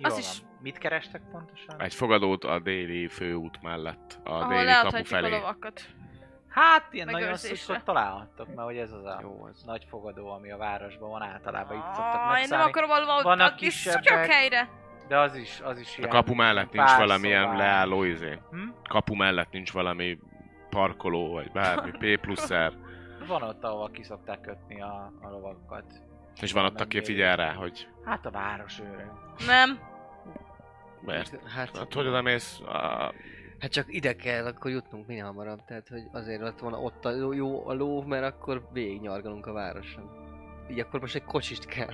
az Jól is- van. Mit kerestek pontosan? Egy fogadót a déli főút mellett, a ahol déli kapu leadhatjuk a felé. lovakat. Hát ilyen nagyon Megőrzésre. szuszkot találhattok, mert hogy ez az a Jó az. nagy fogadó, ami a városban van, általában itt szoktak Ah, Én nem megszállni. akarom valahol Vannak adni kisebbek. szutyok helyre. De az is, az is A ilyen... kapu mellett nincs pár valamilyen szobás. leálló izé. Hm? Kapu mellett nincs valami parkoló, vagy bármi, P pluszer. Van ott, ahol ki szokták kötni a, a lovakat. És van ott, Nem aki éri. figyel rá, hogy Hát a város őrön. Nem. miért. Hát, Hát, hogy oda mész, a... hát csak ide kell akkor jutnunk minél hamarabb, tehát hogy azért lett volna ott a ló, jó a ló, mert akkor végignyargalunk a városon. Így akkor most egy kocsist kell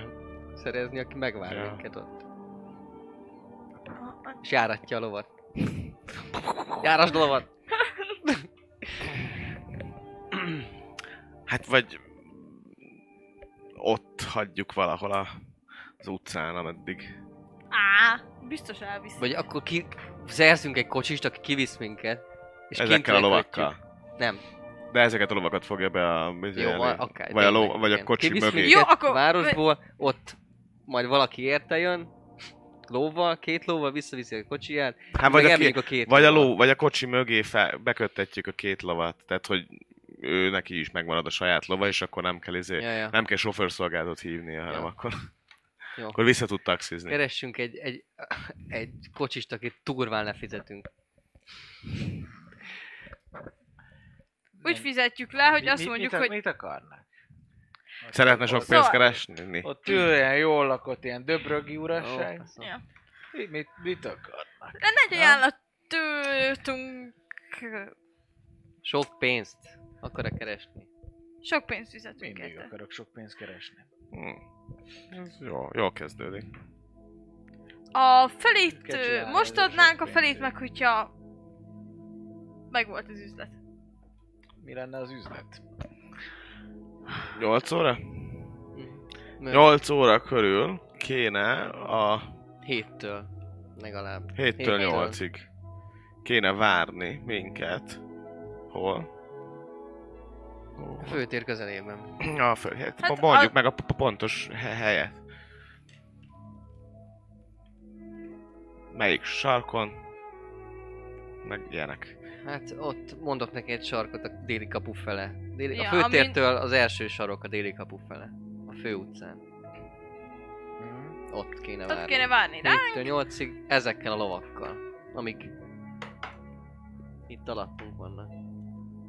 szerezni, aki megvár Ja. minket ott. És járatja a lovat. Járasd a lovat! hát vagy ott hagyjuk valahol a, az utcán, ameddig. Á, biztos elviszik. Vagy akkor ki... Szerzünk egy kocsist, aki kivisz minket. És kint Ezekkel a lekötjük. lovakkal. Nem. De ezeket a lovakat fogja be a... izé Jó, elé. a- akár. vagy a, ló, igen, vagy a igen. kocsi Kivisz mögé. minket Jó, akkor- Városból, ott majd valaki érte jön, lóval, két lóval visszaviszi a kocsiját, Hát meg vagy a, elmegyünk ké... a két vagy a lóval. ló, vagy a kocsi mögé fe... beköttetjük a két lovat. Tehát, hogy ő neki is megmarad a saját lova, és akkor nem kell izé... Ja, ja. Nem kell sofőrszolgálatot hívni, hanem Ja. akkor, Jó. akkor vissza tud taxizni. Keressünk egy, egy, egy kocsist, akit turván lefizetünk. Úgy fizetjük le, hogy azt mondjuk, mit, hogy Mit akarnak? Szeretne sok Ott- pénzt Szóval- keresni? Ott ül ilyen jól lakott, ilyen döbrögi Ó, uraság. faszom. Ja. Mi- Mit, mit akarnak? de Ja. nagy ajánlatunk. Sok pénzt akarok keresni. Sok pénzt fizetünk Mindig érte. akarok sok pénzt keresni. Hm. Ez Jó, jól kezdődik. A felét Kell ö, csinálni most ezzel adnánk, sok a felét pénzért. meg, hogyha megvolt az üzlet. Mi lenne az üzlet? 8 óra? Mert 8 óra körül kéne a Héttől legalább. 7-től 8-ig kéne várni minket. Hol? A főtér közelében. A föl, hát, Hát mondjuk a- meg a p- p- pontos he- helyet. Melyik sarkon? Meg ilyenek. Hát ott mondok neki egy sarkot a déli kapu fele. Déli, Ja, a főtértől az első sarok a déli kapu fele. A fő utcán. Mhm. Ott kéne várni. Ott kéne várni rá. 7-től 8-ig ezekkel a lovakkal, amik itt alattunk vannak.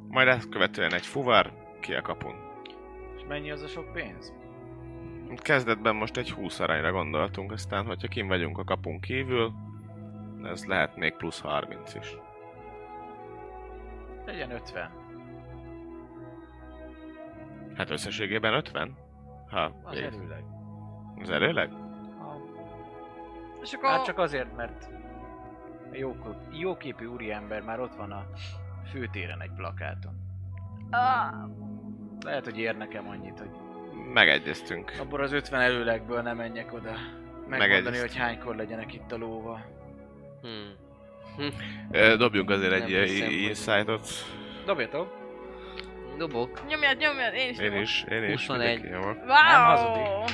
Majd ezt követően egy fuvar ki a kapun. És mennyi az a sok pénz? Kezdetben most egy 20 arányra gondoltunk, aztán hogyha kim vagyunk a kapun kívül, ez lehet még plusz 30 is. Legyen 50. Hát összességében 50? Ha, Az így. előleg. az előleg? És Hát akkor csak azért, mert a jó, jóképű úriember már ott van a főtéren egy plakáton. Ah, Lehet, hogy ér nekem annyit, hogy Megegyeztünk. abból az 50 előlegből nem menjek oda. Megmondani, Megegyeztünk. hogy hánykor legyenek itt a lóval. Hmm. Ö, Dobjunk azért Nem egy ilyen hiszem, hogy- insightot. Dobjatok! Dobok. nyomjad, nyomjad, én is Én nyomok. is, én is. 21. mindenki nyomok. Wow! hazudik.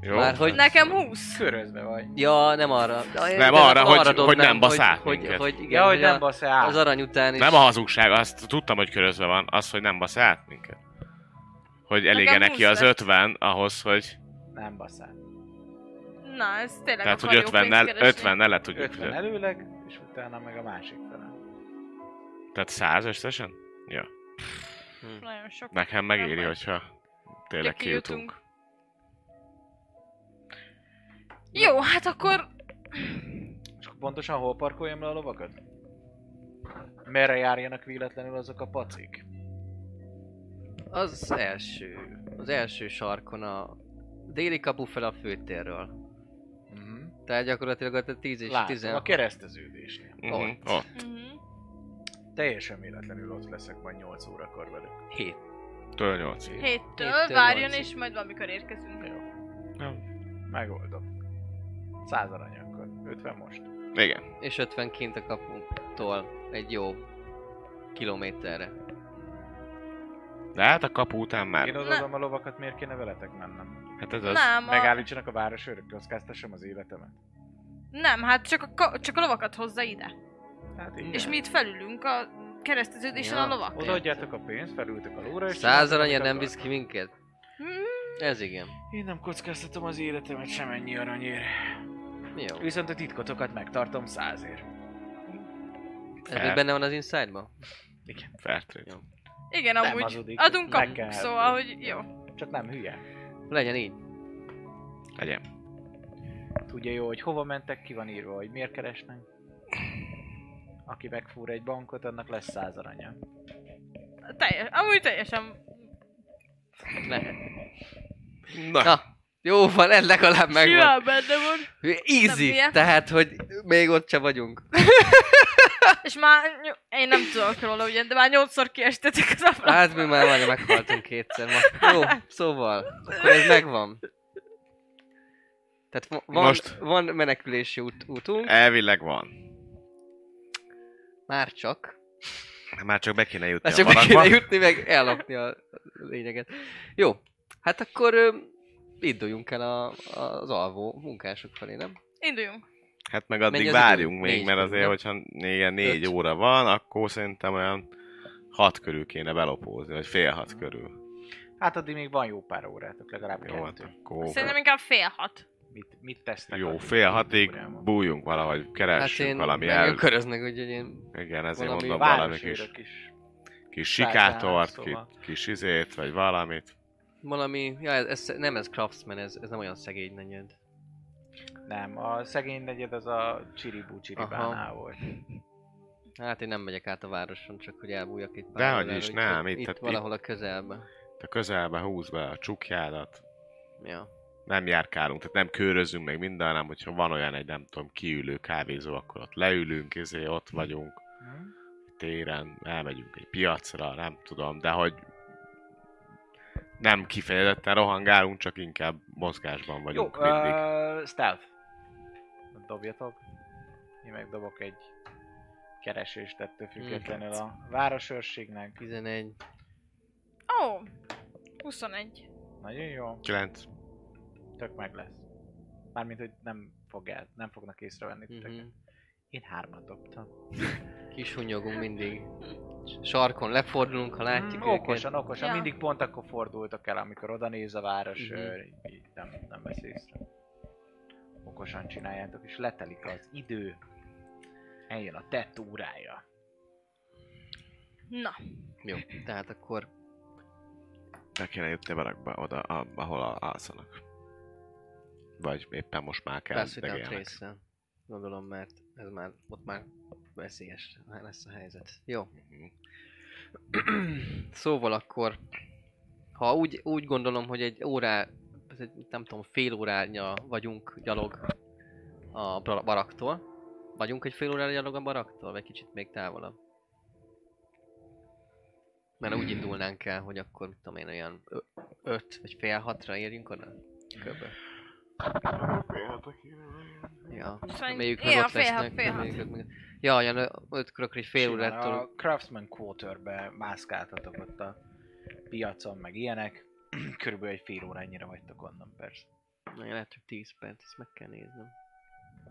Jó? Már hogy... Nekem 20. Szörözve vagy. Ja, nem arra. Ja, Nem, de arra, hogy- dobnám, hogy nem basz át hogy, minket. hogy, hogy, igen, Ja, hogy nem a- basz Az át. arany után is. Nem a hazugság, azt tudtam, hogy körözve van, az, hogy nem basz át minket. Hogy elége Nekem neki az 20 lett. 50 ahhoz, hogy... Nem basz át. Na, ez tényleg Tehát, a hogy karjó pénzt 50-nel, keresni. 50-nel le tudjuk 50 fizetni. előleg, és utána meg a másik fele. Tehát 100 összesen? Hm. Nagyon sok. Nekem megéri, Nem. hogyha tényleg Ugye kijutunk. Jó, hát akkor És akkor pontosan hol parkoljam le a lovakat? Merre járjanak véletlenül azok a pacik? Az első. Az első sarkon a déli kapu fel a főtérről. Mhm. Tehát gyakorlatilag ott a 10 és Látom, 16. a kereszteződésnél. Mhm. Ott. Ott. Mhm. Teljesen véletlenül ott leszek majd 8 órakor velük. Hét. Től 8 héttől Héttől várjon, nyolcig. és majd valamikor érkezünk. Jó. Megoldom. 100 arany akkor. 50 most. Igen. És 50 kint a kapunktól egy jó kilométerre. De hát a kapu után Én már. odaadom a lovakat, miért kéne veletek mennem? Hát ez az. Nem, a, Megállítsanak a városőrök, kockáztassam az életemet. nem, hát csak a, ka- csak a lovakat hozza ide. Hát így. És mi itt felülünk a kereszteződésen Ja. a lovak. Odaadjátok a pénzt, felültök a lóra és... Száz csináltok, aranya amit nem visz ki akartok. minket? Hmm. Ez igen. Én nem kockáztatom az életemet sem ennyi aranyért. Jó. Viszont a titkotokat megtartom százért. Ez még benne van az inside-ban? Fairtrade. Igen, Nem amúgy hazudik. adunk Meg kapunk, kell. szóval, hogy jó. Csak nem hülye. Legyen így. Legyen. Tudja jó, hogy hova mentek, ki van írva, hogy miért keresnek. Aki megfúr egy bankot, annak lesz száz aranya. Teljes, amúgy teljesen Lehet. Na, Na, jó van, ez legalább megvan. simán benne van. Hű, Easy, Nem hülye. tehát, hogy még ott se vagyunk. És már, ny- én nem tudok róla ugyan, de már nyolcszor kiestetek az ablakba. Hát mi már majdnem meghaltunk kétszer ma. Jó, szóval, akkor ez megvan. Tehát va- van, Most. E- Most. van menekülési út, útunk, elvileg van. már csak. Már csak be kéne jutni Hát a csak meg kéne barakba. jutni, meg ellopni a lényeget. Jó, hát akkor ö, induljunk el a, az alvó munkások felé, nem? Induljunk. Hát meg addig Mennyi az várjunk idő? még, Négy mert azért, nem? hogyha igen, négy Öt. óra van, akkor szerintem olyan hat körül kéne belopózni, vagy fél hat körül. Hát addig még van jó pár órátok, legalább Jó, hát kettő. akkor... Szerintem inkább fél hat. Mit, mit tesznek? Jó, addig? fél hatig Uram. bújjunk valahogy, Hát keressünk én valami nagyon el. köröznek, úgyhogy én... Igen, ezért valami mondom valami kis, Városőrök is. kis Sárkányát, sikátort, ki- szóval. kis izét, vagy valamit. Valami, ja, ez, ez, nem ez craftsman, ez, ez nem olyan szegény negyed. Nem, a szegény negyed az a Csiribú Csiribánál volt. Hát én nem megyek át a városon, csak hogy elbújjak itt. Dehogy valahol, is, úgyhogy nem, itt- itt, tehát itt itt- valahol a közelben. Te közelbe húz be a csukjádat, Ja. nem járkálunk, tehát nem körözünk meg minden, hanem hogyha van olyan egy, nem tudom, kiülő kávézó, akkor ott leülünk, izé, ott vagyunk. Hm? téren, elmegyünk egy piacra, nem tudom, de hogy nem kifejezetten rohangálunk, csak inkább mozgásban Jó, vagyunk Jó, mindig. Uh... uh, stealth. Dobjatok. Én megdobok egy keresést ettől függetlenül a városőrségnek. 11. Ó, 21. Nagyon jó, 9. tök meg lesz. Mármint, hogy nem fog el, nem fognak észrevenni titeket. Mhm. Én hármat dobtam. Kis hunyogunk mindig. Sarkon lefordulunk, ha látjuk Hm. Mm, őket. okosan, okosan, Ja. ja. mindig pont akkor fordultak el, amikor oda néz a Mhm. városőr, így, így nem, nem vesz észre. Okosan csináljátok, és letelik az idő. Eljön a tett órája. Na, Jó, tehát akkor Be kéne jutni barakba, oda, a, ahol a, alszanak. Vagy éppen most már kell, persze, de hogy nem élnek. részre. Gondolom, mert ez már, ott már veszélyes lesz a helyzet. Jó. Mhm. szóval akkor, ha úgy, úgy gondolom, hogy egy órá, ez egy, nem tudom, fél órányja vagyunk gyalog a bra- baraktól. Vagyunk egy fél órára gyalog a baraktól, vagy kicsit még távolabb? Mert úgy indulnánk el, hogy akkor, mit tudom én, olyan ö- öt vagy fél hatra érjünk oda? Köbben. Ja, Szerint- reméljük ja, meg ott fél hat, lesznek. fél hat. reméljük ők meg- Ja, olyan ö- öt körök, egy fél Simán órától. A Craftsman Quarterbe mászkáltatok ott a piacon, meg ilyenek. Körülbelül egy fél óra ennyire vagytok onnan, persze. Na, lehet, hogy 10 perc, ezt meg kell néznem.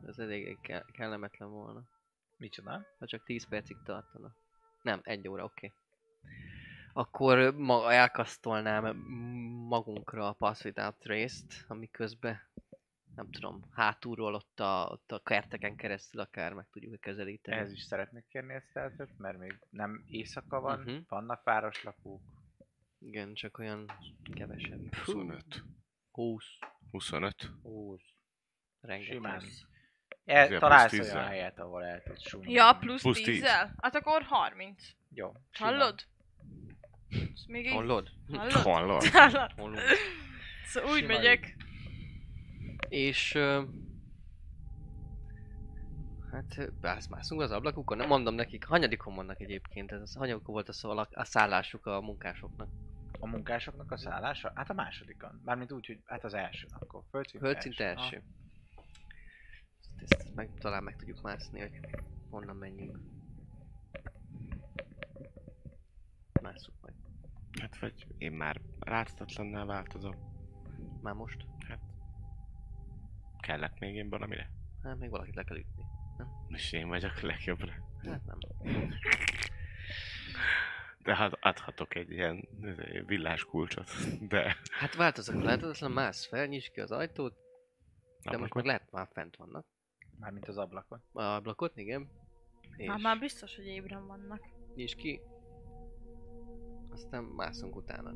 Ez elég ke- kellemetlen volna. Micsoda? Ha csak 10 percig tartana. Nem, egy óra, oké. Akkor ma elkasztolnám magunkra a Pass Without Trace-t, ami közben, nem tudom, hátulról ott a, ott a kerteken keresztül akár meg tudjuk kezelíteni. Ehhez is szeretnék kérni ezt stealth mert még nem éjszaka van, Mhm. vannak városlakók. Igen, csak olyan kevesebb. Fú, 25. 20. 25. Ó, Simán. Rengeteg. el, plusz E, találsz olyan 10-zel. helyet, ahol el tudsz sumni. Ja, plusz, Plusz plusz 10. 10 Hát akkor 30. Jó. simán. Hallod? Ez Még így... Hallod? Hallod? Hallod? Hallod? Hallod. Szóval úgy Sima így. megyek. És... ö, Hát, ö, bászmászunk az ablakukon, nem mondom nekik, hanyadikon vannak egyébként, ez az hanyadikon volt a, szalak, a szállásuk a munkásoknak. A munkásoknak a szállása? Hát a másodikon. Mármint úgy, hogy hát az első, akkor Ah, földszint Földszint első. Ezt, ezt meg, talán meg tudjuk mászni, hogy honnan menjünk. Másszuk meg. Hát vagy én már láthatatlanná változom. Már most? Kellek még én valamire? Hát még valakit le kell ütni. És én vagyok a legjobbra. Hát nem. De hát adhatok egy ilyen izé, villáskulcsot, de... Hát változok, változatlan mász fel, nyisd ki az ajtót, de most meg lehet már fent vannak. Mármint az ablakon. A ablakot, igen. És... Már már biztos, hogy ébren vannak. nyisd ki. Aztán mászunk utána.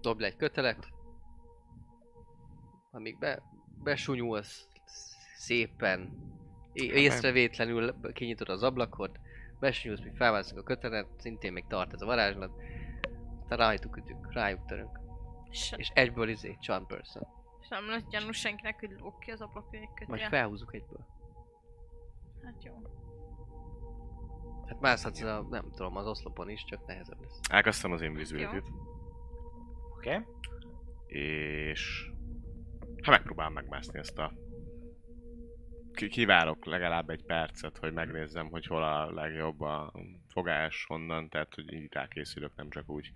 Dobd le egy kötelet. Amíg be, besúnyulsz szépen, é- észrevétlenül b- kinyitod az ablakot, besúnyulsz, míg felmászunk a kötelet, szintén még tart ez a varázslat. Aztán rájuk ütünk, rájuk törünk. És, És egyből izé, charm person. és nem lesz gyanús senkinek, hogy lóg ki az ablak végig Majd kötje. felhúzzuk egyből. Hát jó. Hát mászhatsz a, nem tudom, az oszlopon is, csak nehezebb lesz. Elkezdtem az invisibility Oké? Okay? és... Ha megpróbálom megmászni ezt a... Ki- Kivárok legalább egy percet, hogy megnézzem, hogy hol a legjobb a fogás, honnan, tehát hogy így rákészülök, nem csak úgy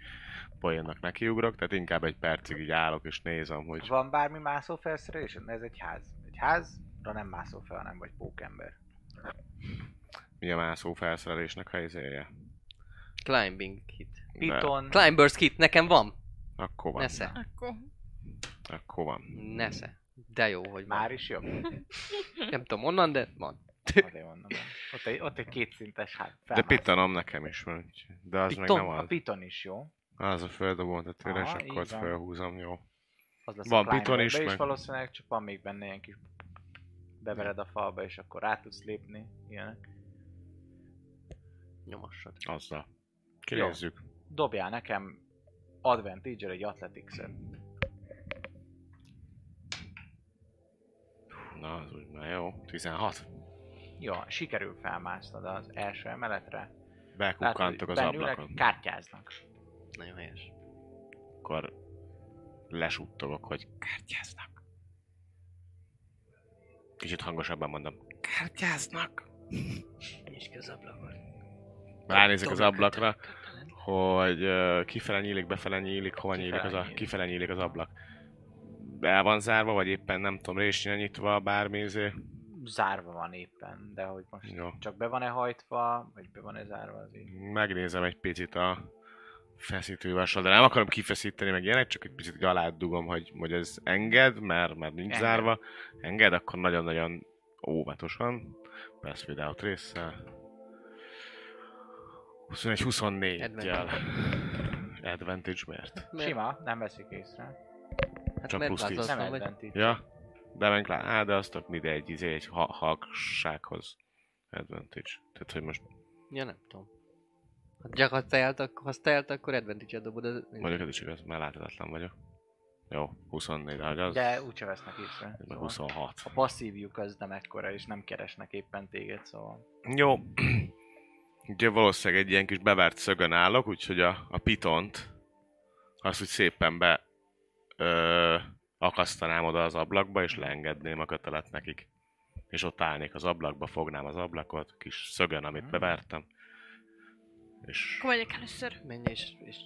poénnak nekiugrok, tehát inkább egy percig így állok és nézem, hogy Van bármi mászó felszerelés? Ez egy ház. Egy házra nem mászol fel, hanem vagy pókember. mi a mászó felszerelésnek a izéje. Climbing kit. De Piton, Climbers kit, nekem van. akkor van. Nesze. Akkor Akkor van. Nesze. De jó, hogy van. már is jobb. Nem tudom onnan, de van. Azért mondom. Ott egy, ott egy kétszintes ház. De felmász. pitanom nekem is van, úgyhogy- de az Piton? meg nem A az. piton is jó. Az a földobom, tehát tényleg, és Aha, akkor így azt van. felhúzom, jó. Az lesz Van a climberbe piton is, is meg- valószínűleg csak van még benne ilyen kis bevered a falba, és akkor rá tudsz lépni. Ilyenek. Nyomassad. Azzal. Kinézzük. Dobjál nekem advantage egy athletics-et. Na, az úgy már jó. 16. Jó, sikerül felmásznod az első emeletre. Bekukkantok az bennülnek, ablakon. Kártyáznak. Nagyon helyes. Akkor lesuttogok, hogy kártyáznak. Kicsit hangosabban mondom. Kártyáznak. Nincs ki az ablakot. Ránézek az ablakra, hogy ö, kifele nyílik, befele nyílik, hova Kifele nyílik az, a, nyílik. kifele nyílik az ablak. El van zárva, vagy éppen nem tudom, résnyire nyitva, bármi izé. Zárva van éppen, de hogy most Jó. csak be van-e hajtva, vagy be van-e zárva az így. megnézem egy picit a feszítővassal, de nem akarom kifeszíteni meg ilyenek, csak egy picit így alá dugom, hogy, hogy ez enged, mert, mert nincs Enged. zárva. Enged, akkor nagyon-nagyon óvatosan. Pass without résszel. 21-24-jel. Advantage miért? Mert, Sima, nem veszik észre. hát csak mert plusz tíz. Az változatlan nem vagy. advantage. Ja? De menk lá, á, de azt tök mindegy, egy, izé, egy ha- hagsághoz. Advantage. Tehát, hogy most Ja, nem tudom. Ha csak ha stelt, akkor, ha stelt, akkor advantage dobod. Az... mondjuk ez is igaz, mert láthatatlan vagyok. Jó, 24, de hogy az, De úgyse vesznek észre. ez meg Szóval. 26. A passzívjuk az nem ekkora, és nem keresnek éppen téged, szóval. Jó. Ugye valószínűleg egy ilyen kis bevárt szögön állok, úgyhogy a, a pitont azt úgy szépen be ö, akasztanám oda az ablakba, és leengedném a kötelet nekik. És ott állnék az ablakba, fognám az ablakot, kis szögön, amit bevertem. És akkor megyek először. Menj és, és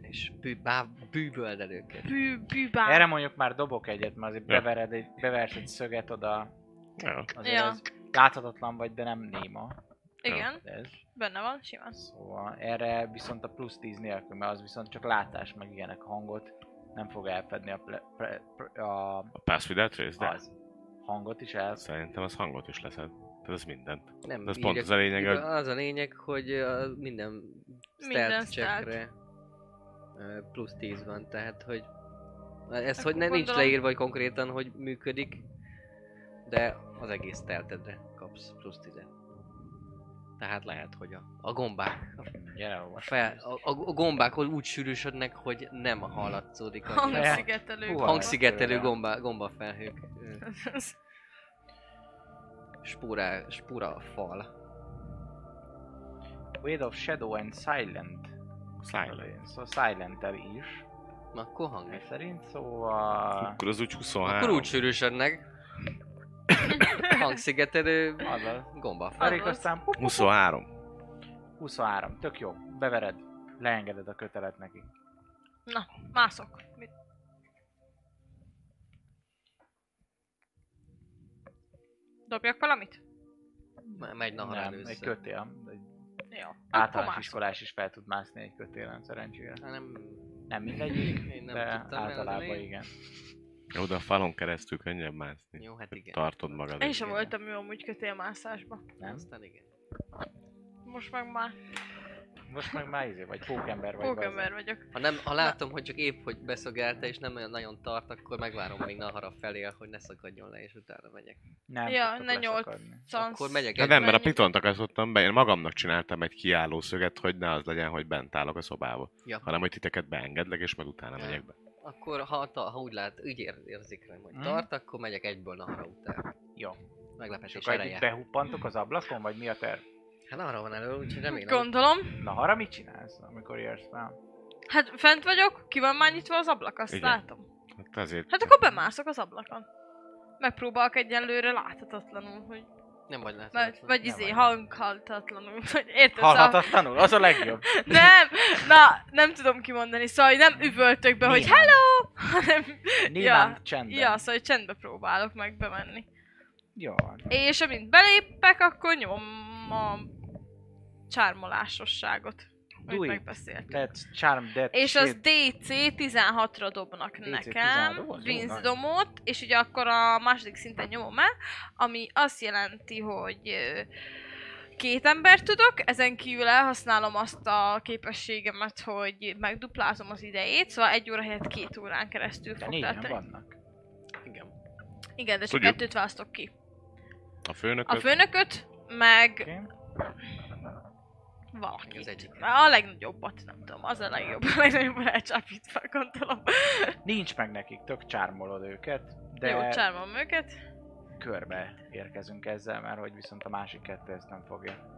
és bű, bá, bűböld el őket. Bű, bűbá. Erre mondjuk már dobok egyet, mert azért Ja. bevered egy, beversz egy szöget oda. Ja. Azért Ja. ja. az láthatatlan vagy, de nem néma. Igen, Ez. benne van, simán. Szóval erre viszont a plusz 10 nélkül, mert az viszont csak látás, meg ilyenek hangot nem fog elfedni a, ple, pre, pre, a A Pass Without Trace, de az hangot is el. szerintem az hangot is leszed. Tehát ez mindent. Nem De ez pont bírja- az a lényeg, Ugye hogy Az a lényeg, hogy ö, minden Minden stealth stealth. checkre ö, plusz 10 van, tehát hogy ez Akkor hogy nem nincs gondolom- leírva hogy konkrétan, hogy működik, de az egész teltedre kapsz plusz 10 Tehát lehet, hogy a, a gombák, a, Gyere, a, olvasd. fel, a, a a gombák úgy sűrűsödnek, hogy nem hallatszódik a Hang- Hangszigetelő. Hú, hangszigetelő Hang- gomba, gombafelhők, ö, spórá, spóra fal. Weight of Shadow and Silent. Silent. Szóval Silenter is. Na, akkor hang Mi is. szerint szóval... Akkor az úgy 23. Akkor úgy sűrűsödnek. Hangszigetelő Azaz. gomba. Arik Azaz. aztán pup, 23. 23, tök jó, bevered, leengeded a kötelet neki. Na, mászok. Mit? Dobjak valamit? Me- Megy nahar nem, először. egy kötél. Egy Jó. Akkor általános mászok. iskolás is fel tud mászni egy kötélen, szerencsére. Hát Nem, Nem mindegyik, én nem de tudtam általában eladni. igen. Jó, de a falon keresztül könnyebb mászni. Jó, hát igen. Tartod magad. Én sem egy- voltam jó amúgy kötélmászásba. Nem? Aztán igen. Most meg már Most meg már izé vagy, pókember vagy. pókember vagyok. Ha, nem, ha látom, hogy csak épp, hogy beszögelte és nem olyan nagyon tart, akkor megvárom, amíg nahara felél, hogy ne szakadjon le, és utána megyek. Nem Ja, tudtok ne nyolc. leszakadni. Szansz- Akkor megyek De Hát nem, mert a Mennyi? pitont akasztottam be, én magamnak csináltam egy kiálló szöget, hogy ne az legyen, hogy bent állok a szobába, Ja. hanem hogy titeket beengedlek, és meg utána Ja. megyek be. Akkor ha, ta, ha úgy lát, úgy ér- érzik rám, hogy Mhm. tart, akkor megyek egyből nahara után. Jó. És Meglepetés akkor együtt ereje. behuppantok az ablakon, vagy mi a terv? Hát nahara van elő, úgyhogy remélem. Gondolom. Na, arra mit csinálsz, amikor érsz fel? Hát fent vagyok, ki van már nyitva az ablak, azt Igen. látom. Hát azért... Hát akkor bemászok az ablakon. Megpróbálok egyenlőre láthatatlanul, hogy... Nem Vagy, vagy láthatatlan. vagy Nem izé, vagy. hanghaltatlanul, vagy érted? szóval- Halhatatlanul, az a legjobb. Nem, na, nem tudom kimondani, szóval nem üvöltök be, hogy Némán. hello, hanem, Nyilván Ja. csendben. ja, szóval hogy csendbe próbálok meg bemenni. Jó. És amint belépek, akkor nyom a csármolásosságot, Do amit it. megbeszéltünk. That's charm, that És shit. az DC 16-ra dobnak DC nekem, 16-ra? vinzdomot, és ugye akkor a második szinten nyomom el, ami azt jelenti, hogy ö, két ember tudok, ezen kívül elhasználom azt a képességemet, hogy megduplázom az idejét, szóval egy óra helyett két órán keresztül De fog négyen tartani. vannak. Igen. Igen, de csak Tudjuk. kettőt választok ki. A főnököt... A főnököt, meg Oké. valaki. Az egyik. A legnagyobb nem tudom, az a legjobb, a legnagyobb elcsápítva, gondolom. Nincs meg nekik, tök csármolod őket, De... Jó, de csármom őket. körbe érkezünk ezzel, mert hogy viszont a másik kettő ezt nem fogja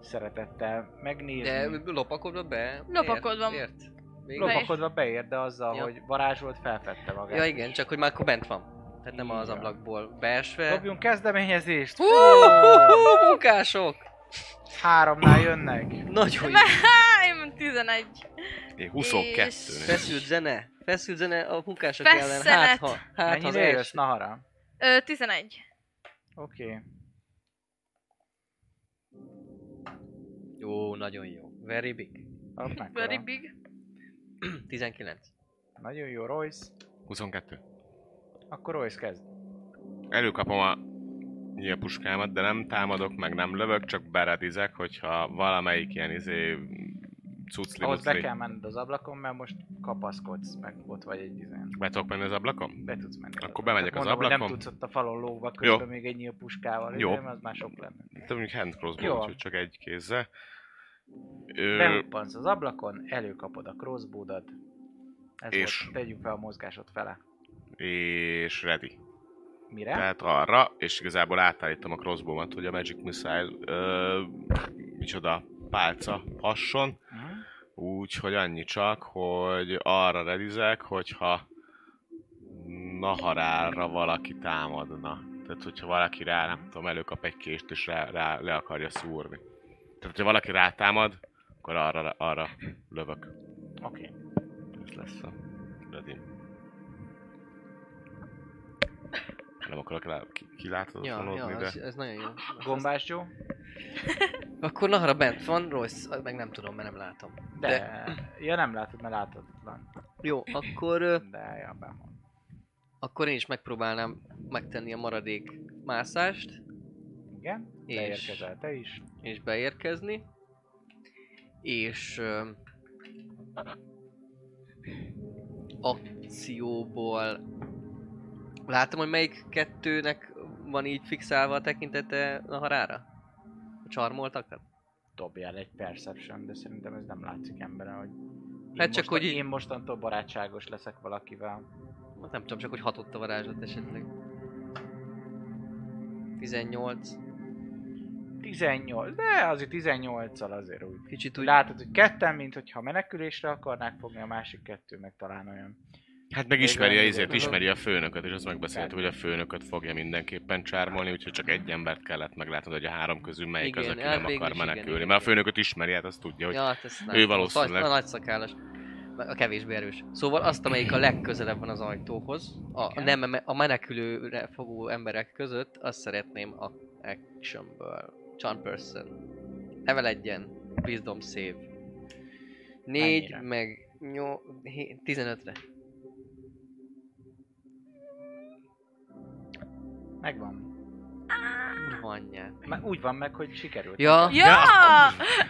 szeretettel megnézni. De lopakodva be. Lopakodva. Ért? ért. Még Lopakodva beér, de azzal, Ja. hogy varázsolt, felfedte magát. Ja igen, csak hogy már akkor bent van. Tehát nem az Igen. ablakból beesve. Dobjunk kezdeményezést! Hú, Ó, munkások! Háromnál jönnek. Hát Nagyon jó. Á, én mondom 11. Én 22 És- és... Feszült zene. Feszült zene a munkások ellen. Fesszenet. Hát ha, hát ha az Mennyire jössz első. Nahara? Ö, 11. Oké. Okay. Jó, nagyon jó. Very big. Hopp, mekkora. Very big. 19. Nagyon jó, Royce. 22. Akkor Royce kezd. Előkapom a nyílpuskámat, de nem támadok, meg nem lövök, csak beredizek, hogyha valamelyik ilyen izé cucli Ahhoz be mucli. kell menned az ablakon, mert most kapaszkodsz, meg ott vagy egy izén. Be tudok menni az ablakon? Be tudsz menni. Akkor bemegyek Csak az mondom, hogy ablakon. Nem tudsz ott a falon lóba közben még egy nyíl puskával, Jó. Jó. Izé, mert az már sok lenne. De mondjuk hand Jó. crossbow, úgyhogy csak egy kézzel. Ö, Behuppansz az ablakon, előkapod a crossbowdat. Ez És- volt, tegyük fel a mozgásod fele. és ready. Mire? Tehát arra, és igazából átállítom a crossbow-mat, hogy a Magic Missile ö, micsoda pálca hasson, Mhm. úgyhogy annyi csak, hogy arra redizek, hogyha naharára valaki támadna. Tehát, hogyha valaki rá, nem tudom, előkap egy kést, és rá, rá le akarja szúrni. Tehát, hogyha valaki rátámad, akkor arra, arra lövök. Oké. ez lesz a Redim. Nem akarok rá ki- Ja, ja, kiláthatatlanodni, ez, de... ez nagyon jó. Azt- Gombás jó? Akkor Nahra bent van, Royce, az meg nem tudom, mert nem látom. De... Ja, nem látod, mert láthatatlan. Jó, akkor, ö, De ja, bemond. akkor én is megpróbálnám megtenni a maradék mászást, Igen? És- Beérkezel te is. és beérkezni. És... ö, akcióból... Látom, hogy melyik kettőnek van így fixálva a tekintete Naharára? A csarmoltakra? Dobjál egy perception, de szerintem ez nem látszik emberen, hogy... én Hát csak, mostan- hogy így- Én mostantól barátságos leszek valakivel. Hát Nem tudom, csak hogy hatott a varázslat esetleg. 18. 18, de azért 18-al azért úgy. Kicsit úgy... Látod, hogy ketten, mint hogyha menekülésre akarnák fogni, a másik kettő meg talán olyan. Hát meg ismeri, Igen, ezért igen. ismeri a főnököt, és azt megbeszélt, hogy a főnököt fogja mindenképpen csármolni, úgyhogy csak egy embert kellett meglátnod, hogy a három közül melyik Igen, az, aki hát nem végül akar is igen, menekülni. igen, Mert a igen. főnököt ismeri, hát azt tudja, hogy Ja, hát ezt nem. Ő valószínűleg. A nagy szakállas. A kevésbé erős. Szóval azt, amelyik a legközelebb van az ajtóhoz, a, Igen. nem, a menekülőre fogó emberek között, azt szeretném a actionből. Charm person. Level egyen. Wisdom save. Négy, Mennyire? meg nyol... hé- 15-re. Megvan. Ah. Kurva anyját. Már úgy van meg, hogy sikerült. Ja. Ah. Ja!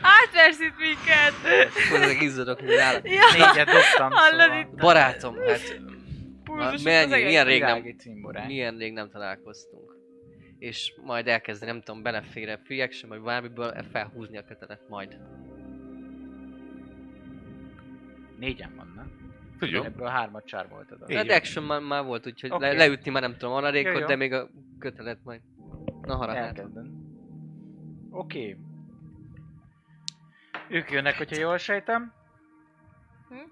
Átvers itt minket! Akkor ezek izzadok, hogy áll. Ja! Négyet dobtam, Hallod szóval. itt? Barátom, hát Pulzus mennyi, az egész. milyen ré- Rég nem- Virági cimborány. milyen rég nem találkoztunk. És majd elkezdi, nem tudom, belefér a free action, vagy valamiből felhúzni a kötelet majd. Négyen vannak. tudjuk. Ebből hármat csármoltad. Így Így van. a action már, már volt, úgyhogy okay. le, Oké. leütni már nem tudom a Jó, narékot, jó. de még a kötelet majd. Na harapát. Elkezdem. Oké. Ők jönnek, hogyha jól sejtem,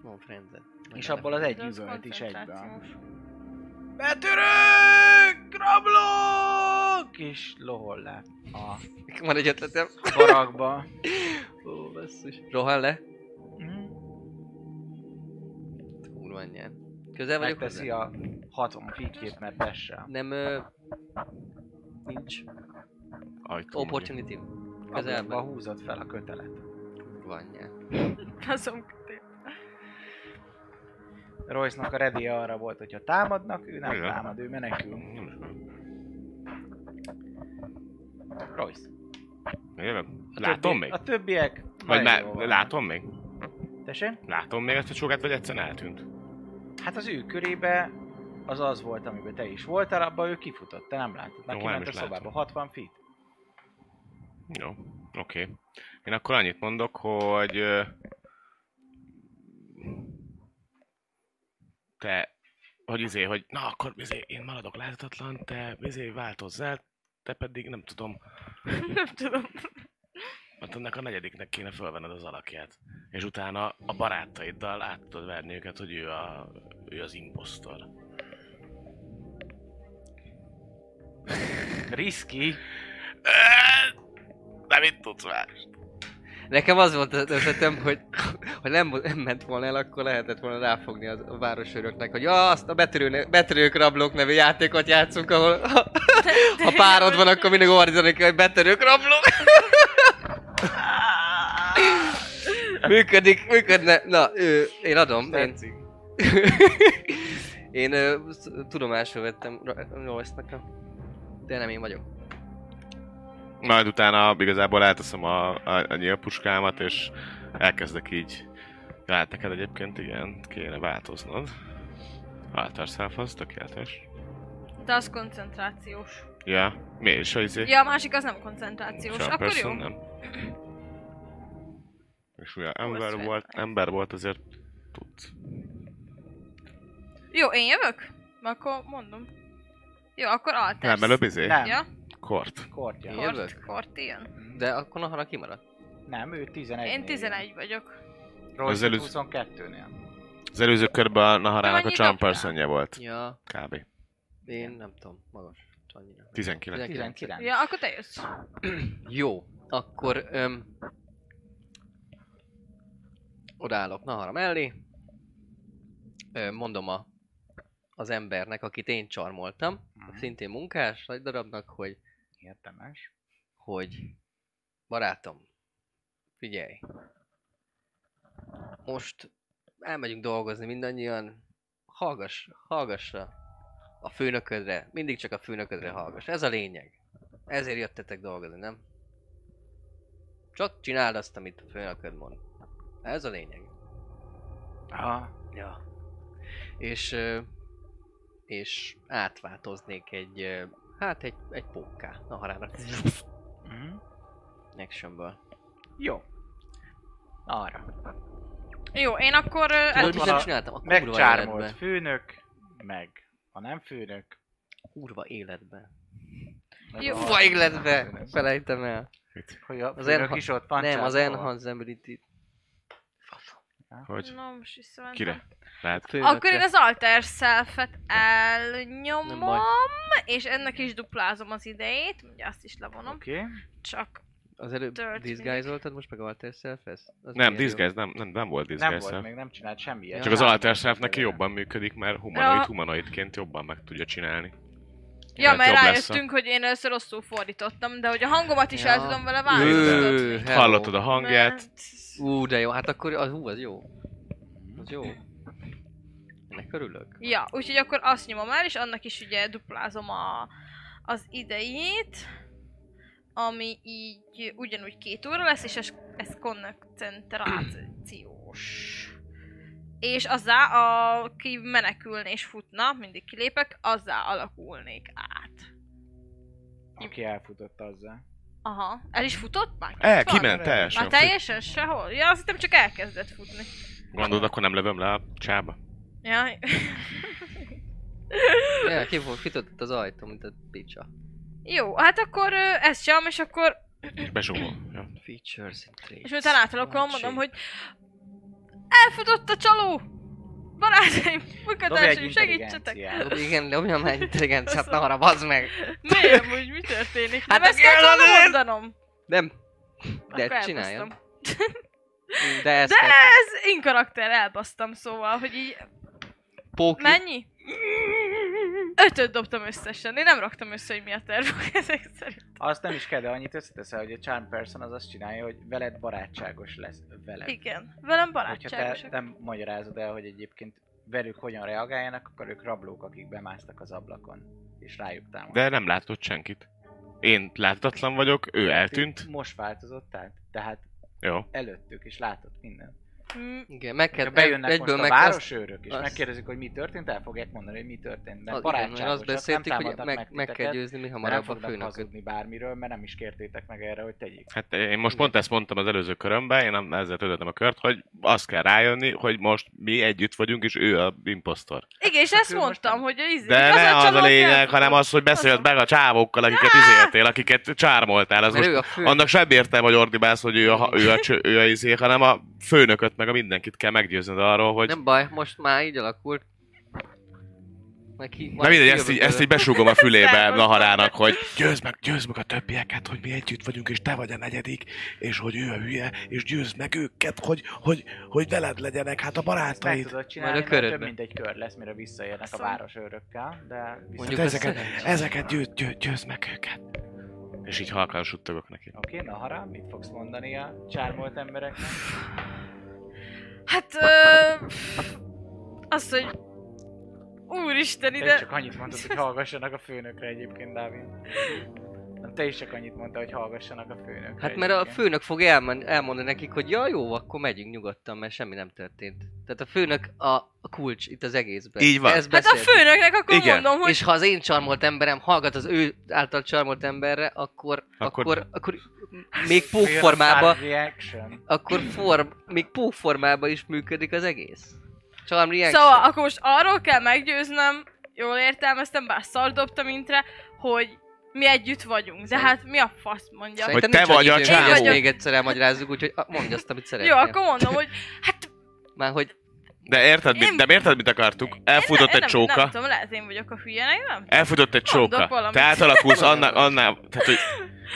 Van friended. és abból az egy De az üvölt is egyben. koncentrációs. Betörök! Rablok! És lohol le a Van egy ötletem. barakba. Ó, basszus. Rohan le. Mm. Kurva anyján. Közel vagyok Megteszi hozzá? a 60 feet-jét, mert dessel. Nem, ö... Nincs. Ajtó. Opportunity. Közelben Közelben. húzod fel a kötelet. Kurva anyján. Faszom kötél. Royce-nak a ready arra volt, hogyha támadnak, ő nem Igen. támad, ő menekül. Nem is tudom. Royce. Jövök. Hát Látom még? A többiek... Vagy nagyon már jól vannak. látom még? Tessék? Látom még ezt a csókát, vagy egyszerűen eltűnt? Hát az ő körébe az az volt, amiben te is voltál, abban ő kifutott, te nem láttad. Már Jó, nem kiment is a szobába, látom. 60 feet. Jó, oké. Én akkor annyit mondok, hogy... ö, Te... Hogy izé, hogy na akkor izé, én maradok láthatatlan, te izé változz el, te pedig nem tudom, Nem tudom. mert ennek a negyediknek kéne fölvenned az alakját. És utána a barátaiddal át tudod verni őket, hogy ő, a, ő az imposztor. Risky. De mit tudsz már? Nekem az volt az ötletem, hogy ha nem, nem ment volna el, akkor lehetett volna ráfogni az, a városőröknek, hogy "Ja, azt a betörő, betörők rablók nevű játékot játszunk, ahol ha párod van, akkor mindig ordítani kell, hogy betörők rablók. Működik, működne. Na, ő, én adom. Én, Tetszik. én ö, sz- tudomásul vettem Ra- Royce-nak a... De nem én vagyok. Majd utána igazából elteszem a, a, a nyílpuskámat, és elkezdek így... Ja, hát neked egyébként igen, kéne változnod. Altars self az tökéletes. De az koncentrációs. Ja, mi is a izé? Ja, a másik az nem koncentrációs. Sharp Akkor jó. person, nem. És mivel Ó, ez ember fair. volt, ember volt, azért tudsz. Jó, én jövök? Mert akkor mondom. Jó, akkor altesz. Nem, előbb izé? Nem, Ja, Kort. kortja. Én kort, jövök? kort ilyen. De akkor Nahara kimaradt. Nem, ő 11 Én 11 vagyok. Royce Azelőtt- 22-nél. Az előző körben a Naharának a Annyi charm dobta. personje volt. Ja, Kb. én nem tudom, magas. Annyira. 19. 19. Ja, akkor te jössz. Jó, akkor öm, odállok Nahara mellé, ö, mondom a, az embernek, akit én csarmoltam, Mhm. szintén munkás, nagy darabnak, hogy Értemes. hogy barátom, figyelj, most elmegyünk dolgozni mindannyian, hallgass, hallgassra a főnöködre, mindig csak a főnöködre hallgass, ez a lényeg. Ezért jöttetek dolgozni, nem? Csak csináld azt, amit a főnököd mond. Ez a lényeg. Aha. Ja. És, ö, és átváltoznék egy, ö, hát egy, egy pókká, na harának, Mhm. actionből. Jó. Arra. Jó, én akkor... ö, Tudod, Ott mit van el- nem a csináltam? A kurva Megcsármolt életben. főnök, meg a nem főnök. Kurva életben. meg Jó. a- Kurva életben! Felejtem el. Hogy a Az főnök enha- is ott van. Nem, az csármolva. Enhance Ability. Hogy? Na, most is szóval Kire? Lehet? nem. Akkor én az Alter Self-et Nem baj. elnyomom, és ennek is duplázom az idejét, ugye azt is levonom, Oké. csak Az előbb Tört disguise-oltad, most meg Alter self -hez? Az Nem, milyen jó. disguise, nem, nem, nem volt Nem disguise volt, self. még nem csinált semmi ilyet. Csak az Nem. alter self neki jobban működik, mert humanoid Ja. humanoidként jobban meg tudja csinálni. Ja, Lehet, mert jobb lesz a- rájöttünk, hogy én először rosszul fordítottam, de hogy a hangomat is Ja. el tudom vele Ő, változtatni. hello. Hallottad a hát, hangját, Mert- Ú, de jó, hát akkor az, hú, az jó. Az jó. Ennek örülök. Ja, úgyhogy akkor azt nyomom el, és annak is ugye duplázom a, az idejét, ami így ugyanúgy két óra lesz, és ez, ez koncentrációs. És azzá, aki menekülne és futna, mindig kilépek, azzá alakulnék át. Aki elfutott azzal. Aha. El is futott már? El, Ott van? Eh, kiment teljesen. Már teljesen sehol? Ja, azt hittem csak elkezdett futni. Gondolod, akkor nem lövöm le a csába? Ja. Ja, ki volt, kitöltött az ajtó, mint a picsa. Jó, hát akkor ö, ezt sem, és akkor És bezsúgol. Ja. Features and traits. És miután átalakulom, Valami mondom, hogy elfutott a csaló! Barátaim, Dobj egy munkatársaim, segítsetek! intelligenciát. ség. Igen, dobjam már intelligenciát, Szóval- na arra bazd meg! Miért amúgy, mi történik? Hát Hát ezt igen, kell volna azért! mondanom! Nem, Akkor de csináljam. elbasztam. Ú, De ezt De tettem. ez inkarakter, elbasztam szóval, hogy így... Póki. Mennyi? Ötöt dobtam összesen, én nem raktam össze, hogy mi a terv ezek szerint. Azt nem is kell, de annyit összeteszel, hogy a charm person az azt csinálja, hogy veled barátságos lesz veled. Igen, velem Hogyha te barátságosak. nem magyarázod el, hogy egyébként velük hogyan reagáljanak, akkor ők rablók, akik bemásztak az ablakon, és rájuk támadnak. De nem látott senkit. Én láthatatlan vagyok, ő eltűnt. Most változott át, tehát Jó. előttük, és látod mindent. Mm, Igen, meg kell, Ha bejönnek egyből most meg a azt városőrök, és azt- megkérdezik, hogy mi történt, el fogják mondani, hogy mi történt. Mert Az, az, igen, mert azt barátságosak, nem beszéltük, hogy támadnak meg, meg kell titeket, győzni mi mert nem hamarabb a fognak főnököt. hazudni bármiről, mert nem is kértétek meg erre, hogy tegyék. Hát én most pont ezt mondtam az előző körömben, én nem ezzel töltöttem a kört, hogy azt kell rájönni, hogy most mi együtt vagyunk, és ő a impostor. Igen, és ezt ő most mondtam, nem- hogy az, De igaz, ne az a csaló lényeg, elfutott. hanem az, hogy beszélt Azt meg a csávókkal, akiket izéltél, akiket csármoltál. Az Mert most ő a fő. annak sem értem, hogy ordibász, hogy ő a, ő a, cső, ő a izé, hanem a főnököt meg a mindenkit kell meggyőzned arról, hogy... Nem baj, most már így alakult. Neki, Na majd mindegy, kijövök ezt így, belőle. ezt így besúgom a fülébe Számos Naharának, hogy győzd meg, győzd meg a többieket, hogy mi együtt vagyunk, és te vagy a negyedik, és hogy ő a hülye, és győzd meg őket, hogy, hogy, hogy veled legyenek, hát a Ezt meg barátaid. tudod csinálni, mert körödbe. több mint egy kör lesz, mire visszaérnek a Szóval- városőrökkel, de viszont... Mondjuk Tehát Hát ezeket, össze- ezeket győz, győz, győzd meg őket. És így halkan suttogok neki. Oké, na harám, mit fogsz mondani a csármolt embereknek? Hát, ö, az, hogy... Úristen, Te is ide... csak annyit mondtad, hogy hallgassanak a főnökre egyébként, Dávid. Nem, te is csak annyit mondtad, hogy hallgassanak a főnökre. Hát mert a egyébként. főnök fog elmen, elmondani nekik, hogy ja jó, akkor megyünk nyugodtan, mert semmi nem történt. Tehát a főnök a, a kulcs itt az egészben. Így van. Ez Hát a fő. főnöknek akkor Igen. mondom, hogy... És ha az én csarmolt emberem hallgat az ő által csarmolt emberre, akkor, Akkor- akkor, akkor, akkor még Fear pókformába, and reaction. akkor form, még pókformába is működik az egész. Charm reaction. Szóval akkor most arról kell meggyőznöm, jól értelmeztem, bár szar dobtam intre, hogy mi együtt vagyunk. De hát mi a fasz mondja? Hogy Szerintem te nincs annyi vagy a időnk, hogy ezt csávó. még egyszer elmagyarázzuk, úgyhogy ah, mondj azt, amit szeretnél. Jó, akkor mondom, hogy hát Már hogy De érted, Én- mit, de érted, mit akartuk? Elfutott én egy nem, csóka. nem tudom, lehet én vagyok a hülye, nem? Elfutott egy Mondok csóka. valamit. Te átalakulsz Mondok annál, annál, tehát hogy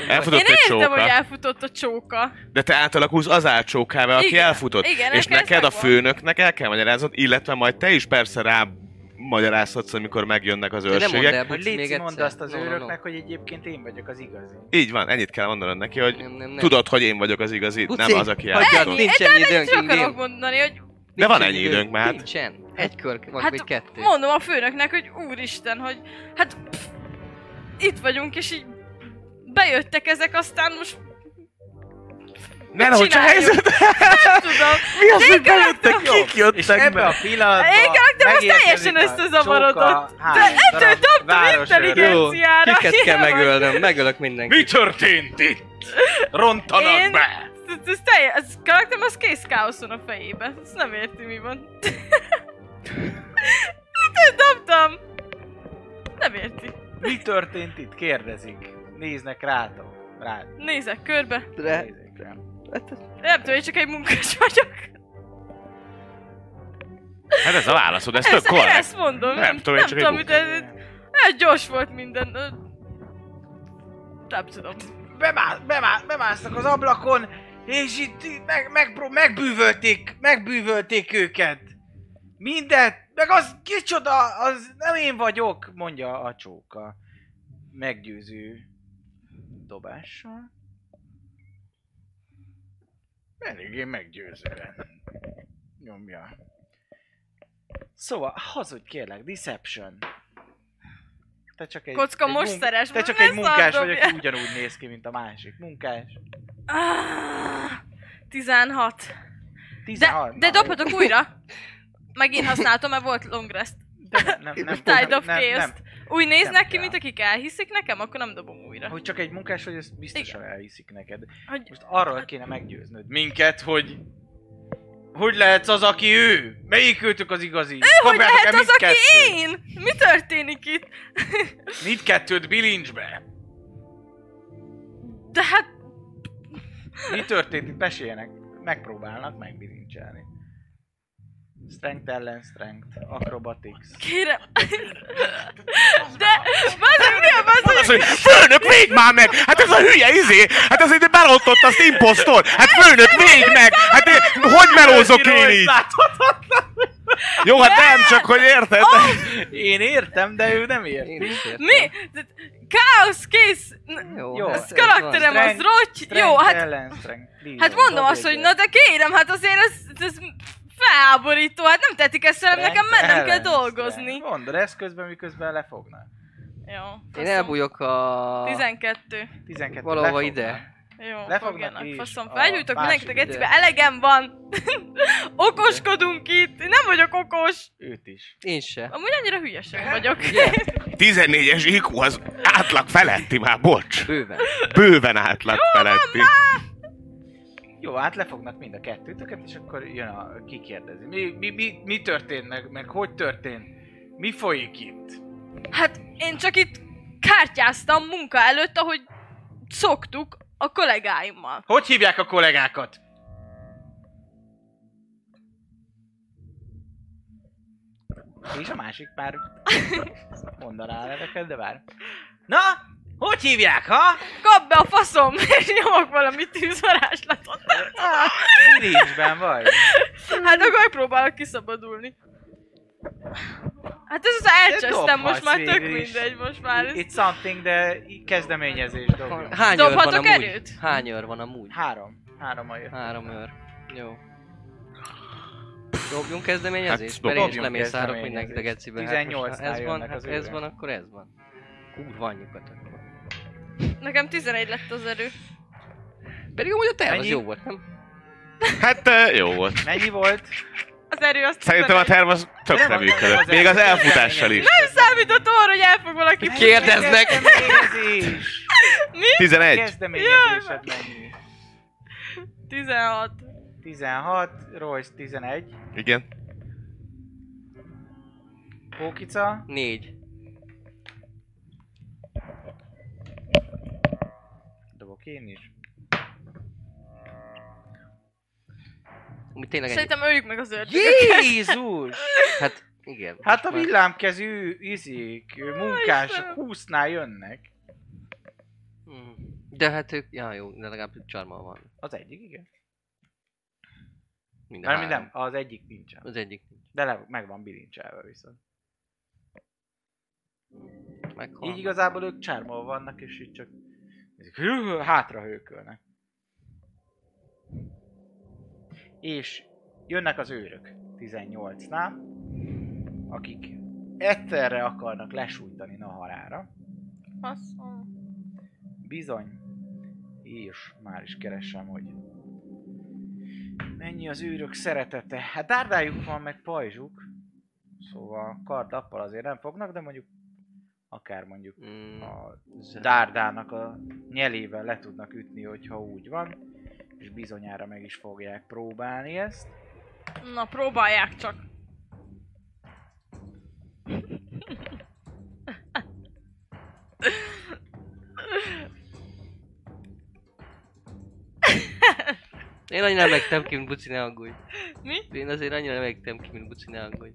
Elfutott Én egy értem, hogy csóka. elfutott a csóka. De te átalakulsz az álcsókával, aki Igen. elfutott. Igen, és nekem ez neked a megvan. főnöknek el kell magyaráznod, illetve majd te is persze rá magyarázhatsz, amikor megjönnek az De nem mondd őrségek. el, Hogy Buci, még légy mondd egyszer. azt az No, no, no. őröknek, hogy egyébként én vagyok az igazi. Így van, ennyit kell mondanod neki, hogy Nem, nem, nem. tudod, hogy én vagyok az igazi, Buci, nem az, aki hagyjad, elfutott. Nincs ennyi időnk, Csak akarok Ildén. mondani, hogy De van Nincsen ennyi idő. időnk már. Nincsen. Egy kör, vagy Hát még kettő. mondom a főnöknek, hogy úristen, hogy hát pff, itt vagyunk, és így bejöttek ezek, aztán most Ne, ne, hogy a csináljuk. helyzet! nem tudom. Mi az, hogy Régen bejöttek, kik És jöttek ebbe be? a pillanatban Igen, de most teljesen összezavarodott. ettől dobtam intelligens. potenciára. kiket kell Ilyen vagy. megölnöm? Megölök mindenkit. Mi történt itt? Rontanak Én- be! Ez, ez, telje, ez karakterem az kész káoszon a fejébe. Ezt nem érti, mi van. Hát dobtam. Nem érti. Mi történt itt? Kérdezik. Néznek rátok. Rád. Nézek körbe. De... Néznek rá. hát Nem tudom, én csak egy munkás vagyok. Hát ez a válaszod, ez tök Ezt, én korrekt. ezt mondom. Nem tudom, én nem csak tudom, egy mit ez... Hát gyors volt minden. ö, Nem tudom. Bemá, bemá, bemásztak az ablakon, és itt itt meg, meg, megbűvölték, megbűvölték őket. Mindent, meg az kicsoda, az nem én vagyok, mondja a csóka. Meggyőző dobással. Eléggé meggyőzően. Nyomja. Szóval, hazudj kérlek, Deception. Te csak egy, Kocka egy most munk- szeres, Te most csak ne egy munkás szar vagy, dobjál. aki ugyanúgy néz ki, mint a másik. Munkás. Ah, 16. 16. De, de dobhatok újra. Megint használtam, mert volt long rest. De nem, nem, nem, Tide of nem, chaos nem, Úgy Nem néznek ki, kell. mint akik elhiszik nekem, akkor nem dobom újra. Hogy csak egy munkás vagy, ezt biztosan elhiszik neked. Hogy Most Hát- arról kéne meggyőznöd minket, hogy... Hogy lehetsz az, aki ő? Melyik őtök az igazi? Ő hogy lehet az, aki én? Mi történik itt? Mindkettőt bilincsbe. De hát Mi történt itt? Meséljenek. Megpróbálnak megbilincselni. Strength ellen strength. Acrobatics. kérem... De... Bazdmeg, mi a bazdmeg? Az, hogy főnök, véd már meg! Hát ez a hülye izé! Hát ez egy berontott azt imposztor! Hát főnök, véd meg! Hát én, hogy melózok én Akiről így? láthatatlan. Jó, hát nem, csak hogy érted? Én értem, de ő nem ért. Én is értem. Mi? De- Káosz, kész! N- Jó, hát Jó, ez- ez Az karakterem az Strength- rotty. Jó, Strength hát... Ellen, strength, please. Hát mondom azt, hogy na de kérem, hát azért ez... ez felháborító, hát nem tetik ezt velem, nekem Strength mennem kell ellen, dolgozni. strength. Mondod ezt közben, miközben lefognak. Jó, Én faszom. elbújok a... 12. 12 Valahova lefognak. ide. Jó, Lefognak fogjanak, is faszom a fel. Elgyújtok másik mindenkitek egyszerbe, ide. elegem van. Okoskodunk itt, én nem vagyok okos. Őt is. Én se. Amúgy annyira hülyeség vagyok. 14-es IQ az átlag feletti már, bocs! Bőven. Bőven átlag feletti. Jó, hát lefognak mind a kettőtöket, és akkor jön a kikérdezi. Mi, mi, mi, mi történt meg, meg hogy történt? Mi folyik itt? Hát én csak itt kártyáztam munka előtt, ahogy szoktuk a kollégáimmal. Hogy hívják a kollégákat? És a másik pár mondaná a neveket, de vár. Na, hogy hívják, ha? Kap be a faszom, és nyomok valami tűzvarázslatot. Ah, bilincsben vagy. Hát akkor megpróbálok kiszabadulni. Hát ez az elcsesztem, most már tök dobhatsz végül is. mindegy, most már ez... It's something, de kezdeményezés dobjon. Hány őr van Dobhatok amúgy? erőt? Hány őr van amúgy? Három. Három a jött. Három őr. Jó. Dobjunk kezdeményezést? Hát, Mert Hát, én is dobjunk lemészárok kezdeményezést. mindenkit a gecibe. Hát most, ha 18-nál ez van, jönnek hát az ez őrök. van, akkor ez van. Kurva anyjukat akkor. Nekem 11 lett az erő. Pedig amúgy a terv az Mennyi? jó volt, nem? Hát eh, jó volt. Mennyi volt? Az erő azt Szerintem a 11. terv az tökre működött. Még az elfutással is. számított arra, hogy el fog valaki Kérdeznek! Kezdeményezés! 11. Kezdeményezésed mennyi? 16. 16, Royce 11, Igen. Pókica, Négy. dobok én is. Ami tényleg ennyi. Szerintem öljük meg az ördögöt. Jézus! Hát igen. Hát a Már- villámkezű izik, munkások Istenem. 20-nál jönnek. Hmm. De hát ők, ja jó, de legalább csarma van. Az egyik, igen. Mind a Mármint három. nem, az egyik nincsen. Az egyik nincs. De le, meg van bilincselve viszont. Meghal. Így igazából ők csármol vannak, és így csak hű, hátra hőkölnek. És jönnek az őrök 18-nál, akik egyszerre akarnak lesújtani Naharára. Faszom. Bizony. És már is keresem, hogy mennyi az őrök szeretete. Hát dárdájuk van, meg pajzsuk. Szóval kardappal azért nem fognak, de mondjuk akár mondjuk Mm, a zene. dárdának a nyelével le tudnak ütni, hogyha úgy van. És bizonyára meg is fogják próbálni ezt. Na, próbálják csak. Én annyira nem megtem ki, mint Buci, ne aggódj. Mi? Én azért annyira nem megtem ki, mint Buci, ne aggódj.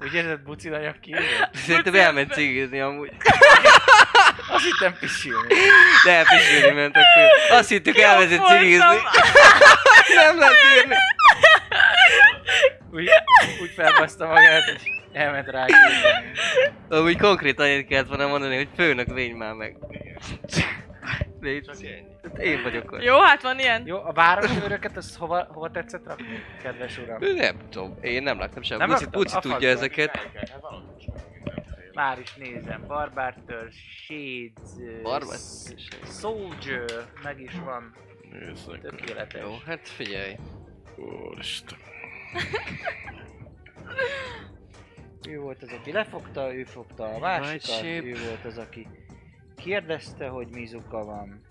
Úgy érzed, buci nagyobb ki? Szerintem elment cigizni amúgy. Azt hittem pisilni. De elpisilni ment akkor. Azt hittük elment cigizni. Nem lehet írni. Úgy, úgy felbaszta magát, hogy elment rá. gyújtani. Amúgy konkrétan annyit kellett volna mondani, hogy főnök légy már meg. Légy. Hát Én vagyok ott. Jó, hát van ilyen. Jó, a város őröket, az hova, hova tetszett rakni, kedves uram? Nem tudom, én nem láttam Nem semmit. Buci, raktad? Buci A tudja faszba. ezeket. Már is nézem, Barbar Törzs, Shades, ö, Barbar S- Törzs. Soldier, meg is van, Nézzek. tökéletes. Jó, hát figyelj. Úristen. Ő volt az, aki lefogta, ő fogta a Right másikat, shape. ő volt az, aki kérdezte, hogy Mizuka van.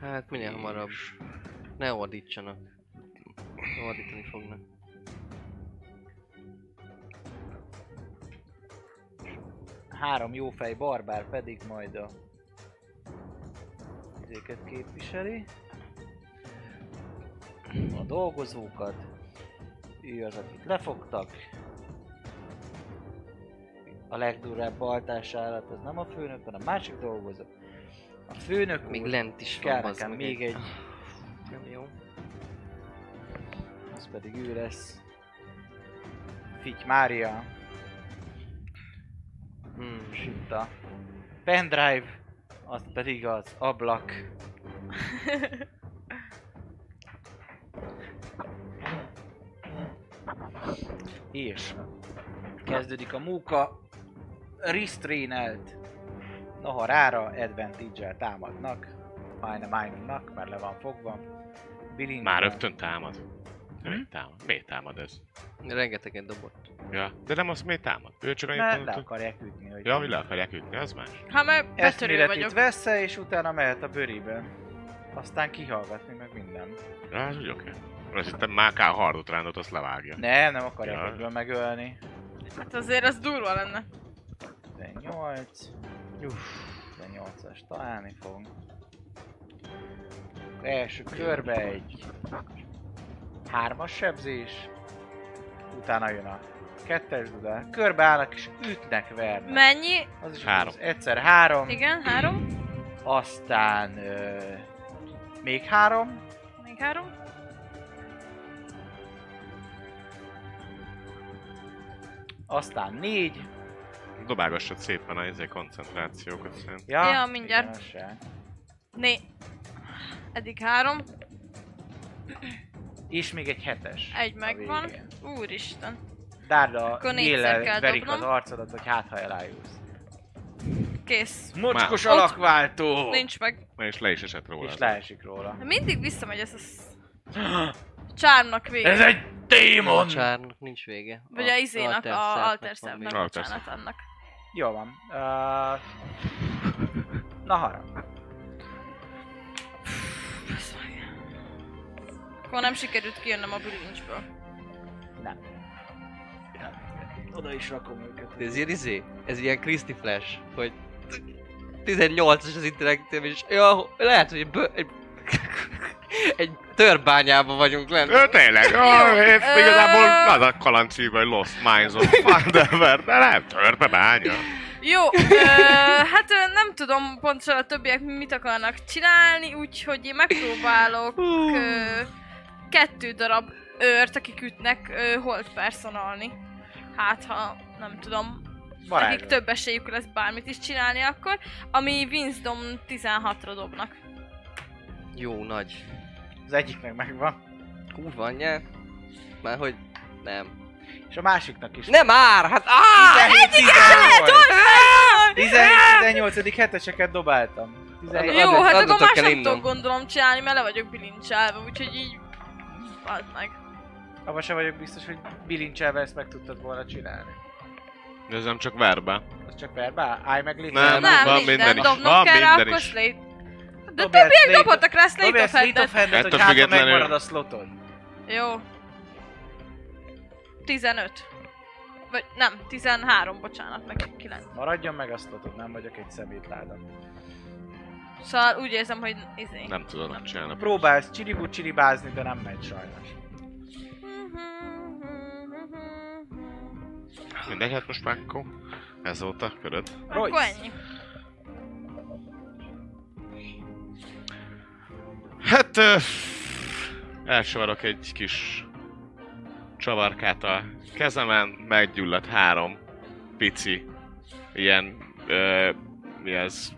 Hát minél hamarabb. És Ne ordítsanak. Ordítani fognak. Három jófej barbár pedig majd a ezeket képviseli. A dolgozókat. Ő az, akit lefogtak. A legdurvább baltás állat az nem a főnök, hanem a másik dolgozó. A főnök Még úr- lent is kell van, bazd nekem meg még egy, Nem jó. az pedig ő lesz. Fitty Mária, Hmm. és itt a pendrive, az pedig az ablak. és kezdődik a móka, restrainelt Naharára, advantage-el támadnak, majdnem Ainumnak, mert le van fogva. Bilin Már rögtön támad. De miért támad? Miért támad ez? Rengeteget dobott. Ja, de nem az miért támad? Ő csak annyit Mert le mondott, hogy- akarják ütni, hogy Ja, hogy le akarják ütni, az más. Hát mert betörő eszméletét vagyok. vesze, és utána mehet a bőribe. Aztán kihallgatni, meg minden. Ja, az úgy oké. Azt hittem már K hardot rándot, azt levágja. Nem, nem akarják Ja. egyből megölni. Hát azért az durva lenne. 18. Uff, 18-as találni fogunk. Akkor első körbe egy hármas sebzés, utána jön a kettes dudá. Körbeállnak és ütnek, vernek. Mennyi? Az is Három. az egyszer három, Igen, három? aztán ö, még három, Még három? aztán négy, Dobálgassad szépen a izé koncentrációkat szerintem. Ja, Ja, mindjárt. igen, az se. Né. Eddig három. És még egy hetes. Egy a megvan. végén. Úristen. Dárda Akkor négyszer éle kell verik dobnom. az arcodat, hogy hát ha elájulsz. Kész. Mocskos Már. alakváltó! Nincs meg. Na és le is esett róla. És leesik róla. Mindig visszamegy ez a sz- csárnak vége. egy A csárnak nincs vége. Vagy a izénak, Alter a Serpnek van alter szervnek, még. Alter bocsánat annak. Jó van. Uh... Na harap. Basz meg. Akkor nem sikerült kijönnem a bilincsből. Oda is rakom őket. De ez ilyen izé, ez ilyen Christy Flash, hogy 18-as az interaktív, és ja, lehet, hogy bő, egy, egy törbányában vagyunk lent. Ja, tényleg, ja, Jó, ez ö- igazából az a kalancsív, hogy Lost Minds of Thunderbird, de nem törpe bánya. Jó, ö, hát ö, nem tudom pontosan a többiek mit akarnak csinálni, úgyhogy én megpróbálok ö, kettő darab őrt, akik ütnek, ö, holt personalni. Hát, ha nem tudom, Varázs. nekik több esélyük lesz bármit is csinálni akkor, ami Winsdom 16-ra dobnak. Jó nagy. Az egyiknek megvan. Kurva anyja. Már hogy nem. És a másiknak is. Nem már! Hát áh! 18. heteseket dobáltam. 17. Adj- Jó, adj- hát adjatok akkor el más nem innen. tudok gondolom csinálni, mert le vagyok bilincselve, úgyhogy így... Add meg. Abba sem vagyok biztos, hogy bilincselve ezt meg tudtad volna csinálni. De ez nem csak verbe. Az csak verbál? Állj meg létre. Nem, Nem, van minden, minden is. dobnom Van kell rá, minden akkor is. Slate. De Dobj el többiek Slate- dobhattak rá Dobj Slate el of Slate Hand-et. of Hand-et, Ettől hogy hátra függetlenül- megmarad a slotod. Jó. 15. Vagy nem, 13, bocsánat, meg 9. Maradjon meg a slotod, nem vagyok egy szemétláda. Szóval úgy érzem, hogy izé. Nem tudod megcsinálni. Próbálsz csiribú csiribázni, de nem megy sajnos. Mindegy, hát most már akkor ez volt a köröd. Akkor Royce. ennyi. Hát... ö, Elsavarok egy kis csavarkát a kezemen, meggyulladt három pici, ilyen, ö, mi ez,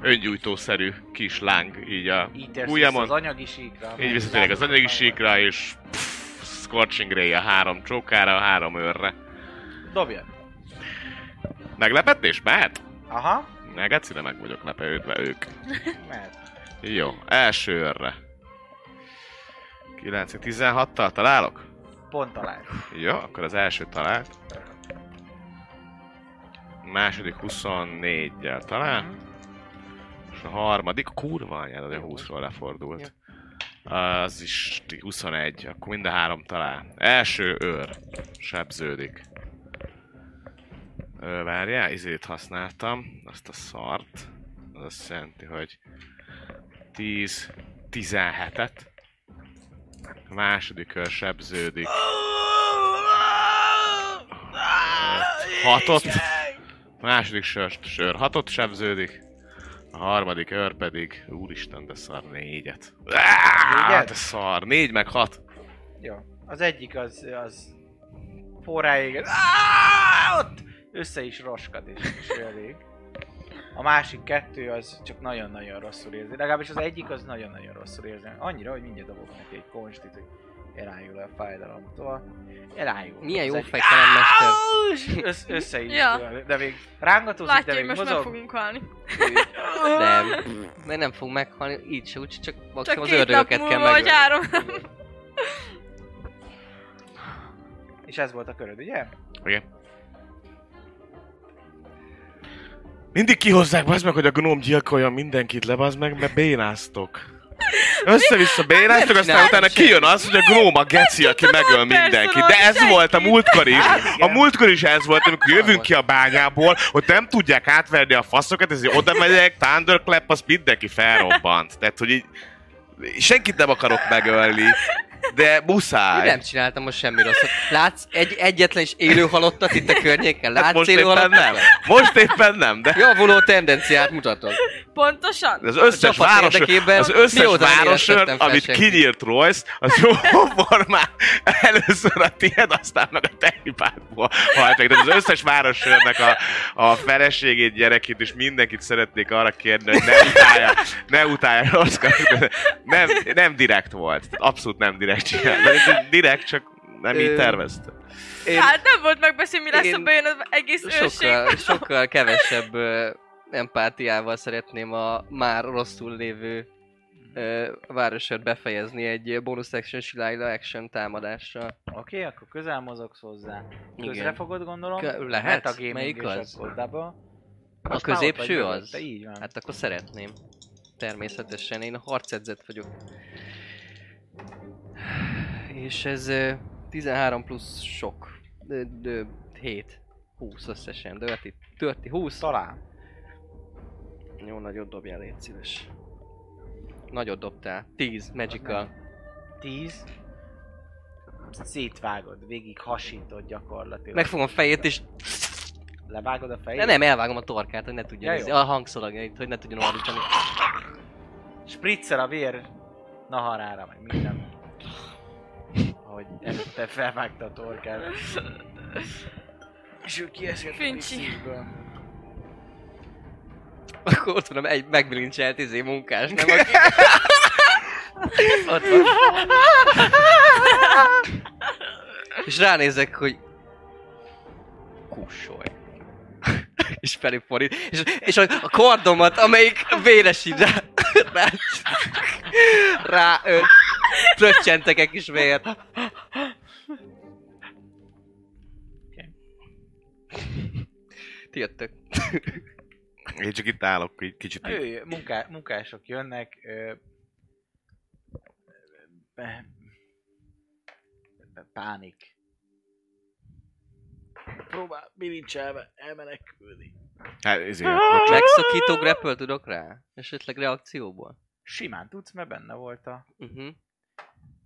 öngyújtószerű kis láng így a Így térsz vissza ujjamon. az anyagi síkra. Így amely visszatérek az anyagi lángosban volt. síkra, és pff, Scorching Ray a három csókára, a három őrre. Dobjon. Meglepetés? Mehet? Aha, Ne, gecire meg vagyok lepődve ők. mehet. Jó, első őrre. 9 16-tal találok? Pont talál. Jó, akkor az első talált. Második 24-jel Mhm. talál. És a harmadik, kurva anyád, de 20-ról lefordult. Az is ti- 21, akkor mind a három talál. Első őr sebződik. Ö, várjál, izét használtam, azt a szart. Az azt jelenti, hogy 10, 17-et. A második kör sebződik. Hatott. A második sör, sör hatott sebződik. A harmadik őr pedig, úristen, de szar, négyet. Áááá, Négyet? de szar, négy meg hat. Jó. Az egyik az, az forráig, Áááá, ott össze is roskad és, és elég. A másik kettő az csak nagyon-nagyon rosszul érzi. Legalábbis az egyik az nagyon-nagyon rosszul érzi. Annyira, hogy mindjárt dobok neki egy konstit, hogy elájul a fájdalomtól. Elájul. Milyen Az jó egyik- fegyveremmester. Össz, össze is. Ja. Ja. De még rángatózik, Látja, de hogy még most meg mozog. fogunk halni. Nem. Mert nem fog meghalni, így se, úgy csak Csak maximum az két nap ördögöket kell múlva, vagy megölni. három. És ez volt a köröd, ugye? Igen. Mindig kihozzák, bazd meg, hogy a gnóm gyilkoljon mindenkit le, bazd meg, mert bénáztok. Össze-vissza bénáztok, aztán csinálni utána Hát semmit. kijön az, hogy a gnóm a geci, aki megöl mindenkit. De ez personolni volt a senkit. múltkor is. A igen. múltkor is ez volt, amikor jövünk ki a bányából, hogy nem tudják átverni a faszokat, ezért oda megyek, thunderclap, azt mindenki felrobbant. Tehát, hogy így senkit nem akarok megölni, de Én muszáj. nem csináltam most semmi rosszat. Látsz egy, egyetlen is élő halottat itt a környéken? Hát Látsz most élő éppen halottat? nem. Most éppen nem, de... Javuló tendenciát mutatok. Pontosan? Az összes csapat város, érdekében az összes mióta nem városört, értettem fel amit senkit? kinyírt Royce, az jó formán először a tiéd, aztán meg a te hibádból halt meg. Tehát az összes városörnek a, a feleségét, gyerekét és mindenkit szeretnék arra kérni, hogy ne utálja, ne utálja Royce Kaskat. nem, nem direkt volt. Abszolút nem direkt csinálta. Direkt csak nem így Ö, tervezte. Én Hát nem volt megbeszélni, mi lesz, én- ha bejön az egész őrség. sokkal, sokkal kevesebb ö, empátiával szeretném a már rosszul lévő ö, városört befejezni egy bonus action Shilaila action támadással. Oké, okay, akkor közel mozogsz hozzá. Igen. Közre fogod gondolom. Kö- lehet? Mert a gaming Melyik és az? akkor double. A Most már ott középső vagy az? mögötte, Így van. Hát, Hát akkor szeretném. Természetesen, én a harcedzett vagyok. És ez ö, 13 plusz sok. Ö, ö, 7. 20 összesen. hát Dörti, dörti 20. Talán. Jó, nagyot dobjál, légy szíves. Nagyot dobtál. 10, magical. Tíz. Szétvágod, végig hasítod gyakorlatilag. Megfogom a fejét és levágod a fejét? De nem, elvágom a torkát, hogy ne tudja Ja, nézni. jó. A hangszoragjait, hogy ne tudjon ordítani. Spritzel a vér naharára, meg minden. Hogy előtte felvágta a torkát. És ő kiesett a Fincsi. szívből. Akkor ott van egy megbilincselt izé munkás, nem aki... ott van. És ránézek, hogy... Kussolj. és felé fordít. És, és a, a kordomat, amelyik véres így rá... rá, rá ö, tröccsentek egy kis vért. Ti jöttök. Én csak itt állok egy kicsit. így. Ő, munká, munkások jönnek. Ö, be- be- pánik. Próbál bilincselve elmenekülni. Hát, ezért akkor csak... Megszakító grapple tudok rá? Esetleg reakcióból? Simán tudsz, mert benne volt a Uh-huh.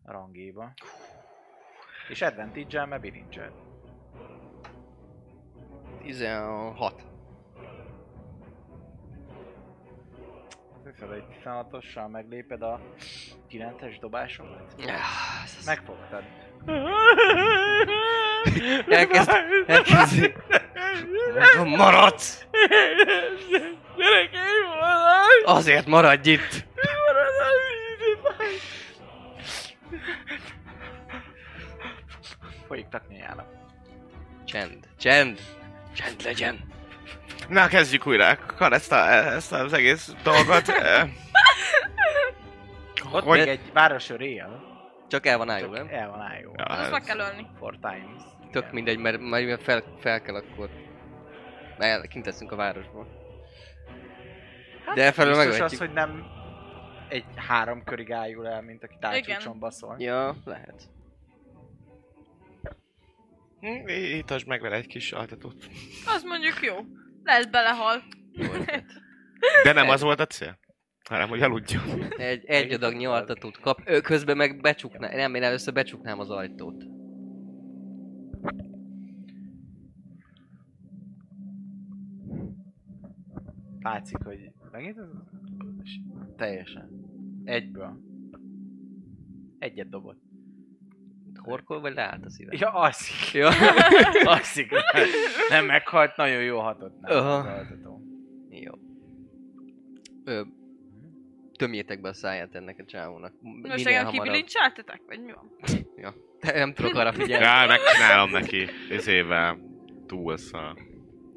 rangéba. És advantage-el, mert bilincsel. 16. Hiszem, egy 16-ossal megléped a 9-es dobásomat. Ah, ez- Megfogtad. Elkezd... Elkezd... Mondom, Maradsz! Gyerek, én voltam! Azért maradj itt! Folyik takni állam. Csend. Csend. Csend legyen. Na, kezdjük újra. Akkor ezt, a, ezt az egész dolgot... eh, Ott Hogy- még egy városőr éjjel. Csak el van ájul, Csak nem? el van ájó. Ja, Azt ez- meg kell ölni. Four times. Tök mindegy, mert majd fel, fel kell akkor. El, kint leszünk a városból. De elfelől Hát, Biztos az, megöltjük. hogy nem egy három körig ájul el, mint aki tájcsúcson Igen. baszol. Ja, lehet. Hm, Ítasd meg vele egy kis altatót. Az mondjuk jó. Lehet belehal. Jó ötlet. De nem az volt a cél? Hanem, hogy aludjon. Egy, egy adag nyaltatót kap, ő közben meg becsukná, nem, én először becsuknám az ajtót. Látszik, hogy megint az... és Teljesen. Egyből. Egyet dobott. Horkol vagy leállt a szíve? Ja, alszik. Ja. Alszik. Nem meghalt, nagyon jó hatott. Nem, Aha. az altató. Jó. Ö, tömjétek be a száját ennek a csávónak. M- Most Minél nekem hamarabb. kibilincseltetek? Vagy mi van? Nem tudok arra figyelni. Rá, megcsinálom neki. Ezével. Túlszal.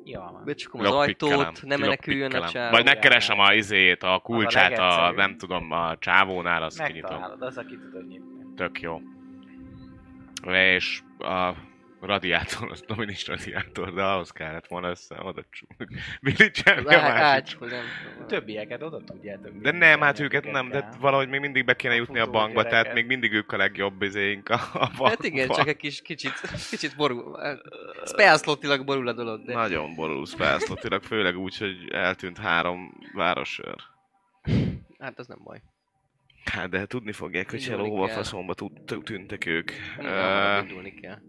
Jól van. Becsukom az ajtót, nem meneküljön a csávó. Vagy megkeresem a izét, a kulcsát, a, legegyszerűbb. nem tudom, a csávónál, azt kinyitom. Megtalálod, az, aki tudod nyitni. Tök jó. És a radiátor, az nem is radiátor, de ahhoz kellett volna össze, oda csúg. Bilicsem, Az á- ágyhoz, nem A tudom. többieket oda tudjátok. de nem, hát őket nem, de kell. valahogy még mindig be kéne jutni a Futó bankba, tehát gyereket. még mindig ők a legjobb izéink a, a bankba. Hát igen, csak egy kis, kicsit, kicsit borul. Spellslotilag borul a dolog, de... Nagyon borulsz felszlotilag, főleg úgy, hogy eltűnt három városőr. Hát az nem baj. Hát de tudni fogják, hogy Indulni hello, hova kell. faszomba tud- tud- tűntek ők. Minél Ö, hamarabb Indulni kell.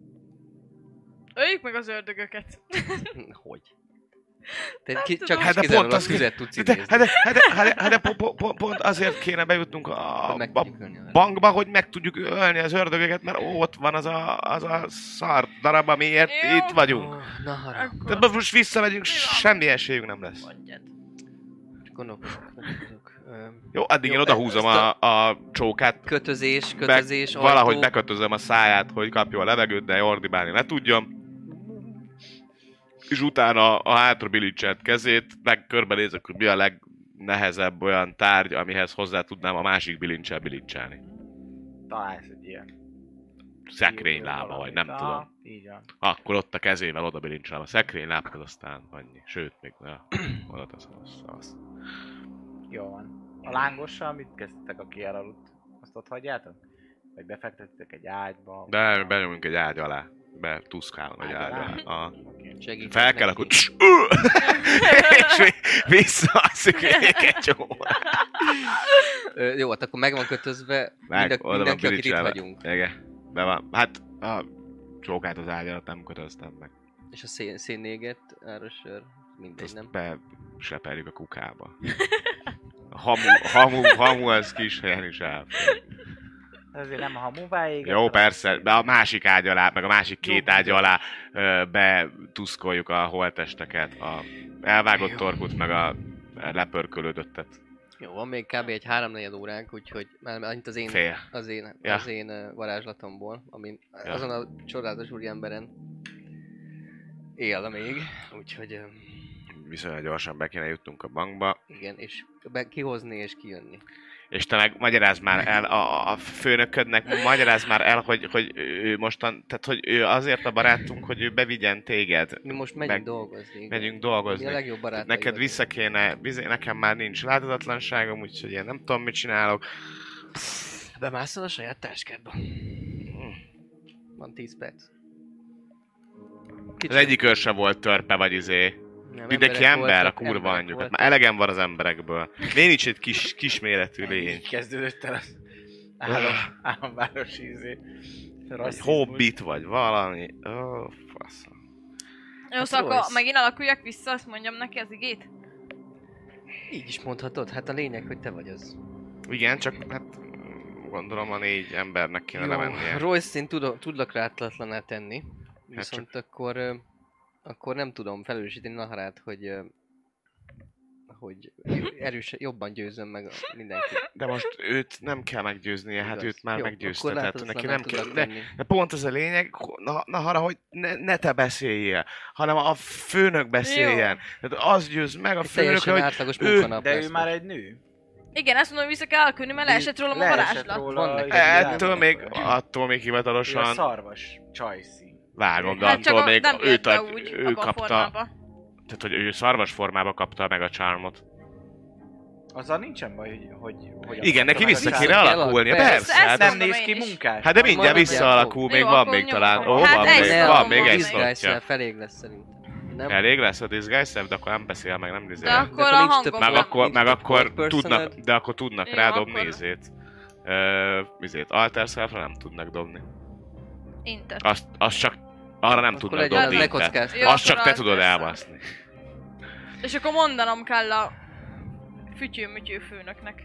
Öljük meg az ördögöket. Hogy? Te ki, csak tudom. hát Hát de kizárólag pont az azt- tüzet tudsz De, idézni. hát de, hát de, hát de, hát de po- po- po- pont azért kéne bejutnunk a, Hogy a meg tudjuk ölni a- bankba, hogy meg tudjuk ölni az ördögöket, mert ott van az a, az a szar darab, amiért Jó. itt vagyunk. Ó, Na harag. De Akkor most- most visszamegyünk, semmi esélyünk nem lesz. mondjad. Gondolkodok, gondolkodok. Öm, Jó, addig Jó, én odahúzom ezt a, a csókát, Kötözés, be- kötözés, ajtó. valahogy bekötözöm a száját, hogy kapjon a levegőt, de ordibálni ne tudjam. És utána a hátra bilincselt kezét, meg körbenézek, hogy mi a legnehezebb olyan tárgy, amihez hozzá tudnám a másik bilincsel bilincselni. Találsz egy ilyen. szekrénylába, vagy nem Na, tudom. Így van. Akkor ott a kezével oda bilincselem a szekrénylábhoz, aztán annyi. Sőt, még na, oda teszem azt. azt. Jó van. A lángossal mit kezdtek, aki elaludt? Azt ott hagyjátok? Vagy befektetitek egy ágyba? De benyomunk egy ágy alá. Be tuszkálom egy ágy Ágy alá? alá. Aha. Oké. Segítek Fel kell, neki. akkor cs- ú! és vi- visszaalszik még egy csomó. Ö, jó, hát akkor meg van kötözve Meg, Meg, oda van mindenki, akit itt bilincselve. vagyunk. Igen, be van. Hát a csókát az ágy alatt nem kötöztem meg. És a szén, szénnéget, árosör, mindegy, Azt nem? beseperjük a kukába. A Hamu, hamu, hamu az kis helyen is áll. Ezért Hát nem a hamuvá ég. Jó, persze, de a másik ágy alá, meg a másik két Jó. ágy alá ö, betuszkoljuk a holtesteket, a elvágott torkut, meg a lepörkölődöttet. Jó, van még kb. egy 3-4 óránk, úgyhogy már annyit az én, Fél. az én, Ja. az én ö, varázslatomból, amin, Ja. azon a csodálatos úriemberen él még, úgyhogy ö, Viszonylag gyorsan be kéne jutnunk a bankba. igen, és be, kihozni és kijönni. És te meg magyarázd már el a, a főnöködnek, magyarázd már el, hogy, hogy ő mostan, tehát hogy ő azért a barátunk, hogy ő bevigyen téged. Mi most megyünk Meg- dolgozni. Igen. Megyünk Mi a dolgozni. legjobb barátaid Neked vagyunk. vissza kéne, bizony, nekem már nincs láthatatlanságom, úgyhogy én nem tudom, mit csinálok. Bemászol a saját táskádba. Van 10 perc. Az egyik őr sem volt törpe, vagy izé. Nem, Mindenki emberek ember, a voltak, kurva emberek anyjuk. Hát voltak. már elegem van az emberekből. Én is egy kis, kisméretű lény. Így kezdődött el az állam, államváros ízé. Egy Rasszizmus. hobbit vagy valami. Ó, oh, faszom. Jó, Hát szóval jó, akkor ez- megint alakuljak vissza, azt mondjam neki az igét. Így is mondhatod, hát a lényeg, hogy te vagy az. Igen, csak hát gondolom a négy embernek kéne lemennie. Royce, én tudom, tudlak látlatlaná tenni, Hát csak- viszont akkor, ö, akkor nem tudom felősíteni Naharát, hogy ö, hogy erős, jobban győzöm meg a mindenkit. De most őt nem kell meggyőznie, hát Igaz. őt már Jó, meggyőzte, akkor tehát neki láthatatlaná nem kell... tudlak De, tenni. de pont ez a lényeg, ho- na, na arra, hogy ne, ne te beszéljél, hanem a főnök beszéljen. Tehát az győz meg a Egy főnök, teljesen hogy átlagos ő- munkanap De lesz ő már most. egy nő. Igen, azt mondom, hogy vissza kell alkülni, mert Így leesett rólam a leesett varázslat. róla Van neki egy egy világ. Ettől még, attól még Ő a hivatalosan szarvas csajszín. vágom, de Hát csak attól a, még nem ő, jött be tart, úgy ő abba a kapta, formába. tehát hogy ő szarvas formába kapta meg a charmot. Azzal nincsen baj, hogy... hogy, hogy Igen, neki vissza vissza kéne kell alakulnia, alakulni, persze. persze. hát Nem az- Mondom néz ki én is. munkás. Hát de mindjárt Majd visszaalakul, mindjárt még fog. van Jó, még akkor talán. nyomjuk. Ó, Hát van egy még, szalom van még van egy még. szlotja. Disguise-szel Elég lesz szerintem. Nem? Elég lesz a disguise self, de akkor nem beszél meg, nem De nézel. akkor akkor a nincs több hangom Meg Van. akkor, Nincs meg több akkor core personed. tudnak, de akkor tudnak Jó, rádobni akkor- izét. Ö, izét, alter self nem tudnak dobni. Inter. Azt, azt csak arra nem Akkor tudnak egy dobni. ne tehát kockázz. Jó, Azt akkor csak te az tudod persze. elbaszni. És akkor mondanom kell a fütyő-mütyő főnöknek.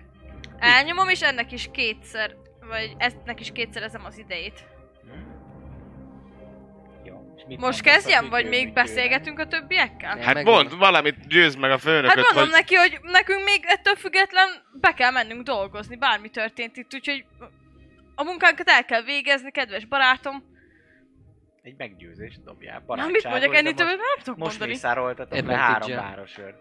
Elnyomom, és ennek is kétszer, vagy ennek is kétszerezem az idejét. Jó, és mit mondasz Most a kezdjem, vagy még fütyőműtyőre? beszélgetünk a többiekkel? Nem, Hát megvan. mondd valamit, győzd meg a Hát főnököt, mondom hogy... neki, hogy nekünk még ettől független be kell mennünk dolgozni, bármi történt itt, úgyhogy a munkánkat el kell végezni, kedves barátom. Egy meggyőzést dobjál. Na, mit mondjak de ennél többet, most- már nem tudok Most mondani. mészároltatok le Advantage-e. három városőr.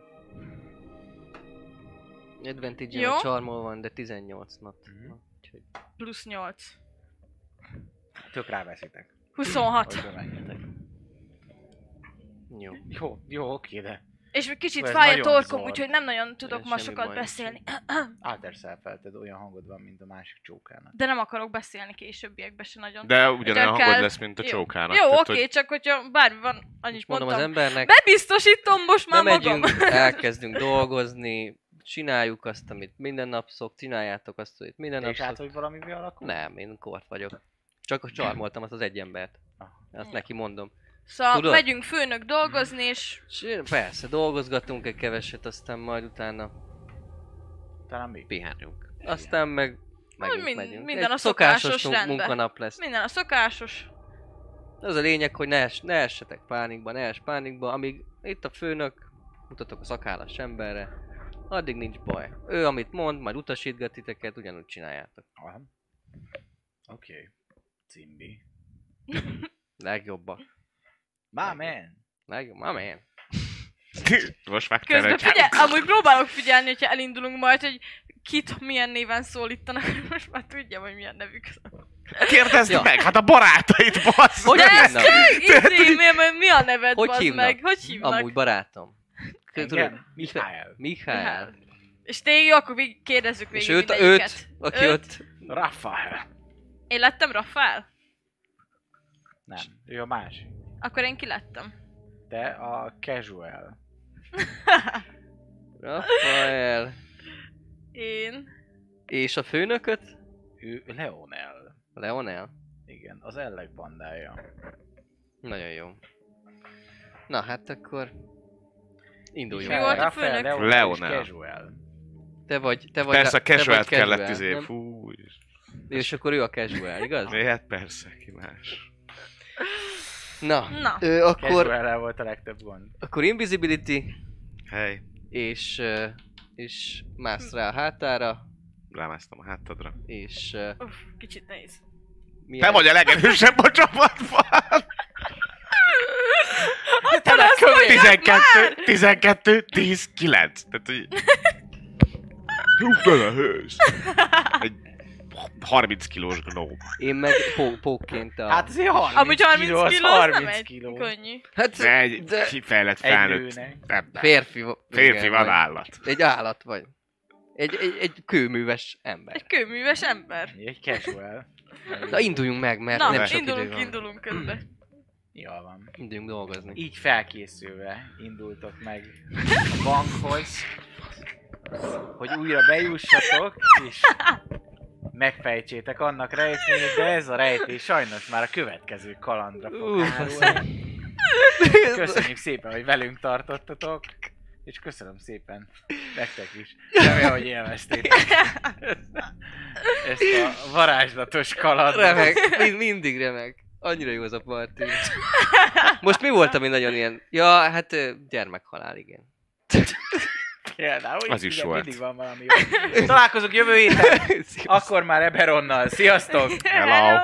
Advantage-en Jó. a charmol van, de 18 nap. Mhm. Úgyhogy Plusz 8. Tök ráveszitek, 26. hogy bemenjetek. jó. Jó, jó, oké, de És még kicsit Ez fáj a nagyon torkom, zavar. úgyhogy nem nagyon tudok Ez ma semmi sokat baj nincsen. beszélni. Alter Self-elted olyan hangod van, mint a másik csókának. De nem akarok beszélni későbbiekben se nagyon. De ugyanolyan Ugyan hangod kell. lesz, mint a Jó. csókának. Jó, tehát, oké, hogy csak hogyha bármi van, annyit És mondom az mondtam. embernek, Bebiztosítom most már magam. bemegyünk, elkezdünk dolgozni, csináljuk azt, amit minden nap szok, csináljátok azt, amit minden Te nap is át, hát, szok. hát, hogy valami alakul? Nem, én kort vagyok. Csak csarmoltam azt az egy embert. Ah. Azt neki mondom. Szóval Tudod? megyünk főnök dolgozni, és És persze, dolgozgatunk egy keveset, aztán majd utána Talán mi? pihenünk. Aztán meg megint mind- megyünk. Hát minden Egy a szokásos mu- rendben. munkanap lesz. minden a szokásos. Az a lényeg, hogy ne, es, ne essetek pánikba, ne ess pánikba, amíg itt a főnök, mutatok a szakállas emberre, addig nincs baj. Ő amit mond, majd utasítgat titeket, ugyanúgy csináljátok. Aha. Oké. Okay. Cimbi. Legjobbak. Mámen! Legjobb, már én. Most meg kell Közben egy- figyel, amúgy próbálok figyelni, hogyha elindulunk majd, hogy kit milyen néven szólítanak, most már tudjam, hogy milyen nevük. Kérdezd Ja. meg, hát a barátait, bassz! Hogy De hívnak? Izé, mi, mi a neved, Hogy bazd hívnak? meg? Hogy hívnak? Amúgy barátom. Tudod, Igen, Mihály. Mihály. És tényleg akkor még kérdezzük végig És őt, mindegyiket. őt, aki őt. Rafael. Én lettem Rafael? Nem, ő a másik. Akkor én ki lettem? Te a casual. Rafael. Én... És a főnököt? Ő Leonel. Leonel. Igen, az Ellek bandája. Nagyon jó. Na hát akkor... Induljunk. Mi volt? a főnök? Leonel. Te vagy, te vagy... Persze a te vagy casual kellett casual, izé, nem? fú, és- És akkor ő a casual, igaz? hát persze, ki más. Na, Na. Ö, akkor, Casual volt a legtöbb gond. akkor invisibility, Hely, és, ö, és mász rá a hátára, rámásztam a hátadra. és ö, Uff, kicsit nehéz. Te milyen... vagy a legerősebb a csapatban! Ott van az, hogy 12, 12, 10, 9. Tehát, hogy... Rúgd bele, hős! Egy 30 kilós gnóm. Én meg pó- pókként a... Hát azért 30 Amúgy 30 kiló, az kiló, az nem 30 egy kiló. könnyű. hát De egy de kifejlett Egy felnőtt. nőnek. ember. férfi, va- Férfi igen, van vagy. állat. Egy állat vagy. Egy, egy, egy kőműves ember. Egy kőműves ember. Egy casual. Na induljunk meg, mert Na, nem sok idő indulunk, van. indulunk közbe. Jól van. Induljunk dolgozni. Így felkészülve indultok meg a bankhoz, hogy újra bejussatok, és megfejtsétek annak rejtményét, de ez a rejtély sajnos már a következő kalandra fog Ú, hárulni. Köszönjük szépen, hogy velünk tartottatok, és köszönöm szépen nektek is. Remélem, hogy élveztétek ezt a varázslatos kalandot. Remek, mind, mindig remek. Annyira jó az a parti. Most mi volt, ami nagyon ilyen? Ja, hát ö, gyermekhalál, igen. Például, Az is mindig- volt. Mindig van valami jó. Találkozunk jövő héten, akkor már Eberonnal. Sziasztok! Hello.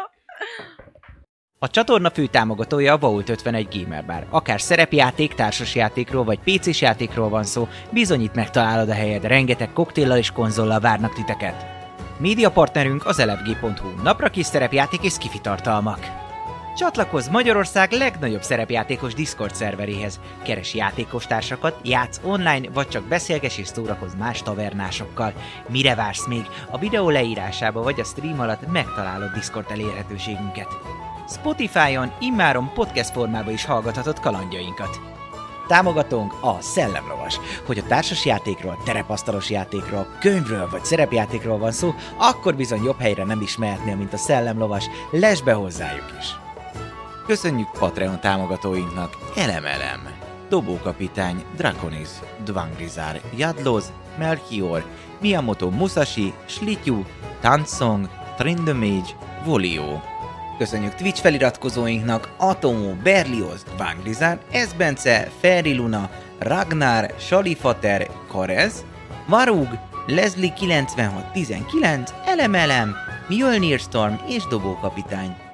A csatorna fő támogatója a Vault 51 Gamer Bar. Akár szerepjáték, társasjátékról vagy pc játékról van szó, bizonyít megtalálod a helyed, rengeteg koktéllal és konzollal várnak titeket. Média partnerünk az elefg.hu, napra kis szerepjáték és kifi tartalmak. Csatlakozz Magyarország legnagyobb szerepjátékos Discord szerveréhez. Keres játékostársakat, játsz online, vagy csak beszélges és szórakozz más tavernásokkal. Mire vársz még? A videó leírásába vagy a stream alatt megtalálod Discord elérhetőségünket. Spotify-on immáron podcast formában is hallgathatod kalandjainkat. Támogatónk a Szellemlovas. Hogy a társasjátékról, terepasztalos játékról, könyvről vagy szerepjátékról van szó, akkor bizony jobb helyre nem is mehetnél, mint a Szellemlovas. Lesz be hozzájuk is! Köszönjük Patreon támogatóinknak Elemelem, Dobókapitány, Draconis, Dvangrizár, Jadloz, Melchior, Miyamoto Musashi, Slityu, Tansong, Trindemage, Volio. Köszönjük Twitch feliratkozóinknak Atomó, Berlioz, Dvangrizár, Esbence, Ferri Luna, Ragnar, Salifater, Karez, Varug, Leslie 9619, Elemelem, Mjölnir Storm és Dobókapitány.